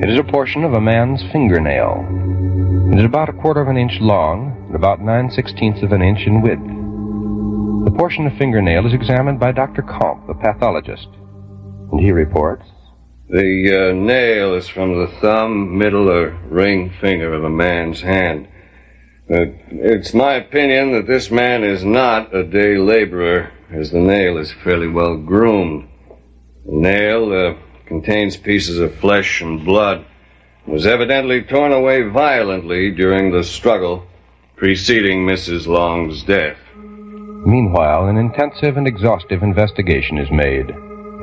[SPEAKER 19] It is a portion of a man's fingernail. It is about a quarter of an inch long and about nine sixteenths of an inch in width. The portion of fingernail is examined by Dr. Comp, the pathologist, and he reports
[SPEAKER 23] The uh, nail is from the thumb, middle, or ring finger of a man's hand. Uh, it's my opinion that this man is not a day laborer, as the nail is fairly well groomed. The nail uh, contains pieces of flesh and blood, was evidently torn away violently during the struggle preceding Mrs. Long's death.
[SPEAKER 19] Meanwhile, an intensive and exhaustive investigation is made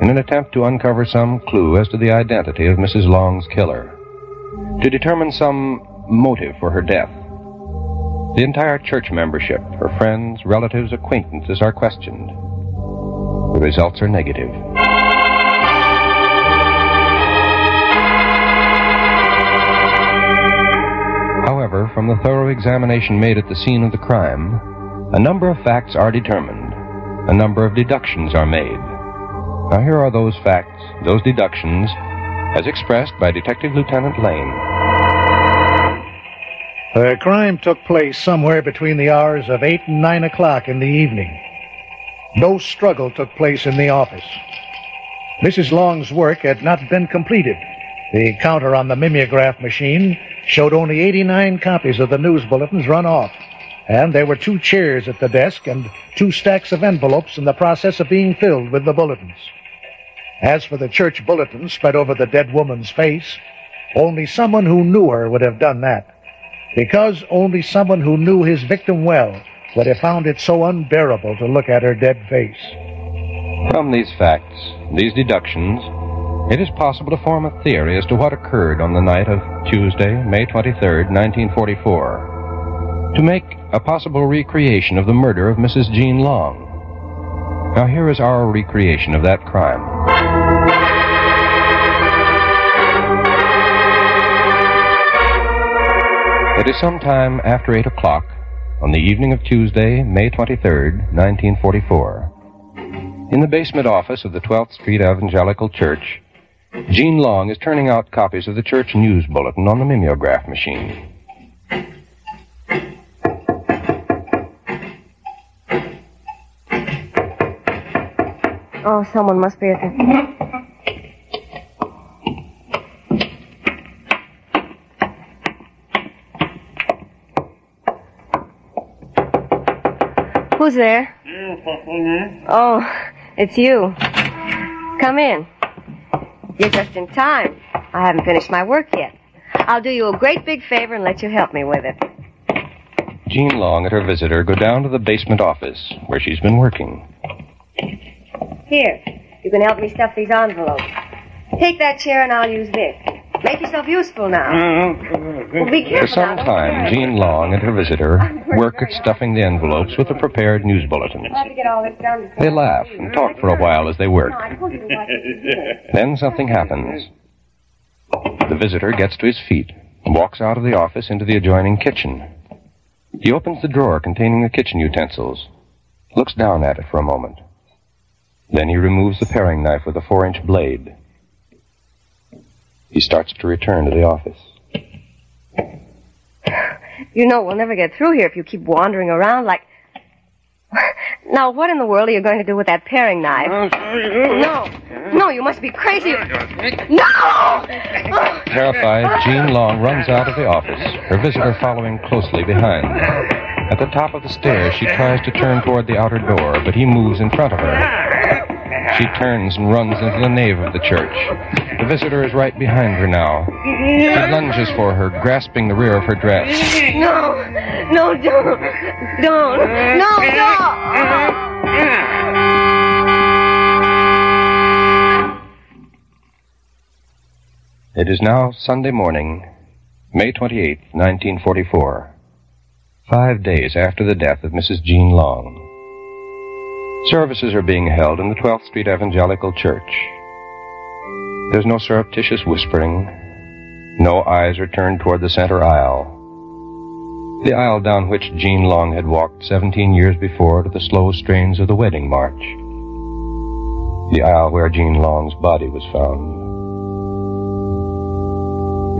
[SPEAKER 19] in an attempt to uncover some clue as to the identity of Mrs. Long's killer, to determine some motive for her death. The entire church membership, her friends, relatives, acquaintances are questioned. The results are negative. However, from the thorough examination made at the scene of the crime, a number of facts are determined. A number of deductions are made. Now, here are those facts, those deductions, as expressed by Detective Lieutenant Lane.
[SPEAKER 25] The crime took place somewhere between the hours of 8 and 9 o'clock in the evening. No struggle took place in the office. Mrs. Long's work had not been completed. The counter on the mimeograph machine showed only 89 copies of the news bulletins run off, and there were two chairs at the desk and two stacks of envelopes in the process of being filled with the bulletins. As for the church bulletin spread over the dead woman's face, only someone who knew her would have done that because only someone who knew his victim well would have found it so unbearable to look at her dead face.
[SPEAKER 19] From these facts, these deductions, it is possible to form a theory as to what occurred on the night of Tuesday, May 23rd, 1944, to make a possible recreation of the murder of Mrs. Jean Long. Now, here is our recreation of that crime. It is sometime after 8 o'clock on the evening of Tuesday, May 23rd, 1944. In the basement office of the 12th Street Evangelical Church, Gene Long is turning out copies of the church news bulletin on the mimeograph machine.
[SPEAKER 10] Oh, someone must be at the. Who's there? Oh, it's you. Come in. You're just in time. I haven't finished my work yet. I'll do you a great big favor and let you help me with it.
[SPEAKER 19] Jean Long and her visitor go down to the basement office where she's been working.
[SPEAKER 10] Here, you can help me stuff these envelopes. Take that chair and I'll use this. Make yourself useful
[SPEAKER 19] Mm.
[SPEAKER 10] now. Well, be
[SPEAKER 19] For
[SPEAKER 10] careful
[SPEAKER 19] some
[SPEAKER 10] now.
[SPEAKER 19] time, Jean Long and her visitor work at stuffing the envelopes with a prepared news bulletin.
[SPEAKER 10] I'll have to get all this done. before-
[SPEAKER 19] They laugh and talk for a while as they work.
[SPEAKER 10] No, I told you to watch it.
[SPEAKER 19] Then something happens. The visitor gets to his feet and walks out of the office into the adjoining kitchen. He opens the drawer containing the kitchen utensils, looks down at it for a moment. Then he removes the paring knife with a four inch blade. He starts to return to the office.
[SPEAKER 10] You know, we'll never get through here if you keep wandering around like. Now, what in the world are you going to do with that paring knife? No, no, you must be crazy. No! Oh,
[SPEAKER 19] Terrified, Jean Long runs out of the office, her visitor following closely behind. At the top of the stairs, she tries to turn toward the outer door, but he moves in front of her. She turns and runs into the nave of the church. The visitor is right behind her now. He lunges for her, grasping the rear of her dress.
[SPEAKER 10] no, no, don't, don't, no, no!
[SPEAKER 19] It is now Sunday morning, May 28, 1944, five days after the death of Mrs. Jean Long. Services are being held in the 12th Street Evangelical Church. There's no surreptitious whispering. No eyes are turned toward the center aisle. The aisle down which Jean Long had walked 17 years before to the slow strains of the wedding march. The aisle where Jean Long's body was found.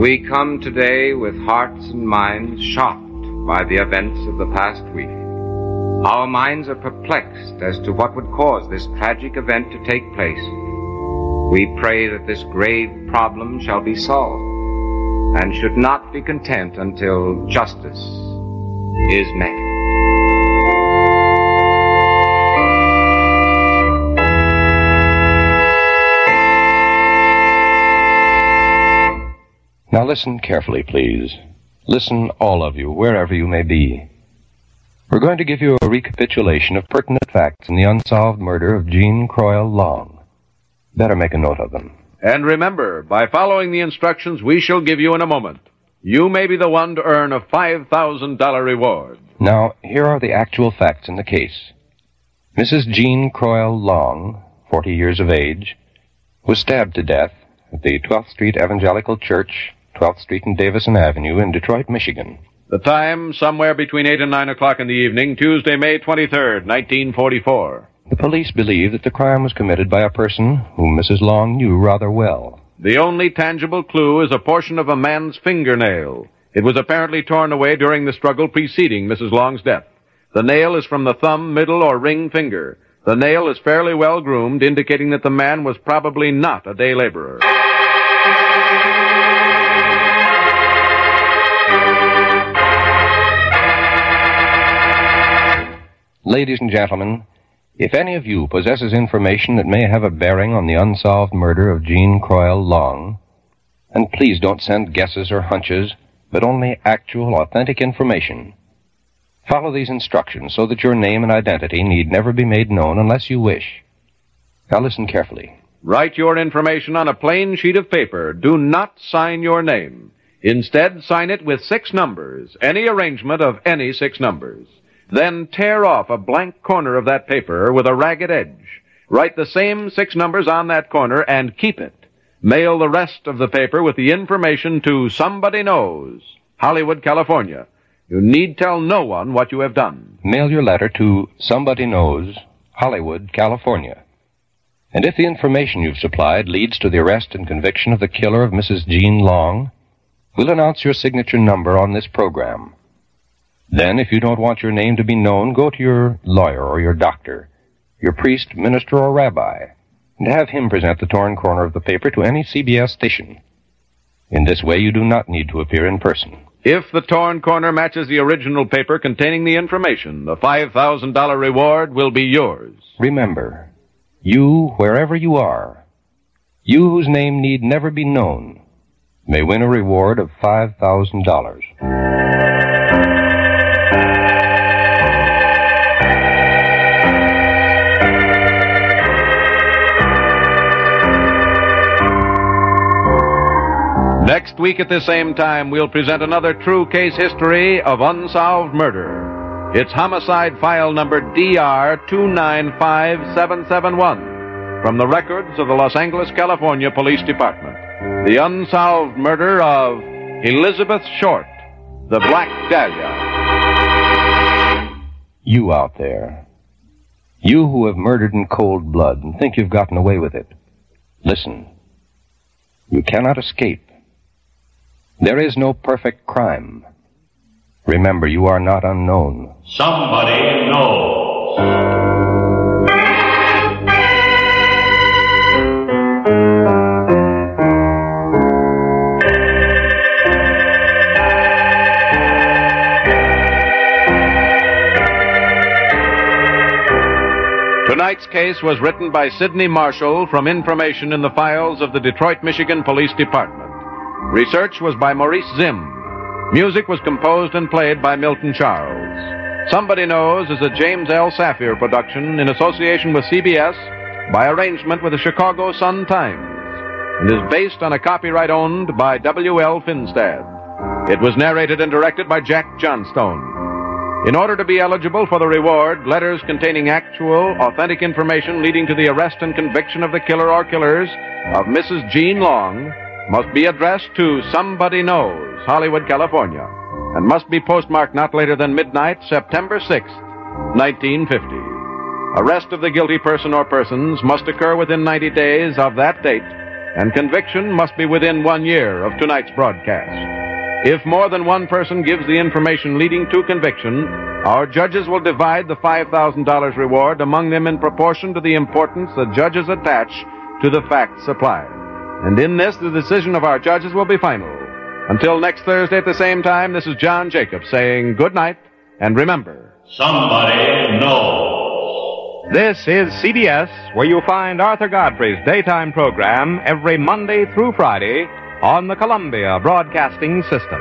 [SPEAKER 1] We come today with hearts and minds shocked by the events of the past week. Our minds are perplexed as to what would cause this tragic event to take place. We pray that this grave problem shall be solved and should not be content until justice is met.
[SPEAKER 19] Now listen carefully, please. Listen, all of you, wherever you may be. We're going to give you a recapitulation of pertinent facts in the unsolved murder of Jean Croyle Long. Better make a note of them.
[SPEAKER 28] And remember, by following the instructions we shall give you in a moment, you may be the one to earn a $5,000 reward.
[SPEAKER 19] Now, here are the actual facts in the case. Mrs. Jean Croyle Long, 40 years of age, was stabbed to death at the 12th Street Evangelical Church, 12th Street and Davison Avenue in Detroit, Michigan.
[SPEAKER 28] The time, somewhere between 8 and 9 o'clock in the evening, Tuesday, May 23rd, 1944.
[SPEAKER 19] The police believe that the crime was committed by a person whom Mrs. Long knew rather well.
[SPEAKER 28] The only tangible clue is a portion of a man's fingernail. It was apparently torn away during the struggle preceding Mrs. Long's death. The nail is from the thumb, middle, or ring finger. The nail is fairly well groomed, indicating that the man was probably not a day laborer.
[SPEAKER 19] Ladies and gentlemen, if any of you possesses information that may have a bearing on the unsolved murder of Jean Croyle Long, and please don't send guesses or hunches, but only actual, authentic information. Follow these instructions so that your name and identity need never be made known unless you wish. Now listen carefully.
[SPEAKER 28] Write your information on a plain sheet of paper. Do not sign your name. Instead, sign it with six numbers, any arrangement of any six numbers. Then tear off a blank corner of that paper with a ragged edge. Write the same six numbers on that corner and keep it. Mail the rest of the paper with the information to Somebody Knows, Hollywood, California. You need tell no one what you have done.
[SPEAKER 19] Mail your letter to Somebody Knows, Hollywood, California, And if the information you've supplied leads to the arrest and conviction of the killer of Mrs. Jean Long, we'll announce your signature number on this program. Then, if you don't want your name to be known, go to your lawyer or your doctor, your priest, minister, or rabbi, and have him present the torn corner of the paper to any CBS station. In this way, you do not need to appear in person.
[SPEAKER 28] If the torn corner matches the original paper containing the information, the $5,000 reward will be yours.
[SPEAKER 19] Remember, you, wherever you are, you whose name need never be known, may win a reward of $5,000.
[SPEAKER 28] Next week at the same time, we'll present another true case history of unsolved murder. It's homicide file number DR 295771 from the records of the Los Angeles, California Police Department. The unsolved murder of Elizabeth Short, the Black Dahlia.
[SPEAKER 19] You out there. You who have murdered in cold blood and think you've gotten away with it. Listen. You cannot escape. There is no perfect crime. Remember, you are not unknown.
[SPEAKER 3] Somebody knows.
[SPEAKER 28] Tonight's case was written by Sidney Marshall from information in the files of the Detroit, Michigan Police Department. Research was by Maurice Zim. Music was composed and played by Milton Charles. Somebody Knows is a James L. Saphir production in association with CBS by arrangement with the Chicago Sun-Times and is based on a copyright owned by W.L. Finstad. It was narrated and directed by Jack Johnstone. In order to be eligible for the reward, letters containing actual, authentic information leading to the arrest and conviction of the killer or killers of Mrs. Jean Long must be addressed to Somebody Knows, Hollywood, California, and must be postmarked not later than midnight, September 6th, 1950. Arrest of the guilty person or persons must occur within 90 days of that date, and conviction must be within one year of tonight's broadcast. If more than one person gives the information leading to conviction, our judges will divide the $5,000 reward among them in proportion to the importance the judges attach to the facts supplied. And in this, the decision of our judges will be final. Until next Thursday at the same time, this is John Jacobs saying good night and remember.
[SPEAKER 3] Somebody knows.
[SPEAKER 4] This is CBS, where you'll find Arthur Godfrey's daytime program every Monday through Friday on the Columbia Broadcasting System.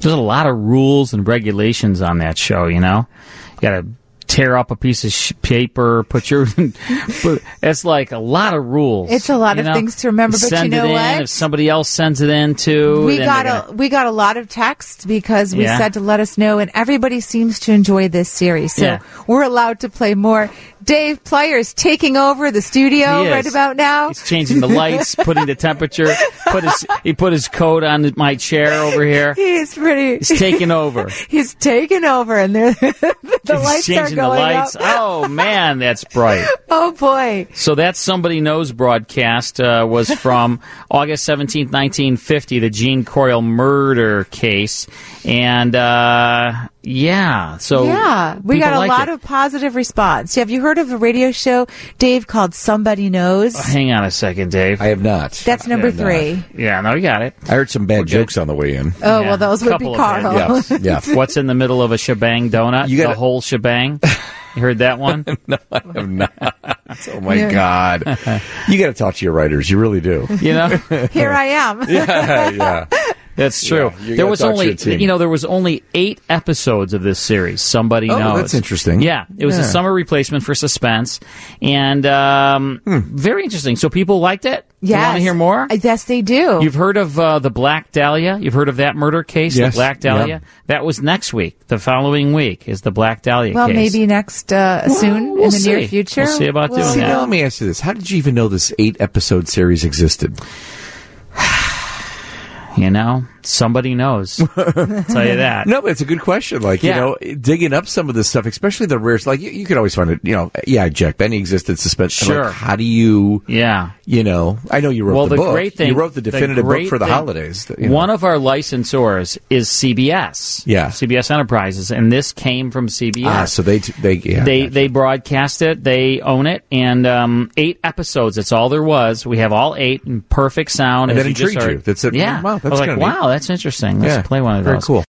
[SPEAKER 6] There's a lot of rules and regulations on that show, you know? You gotta tear up a piece of sh- paper, put your. put, it's like a lot of rules.
[SPEAKER 7] It's a lot
[SPEAKER 6] you
[SPEAKER 7] of
[SPEAKER 6] know?
[SPEAKER 7] things to remember, but you
[SPEAKER 6] Send
[SPEAKER 7] know
[SPEAKER 6] it in.
[SPEAKER 7] what?
[SPEAKER 6] If somebody else sends it in too,
[SPEAKER 7] we
[SPEAKER 6] then
[SPEAKER 7] got
[SPEAKER 6] they're
[SPEAKER 7] a we got a lot of texts because we
[SPEAKER 6] Yeah.
[SPEAKER 7] said to let us know, and everybody seems to enjoy this series, so
[SPEAKER 6] Yeah.
[SPEAKER 7] we're allowed to play more. Dave Player is taking over the studio
[SPEAKER 6] He is.
[SPEAKER 7] right about now.
[SPEAKER 6] He's changing the lights, putting the temperature. Put his he put his coat on my chair over here.
[SPEAKER 7] He's pretty.
[SPEAKER 6] He's taking over.
[SPEAKER 7] He's taking over, and there the
[SPEAKER 6] He's
[SPEAKER 7] lights are
[SPEAKER 6] changing
[SPEAKER 7] going
[SPEAKER 6] the lights.
[SPEAKER 7] up.
[SPEAKER 6] Oh man, that's bright.
[SPEAKER 7] Oh boy!
[SPEAKER 6] So that somebody knows broadcast uh, was from August seventeenth, nineteen fifty, the Gene Coyle murder case, and uh, yeah, so
[SPEAKER 7] yeah, we
[SPEAKER 6] people
[SPEAKER 7] got a
[SPEAKER 6] like
[SPEAKER 7] lot
[SPEAKER 6] it.
[SPEAKER 7] of positive response. Have you heard of a radio show, Dave, called Somebody Knows?
[SPEAKER 6] Hang on a second, Dave. I
[SPEAKER 16] have not.
[SPEAKER 7] That's number three.
[SPEAKER 6] Yeah, no, you got it.
[SPEAKER 16] I heard some bad jokes on the way in.
[SPEAKER 7] Oh well, those would be
[SPEAKER 6] Couple of
[SPEAKER 7] Carl.
[SPEAKER 6] them. What's in the middle of a shebang donut? You got the whole shebang. You heard that one?
[SPEAKER 16] no, I have not. Oh my
[SPEAKER 7] Yeah.
[SPEAKER 16] God! you got to talk to your writers. You really do.
[SPEAKER 6] You know,
[SPEAKER 7] Here I am.
[SPEAKER 16] yeah, yeah.
[SPEAKER 6] That's true.
[SPEAKER 16] Yeah, you
[SPEAKER 6] there
[SPEAKER 16] gotta
[SPEAKER 6] was
[SPEAKER 16] talk to your
[SPEAKER 6] only
[SPEAKER 16] team.
[SPEAKER 6] you know there was only eight episodes of this series. Somebody
[SPEAKER 16] Oh,
[SPEAKER 6] knows.
[SPEAKER 16] that's interesting.
[SPEAKER 6] Yeah, it was
[SPEAKER 16] Yeah.
[SPEAKER 6] a summer replacement for Suspense, and um,
[SPEAKER 16] Hmm.
[SPEAKER 6] very interesting. So people liked it. You
[SPEAKER 7] Yes. Uh,
[SPEAKER 6] want to hear more?
[SPEAKER 7] Yes, they do.
[SPEAKER 6] You've heard of uh, the Black Dahlia. You've heard of that murder case,
[SPEAKER 7] Yes,
[SPEAKER 6] the Black Dahlia.
[SPEAKER 7] yeah.
[SPEAKER 6] That was next week. The following week is the Black Dahlia
[SPEAKER 7] well,
[SPEAKER 6] case.
[SPEAKER 7] maybe next uh, soon in
[SPEAKER 6] we'll
[SPEAKER 7] the near
[SPEAKER 6] see.
[SPEAKER 7] future.
[SPEAKER 6] We'll see about doing
[SPEAKER 16] See,
[SPEAKER 6] that.
[SPEAKER 16] now let me ask you this: How did you even know this eight-episode series existed?
[SPEAKER 6] You know, somebody knows. Tell you that.
[SPEAKER 17] No, but it's a good question. Like,
[SPEAKER 6] Yeah.
[SPEAKER 17] you know, digging up some of this stuff, especially the rare, like, you, you could always find it, you know, yeah, Jack Benny existed, suspension.
[SPEAKER 6] Sure.
[SPEAKER 17] how do you,
[SPEAKER 6] yeah,
[SPEAKER 17] you know, I know you wrote
[SPEAKER 6] well,
[SPEAKER 17] the,
[SPEAKER 6] the,
[SPEAKER 17] book.
[SPEAKER 6] great thing
[SPEAKER 17] you wrote the definitive book
[SPEAKER 6] great
[SPEAKER 17] for the
[SPEAKER 6] thing-
[SPEAKER 17] holidays. you know.
[SPEAKER 6] One of our licensors is CBS. Yeah, CBS Enterprises, and this came from CBS.
[SPEAKER 17] Ah, so they, t- they, yeah.
[SPEAKER 6] they they broadcast it. They own it, and um, eight episodes. That's all there was. We have all eight in perfect sound.
[SPEAKER 17] And
[SPEAKER 6] as
[SPEAKER 17] that
[SPEAKER 6] you just
[SPEAKER 17] intrigued you.
[SPEAKER 6] heard.
[SPEAKER 17] That's it.
[SPEAKER 6] Yeah,
[SPEAKER 17] Wow, that's
[SPEAKER 6] I was like,
[SPEAKER 17] kinda neat.
[SPEAKER 6] wow, that's interesting. Let's
[SPEAKER 17] Yeah.
[SPEAKER 6] play one of
[SPEAKER 17] Very
[SPEAKER 6] those.
[SPEAKER 17] cool.